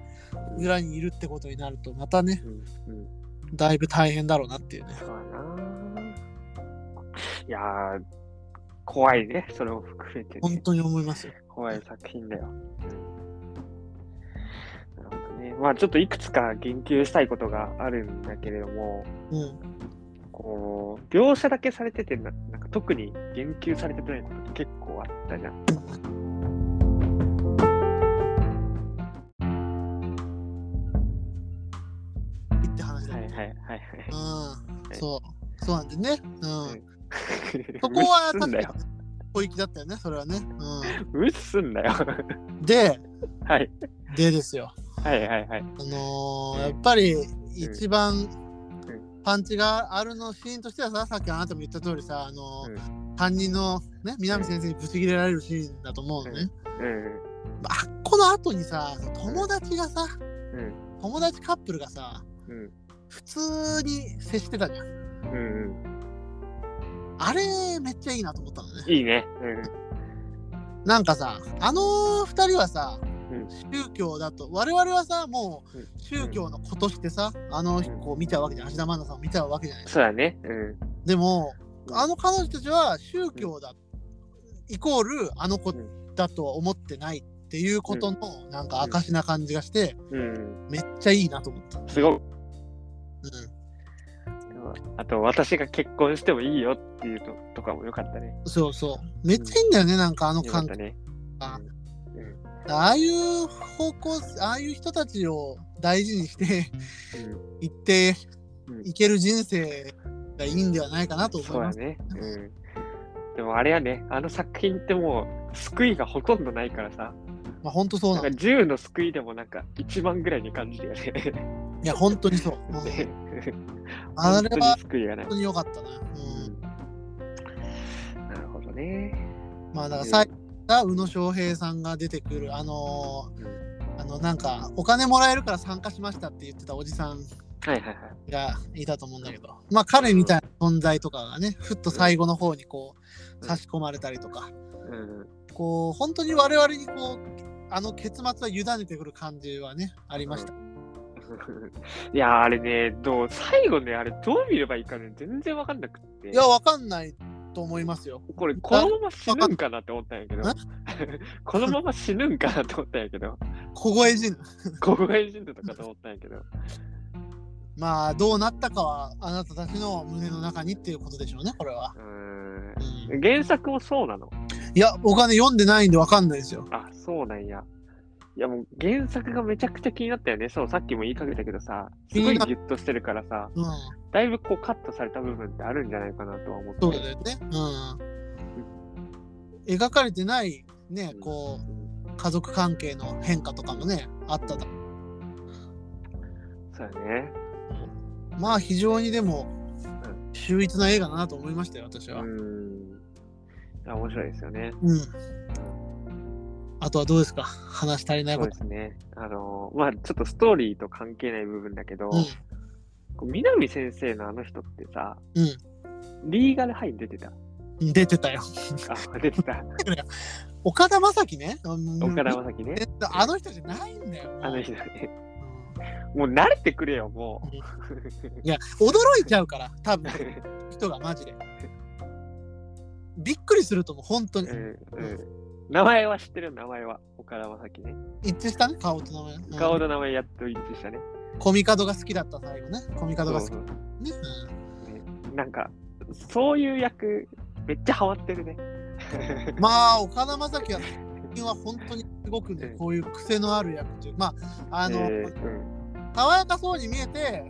A: 裏にいるってことになるとまたね
B: うんうん、
A: だいぶ大変だろうなっていうね
B: そうやな。いやー、怖いね、それを含めて、
A: 本
B: ね。
A: 当に思いますよ
B: 怖い作品だよ。なるほどね。まあ、ちょっといくつか言及したいことがあるんだけれども、
A: うん
B: こう、描写だけされてて、ななんか特に言及されてないことって結構あったじゃん。
A: って話だ
B: はい
A: ね、
B: はいはいはい。
A: うんそうそうなんでねうんそこは
B: 無視すん
A: 確か
B: だよ。
A: に小域だったよねそれはね
B: 無視すんだよ。
A: うんで
B: はい。
A: でですよ
B: はいはいはい。
A: あのー
B: うん
A: やっぱり一番
B: ん
A: パンチがあるのシーンとしてはささっきあなたも言った通りさ、あのー担任の、ね、南先生にブチ切れられるシーンだと思うのね。
B: うん。
A: あっこの後にさ友達がさ
B: うん。
A: 友達カップルがさ
B: うん。
A: 普通に接してたじゃん。
B: うんうん。
A: あれめっちゃいいなと思ったのね。
B: いいね。
A: なんかさあの二人はさ、
B: うん
A: 宗教だと我々はさも
B: うん
A: う宗教の子としてさあの子を見ちゃうわけじゃん芦田愛菜さんを見ちゃうわけじゃない
B: そうだね。うん。
A: でも、
B: うん
A: あの彼女たちは宗教だ、イコールあの子
B: うん
A: だとは思ってないっていうことのなんか証な感じがして、
B: うん。
A: めっちゃいいなと思った。うん
B: すごい。あと、私が結婚してもいいよっていうととかもよかったね。
A: そうそう。めっちゃいいんだよね、なんかあの
B: よかっ
A: 感
B: たね。
A: ああいう方向、ああいう人たちを大事にして、
B: うん。
A: 行って
B: うん
A: いける人生がいいんではないかなと思い
B: そうだ
A: ます。
B: ね。うん。でもあれやね、あの作品ってもう、救いがほとんどないからさ、
A: まあ本当そう
B: な
A: なんん
B: か
A: だ。い
B: 10の救いでもなんか1万ぐらいに感じるよね。
A: や、本当にそう。うん
B: ね
A: あ
B: 本
A: れ
B: 当
A: は
B: に救いがない
A: 本当。に良かったな。うん
B: うんなるほどね。
A: まあだから最後が宇野昌平さんが出てくるあのーあのなんかお金もらえるから参加しましたって言ってたおじさん
B: はいはいはい。
A: がいたと思うんだけど、まあ彼みたいな存在とかがね、ふっと最後の方にこ
B: う
A: うん差し込まれたりとか、
B: うん。
A: こう本当に我々にこうあの結末は委ねてくる感じはねありました。
B: いやーあれね、どう、最後ね、あれどう見ればいいかね、全然わかんなくって。
A: いやわかんないと思いますよ。
B: これ、このまま死ぬんかなって思ったんやけど
A: え、
B: このまま死ぬんかなって思ったんやけ ど、
A: 小声人
B: 国外人とかと思ったんやけど、
A: まあどうなったかはあなたたちの胸の中にっていうことでしょうねこれは。
B: うー
A: うん
B: ん。原作もそうなの
A: いやお金読んでないんでわかんないですよ。
B: あ、そうなんや。いやもう原作がめちゃくちゃ気になったよね。そう、さっきも言いかけたけどさ、すごいギュッとしてるからさ、
A: うん、
B: だいぶこうカットされた部分ってあるんじゃないかなとは思って。
A: そうだよね。うん、描かれてないねこう家族関係の変化とかもねあっただ
B: そうやね。
A: まあ非常にでも秀逸な映画だなと思いましたよ私
B: う
A: は、
B: ん。いや面白いですよね。
A: うんあとはどうですか話足りない
B: そ
A: こ
B: う
A: と
B: ですね。あのーまあちょっとストーリーと関係ない部分だけど、
A: うん
B: こう南先生のあの人ってさ、
A: うん
B: リーガルハイに出てた。
A: 出てたよ
B: あ、出てた。
A: 岡田将生ねうん
B: 岡田将生ね。
A: あの人じゃないんだよもう
B: あの人ね。
A: うん
B: もう慣れてくれよ、もう。
A: いや驚いちゃうから多分人がマジでびっくりすると思う本当に
B: うんうん名前は知ってる名前は岡田将生ね。
A: 一致したね顔と名前、うん
B: 顔の名前やっと一致したね。
A: コミカドが好きだった最後ねコミカドが好き
B: そうそ
A: ね、うん
B: うなんか、そういう役、めっちゃハマってるね。
A: まあ岡田将生は最近は本当にすごくね、
B: うん
A: こういう癖のある役というまああの、
B: えーうん
A: 爽やかそうに見えて、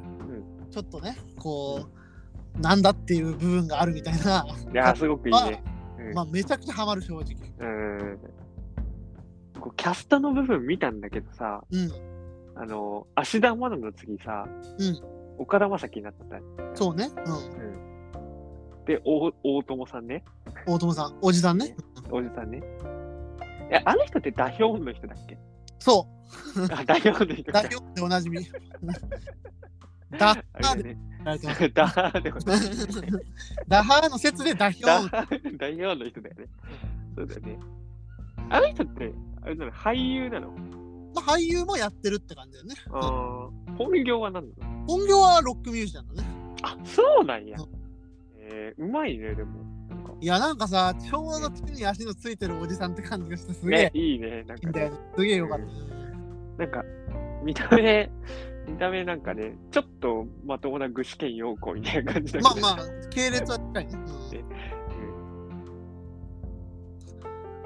A: ちょっとねこう、なんだっていう部分があるみたいな、
B: いやー、すごくいいね。うん
A: まあめちゃくちゃハマる正直
B: うんこうキャストの部分見たんだけどさ、
A: うん
B: あの、芦田愛菜の次さ、
A: うん
B: 岡田将生になってた。
A: そうね、うん、
B: で、大大友さんね、
A: 大友さんおじさんね
B: おじさんね。え、あの人ってダヒョンの人だっけ
A: そ
B: あ、ダヒョンの人
A: う
B: か
A: 代。表でおなじみダッハ
B: あ
A: ー
B: れ
A: で
B: だね。
A: やられてます
B: ダーでもない。
A: ダハーの説で代表
B: ダー、ダヒョンの人だよね。そうだよね。あの人って、あれなの、俳優なの
A: まあ俳優もやってるって感じだよね
B: あー本業は何なの
A: 本業はロックミュージシャンだね
B: あ、そうなんや
A: う。
B: えー、うまいね、でも。なんか
A: いやなんかさ、ちょうど地に足のついてるおじさんって感じがしてすげえ
B: ね、、いいね。なん
A: いい
B: か
A: んだ
B: ね、
A: よねすげえよかった。
B: なんか、見た目、見た目なんかね、ちょっとまともな具志堅用子みたいな感じだけ
A: ま
B: ど
A: あまあ、系列は近いね。うん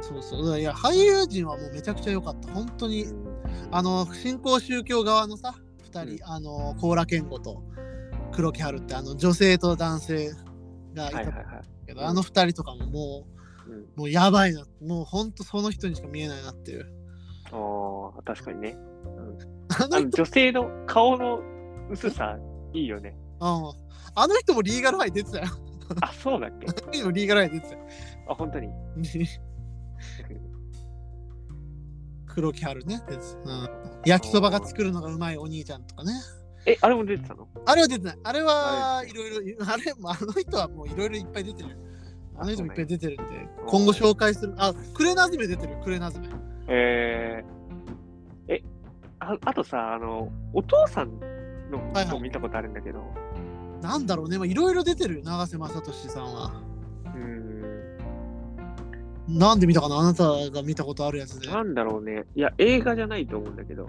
A: そうそう。いや、俳優陣はもうめちゃくちゃ良かった。本当に、あの、新興宗教側のさ、2人、あの、高良健吾と黒木春って、あの、女性と男性がい
B: はいは
A: た
B: いはい。
A: けど、
B: うん
A: あの2人とかもも
B: うん
A: う、もうやばいな。もう本当その人にしか見えないなっていう。
B: ああ、確かにね。
A: あ
B: あ
A: の
B: の女性の顔の薄さ、いいよ ね。
A: うんあの人もリーガルハイ出てたよ。
B: あ、そうだっけ
A: あの人もリーガルハイ出 てたよ
B: あ、本当に。
A: 黒木春ね、うん、焼きそばが作るのがうまいお兄ちゃんとかね
B: え、あれも出てたの
A: あれは出てないあれ
B: あ
A: は
B: れ
A: いろいろあれもあの人はもういろいろいっぱい出てるあの人もいっぱい出てるんで
B: あ
A: 今後紹介するあクレナズメ出てるクレナズメ
B: えー、え、ああとさ、あの、お父さんの
A: はいはい
B: 人見たことあるんだけど、
A: なんだろうねまあいろいろ出てるよ永瀬正敏さんは
B: うー
A: なんで見たかなあなたが見たことあるやつで
B: ん、なんだろうね。いや、映画じゃないと思うんだけど。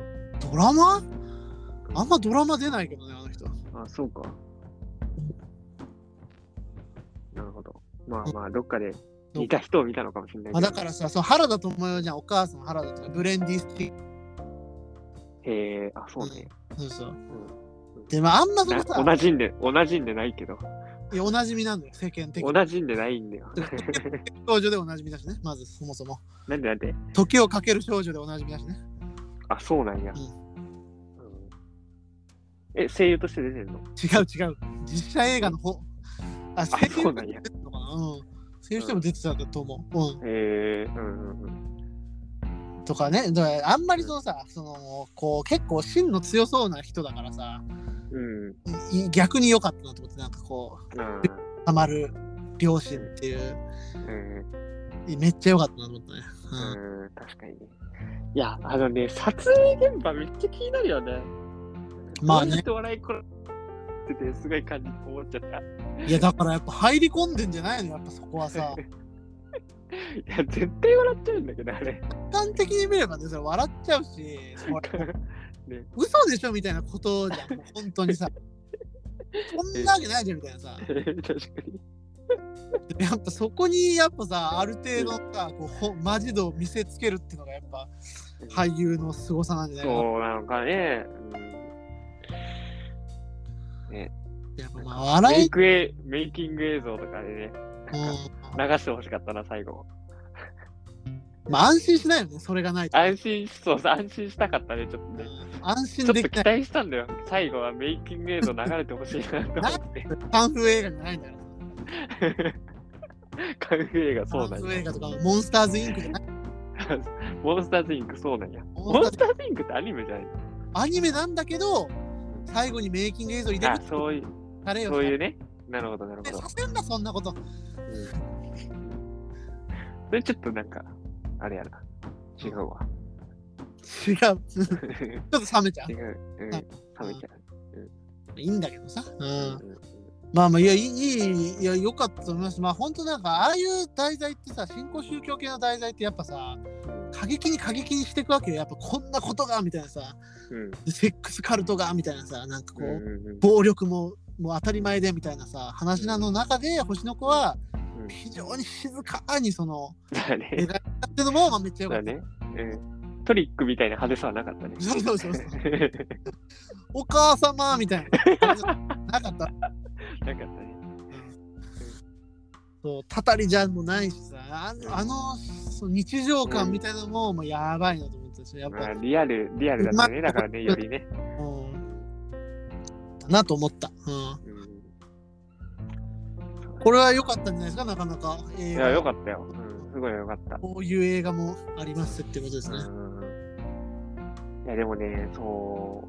A: ドラマあんまドラマ出ないけどねあの人
B: あ、そうか。なるほど。まあまあ、どっかで似た人を見たのかもしれない
A: まあ
B: けど。
A: だからさそう原田知世じゃんお母さん原田とかブレンディスティ
B: へえ、あ、そうね。
A: そうそう、
B: ん
A: でもあんまそ
B: な
A: のさ
B: 同じんで、同じんでないけど。
A: いやおなじみなんだよ世間的に
B: 同じんでないん だよ。
A: 少女でおなじみだしね、まずそもそも。
B: なんでなんで。
A: 時をかける少女でおなじみだしね。
B: あ、そうなんや。
A: うん
B: うんえ、声優として出てる
A: 違
B: の
A: う違う。実写映画の方。あ、
B: あ
A: 声、
B: そう
A: 優
B: なんや。
A: 出てるのかなうん。声優しても出てたんだと思う。うん。
B: へえ、うんうんうん。
A: とかねだからあんまりそのさそのこう結構芯の強そうな人だからさ
B: うん。
A: い逆に良かったなと思ってなんかこう
B: うん。
A: ハマる両親っていう
B: うん。
A: めっちゃ良かったなと思ったね、うん
B: うん。確かに。いや、あのね、撮影現場めっちゃ気になるよね。
A: まあ
B: どうや
A: ね
B: って笑いこらってて、すごい感じ思っちゃった。
A: いやだからやっぱ入り込んでんじゃないのやっぱそこはさ
B: いや、絶対笑っちゃうんだけど、あれ。
A: 客観的に見ればねそれ笑っちゃうし それ嘘でしょみたいなことじゃんもう本当に さそんなわけないじゃんみたいなさ
B: 確かに。
A: でもやっぱそこにやっぱさある程度のさこうほマジ度を見せつけるっていうのがやっぱ俳優の凄さなんじゃないかな
B: そうなのかね。
A: やっぱまあ
B: うん、メ
A: 笑
B: イクエメイキング映像とかでね、
A: い、うん
B: 流してほしかったな、最後。
A: まあ安心しないよねそれがないと、
B: 安心しそう、安心したかったね、ちょっと
A: う
B: ね。
A: ん安心
B: ちょっと
A: でき
B: 期
A: ない
B: 待したんだよ。最後はメイキング映像流れてほしいな と思って。
A: カンフー映画じゃないんだから
B: 韓国映画そ
A: カ
B: うな
A: ン
B: ん
A: フー映
B: や。
A: 画とかモンスターズインクじゃない
B: モンスターズインクそうなんや。
A: モ
B: モ
A: ン
B: ン
A: ス
B: スターズインクってアニメじゃないの
A: アニメなんだけど最後にメイキング映像入れる
B: あ、そういう、
A: されよ
B: そういうね。なるほど、なるほど。
A: させんなそんなこと
B: それちょっとなんか、あれやな。違うわ。
A: 違うちょっと冷めちゃう
B: 違う。うん。冷めちゃ
A: いいんだけどさ、う
B: う。
A: ん、
B: うん
A: まあまあいやいいいいいや良かったと思いますまあ本当なんかああいう題材ってさ新興宗教系の題材ってやっぱさ過激に過激にしていくわけよやっぱこんなことがみたいなさ
B: うん。
A: でセックスカルトがみたいなさなんかこう、
B: うんうん
A: 暴力ももう当たり前でみたいなさ話なの中で星の子は
B: うん
A: 非常に静かにその
B: だね。
A: 描いたってのもまあめっちゃ良か
B: だ
A: った。
B: ね。うん。トリックみたいな派手さはなかったね。
A: そうそうそうそうお母様みたいな。な かった。
B: なかったね。
A: そう、たたりじゃんもないしさ、あのあのその日常感みたいなのももうやばいなと思ったし、やっ
B: ま
A: ぱ
B: あ、、リアル、リアルだったね。
A: うま
B: だ
A: い
B: からね、よりね。
A: うん、だなと思った。うん、
B: うん
A: これは良かったんじゃないですか、なかなか。い
B: いや、よかったよ。うん。すごいよかった。
A: こういう映画もありますってことですね。
B: うんいや、でもね、そ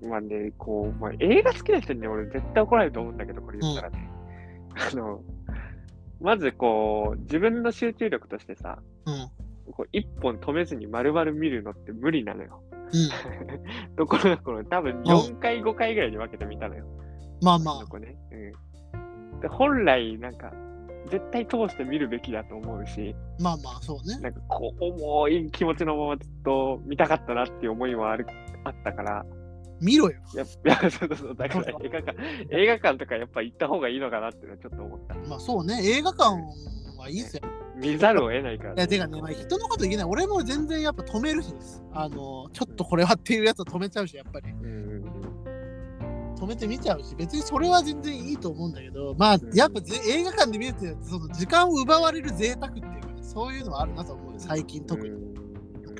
B: う、まあね、こう、まあ、映画好きな人にね俺絶対怒られると思うんだけど、これ言ったらね。あの、まずこう、自分の集中力としてさ、
A: うん。
B: こう一本止めずに丸々見るのって無理なのよ。
A: うん。
B: ところがこの多分4回、5回ぐらいに分けて見たのよ。
A: まあま
B: そ
A: あ、
B: こね。うん。で、本来、なんか、絶対通して見るべきだと思うし、
A: まあまあ、そうね。
B: なんかこう、重い気持ちのままずっと見たかったなっていう思いはあるあったから、
A: 見ろよ。
B: やっ ぱ、いやそうそうそう、だから
A: そうそう
B: 映画館、映画館とかやっぱ行った方がいいのかなっていうのはちょっと思った。
A: まあそうね、映画館はいいっすよ。
B: 見ざるを得ないか
A: い
B: ら、
A: や、てかね、まあ、人のこと言えない。俺も全然やっぱ止めるしです。あの、ちょっとこれはっていうやつは止めちゃうし、やっぱり。
B: うんうんうん
A: 止めて見ちゃうし別にそれは全然いいと思うんだけどまあ
B: ん
A: やっぱぜ映画館で見るってその時間を奪われる贅沢っていうかねそういうのはあるなと思う最近特に、
B: うん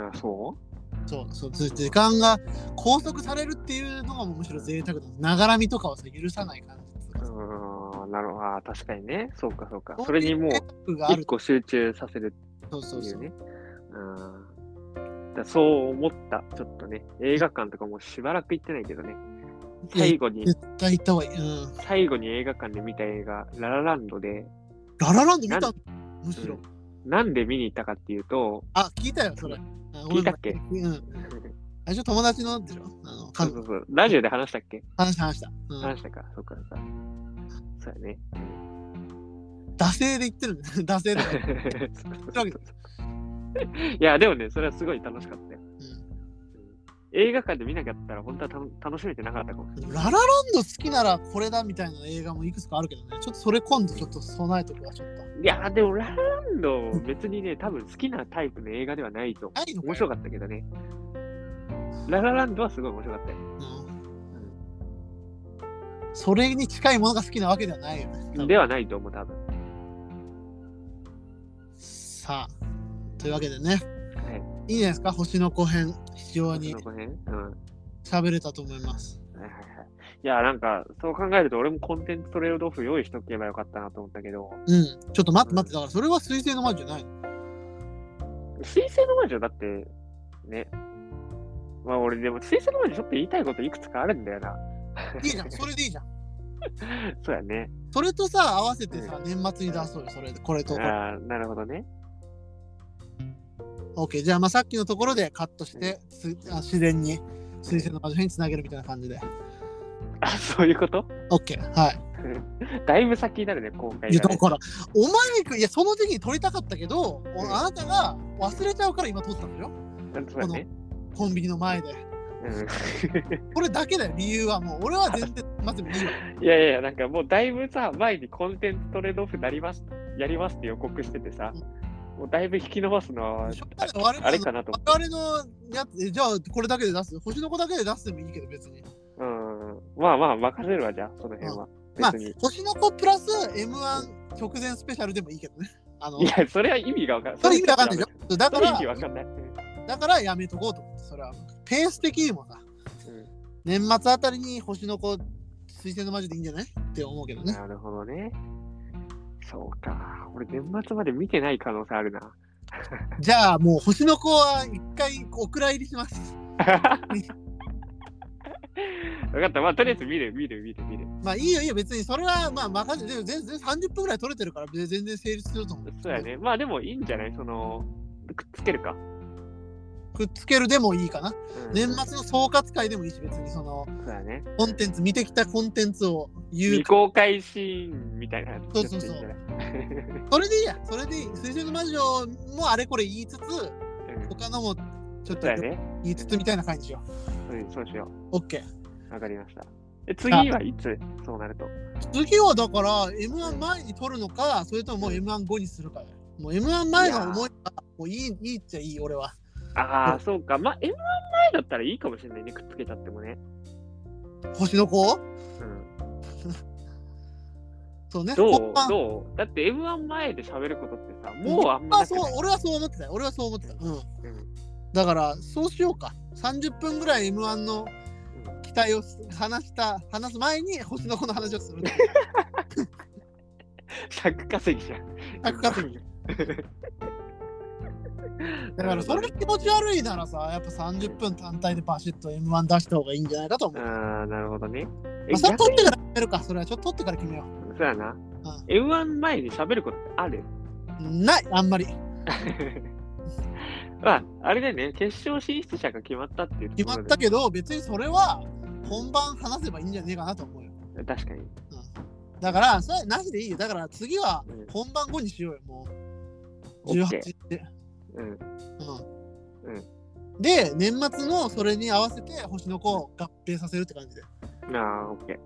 B: あ、そ
A: そうそうず時間が拘束されるっていうのがむしろ贅沢だながらみとかはさ許さない感じっていう
B: う
A: か
B: うん、なるほど。あー確かにね。そうか、そうか。そ
A: そうい
B: れにもう
A: 贅、沢があ
B: 一
A: る
B: 個集中させる
A: そうそ
B: っ
A: う
B: てい
A: そうう、
B: ね。うん、だそう思った、ちょっとね、映画館とかもうしばらく行ってないけどね、最後に、
A: 絶対行った方がいい、うん、
B: 最後に映画館で見た映画、ララランドで、
A: ララランド見たのむしろ、
B: うんなんで見に行ったかっていうと、
A: あ聞いたよそれあ
B: 聞いたっけ
A: 俺もうん最初友達のでしょあの
B: そ
A: 彼
B: うそ
A: 女
B: うそうラジオで話したっけ
A: 話した話した、うん
B: 話、したか、そうか、そうか。そうやね。
A: 惰性で言ってるね 惰性で、
B: そうそうそういや、でもね、それはすごい楽しかったよ。
A: うん
B: 映画館で見なかったら、本当は楽楽しめてなかったかもしれな
A: ラ
B: い。
A: ラランド好きならこれだみたいな映画もいくつかあるけどね、ちょっとそれ今度ちょっと備えとくわ、ちょっと。
B: いやーでもララランド別にね多分好きなタイプの映画ではないと思う
A: ないのかよ
B: 面白かったけどねララランドはすごい面白かったよ
A: うん、それに近いものが好きなわけではないよね。多分
B: ではないと思う多分
A: さあ、というわけでね、い、いんじゃないですか、星の子編、非常に
B: その辺うんはい
A: 喋れたと思います。
B: はいはいいやーなんかそう考えると俺もコンテンツトレードオフ用意しとけばよかったなと思ったけど
A: うん、ちょっと待って待って、だからそれは水星の魔女じゃないの
B: 水星の魔女だって、ね。まあ俺でも水星の魔女ちょっと言いたいこといくつかあるんだよな。
A: いいじゃん、それでいいじゃん。
B: そうやね。
A: それとさ、合わせてさ、年末に出そうよ、それで、これとこれ。
B: ああ、なるほどね。
A: OK、じゃあ、まあさっきのところでカットして、すあ自然に、水星の魔女につなげるみたいな感じで。
B: あ、そういうこと
A: OK、はい。
B: だいぶ先になるね、公開
A: いや、
B: が
A: だ
B: ね。
A: から、お前が、いや、その時期に撮りたかったけど、お
B: うん
A: あなたが忘れちゃうから今撮ったのよ。
B: そうだね。
A: コンビニの前で。
B: う
A: これだけだよ、理由はもう。俺は全然、まずいいわ。
B: ん、いやいやいや、なんかもうだいぶさ、前にコンテンツトレードオフなります、やりますって予告しててさ、もうだいぶ引き伸ばすのは
A: しょうがない我々の
B: あれかなと思
A: 我々のやつ、えじゃあこれだけで出す星の子だけで出してもいいけど別に。
B: うんまあまあ、任せるわ、じゃあ、その辺は。
A: まあ
B: 別に。、
A: 星の子プラス M1 直前スペシャルでもいいけどね。あの
B: い、や、それは意味がわかんない。
A: それ意味わかんない
B: じ
A: で
B: ゃ
A: しょだ
B: そ
A: か
B: れ意味わ
A: ら、
B: かんない。
A: だからやめとこうと思って、それは。ペース的にもさ、
B: うん
A: 年末あたりに星の子、推薦の魔女でいいんじゃないって思うけどね。
B: なるほどね。そうか。俺、年末まで見てない可能性あるな。
A: じゃあもう星の子は一回お蔵入りします。
B: 分かった。まあ、とりあえず見る、見る、見る、見る。
A: まあいいよいいよ、別にそれはまあ任せて、でも全然30分ぐらい取れてるから全然成立すると思う。
B: そうやね。まあ、でもいいんじゃないその、くっつけるか。
A: くっつけるでもいいかな。
B: うん
A: 年末の総括会でもいいし、別にその
B: そうやね。
A: コンテンツ、見てきたコンテンツを言う
B: 未。公開シーンみたいなやつ
A: そうそうそう
B: やっていいんじゃない
A: それでいいや、それでいい。水星の魔女もあれこれ言いつつ、
B: うん
A: 他のもちょっと
B: そうやね。
A: 言いつつみたいな感じよ。
B: うん、そうしよ
A: OK。
B: う。わかりました。え次はいつそうなると。
A: 次はだから M1 前に取るのか、それとももう M1 後にするかよ。もう M1 前が重いから、もういいいいっちゃいい、俺は。
B: ああ、そうか。まあ、M1 前だったらいいかもしれないね。くっつけちゃってもね。
A: 星の子
B: うん。
A: そうね。
B: ど
A: 後
B: う
A: 半
B: どうだって M1 前で喋ることってさ、もうあんま
A: あ
B: なく
A: そ
B: な
A: う
B: い
A: 俺はそう思ってたよ俺はそう思ってた、うん
B: うん
A: だからそうしようか30分ぐらい m 1の期待を話した話す前に星の子の話をする
B: 尺稼ぎじゃん。
A: 尺稼
B: ぎ。
A: だからそれが気持ち悪いならさやっぱ30分単体でバシッと m 1出した方がいいんじゃないかと思う、ま
B: ああ、なるほどね。え、
A: あ、それ
B: 逆
A: 取
B: に
A: ってから決めるかそれはちょっと取ってから決めよ
B: そうやな。M1 前に喋ることってある
A: うないあんまり
B: まあ、あれだよね。決勝進出者が決まったっていうと
A: 決
B: こ
A: ま
B: ろ
A: っ
B: で
A: たけど別にそれは本番話せばいいんじゃねえかなと思うよ
B: 確かに。
A: だからそれなしでいいよだから次は
B: うん
A: 本番後にしようよもう
B: オッケ
A: 18
B: ー
A: で
B: うん。
A: うん
B: う
A: で、年末のそれに合わせて星の子を合併させるって感じで。
B: ああ、オッケ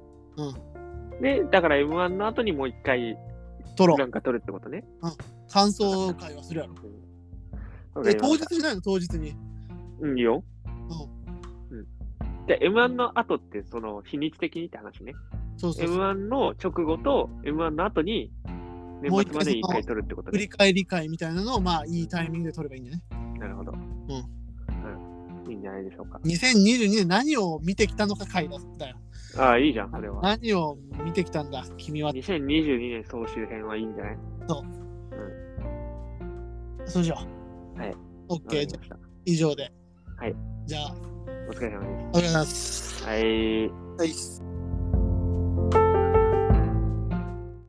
A: う
B: ー。で、だから M1 の後にもう一回、
A: 撮ろ
B: な
A: うん
B: か取るってことね。
A: 感想会はするやろ。
B: わか
A: で、
B: りま
A: 当
B: し
A: 日
B: た
A: しないの当日に。
B: うん、いいよ。
A: う
B: で、M1 の後って、その、日にち的にって話ね。
A: ん。そうそうそう。
B: M1 の直後と M1 の後に、年
A: もう
B: 末
A: 一回
B: までに一回
A: その
B: 取るってこと
A: 振
B: ね
A: り。返り会みたいなのを、まあ、いいタイミングで撮ればいいんじゃない
B: なるほど。うんいいんじゃないでしょうか。
A: ?2022 年何を見てきたのか会だったよ。
B: ああ、いいじゃん、それは。
A: 何を見てきたんだ、君は。
B: 2022年総集編はいいんじゃない
A: そうしよう。
B: はい。わか
A: OK、
B: り
A: じゃ
B: ま
A: あ
B: した。
A: 以上で。
B: はい。
A: じゃあ、
B: お疲れ様で
A: おはようございます。
B: す。はい。
A: はい。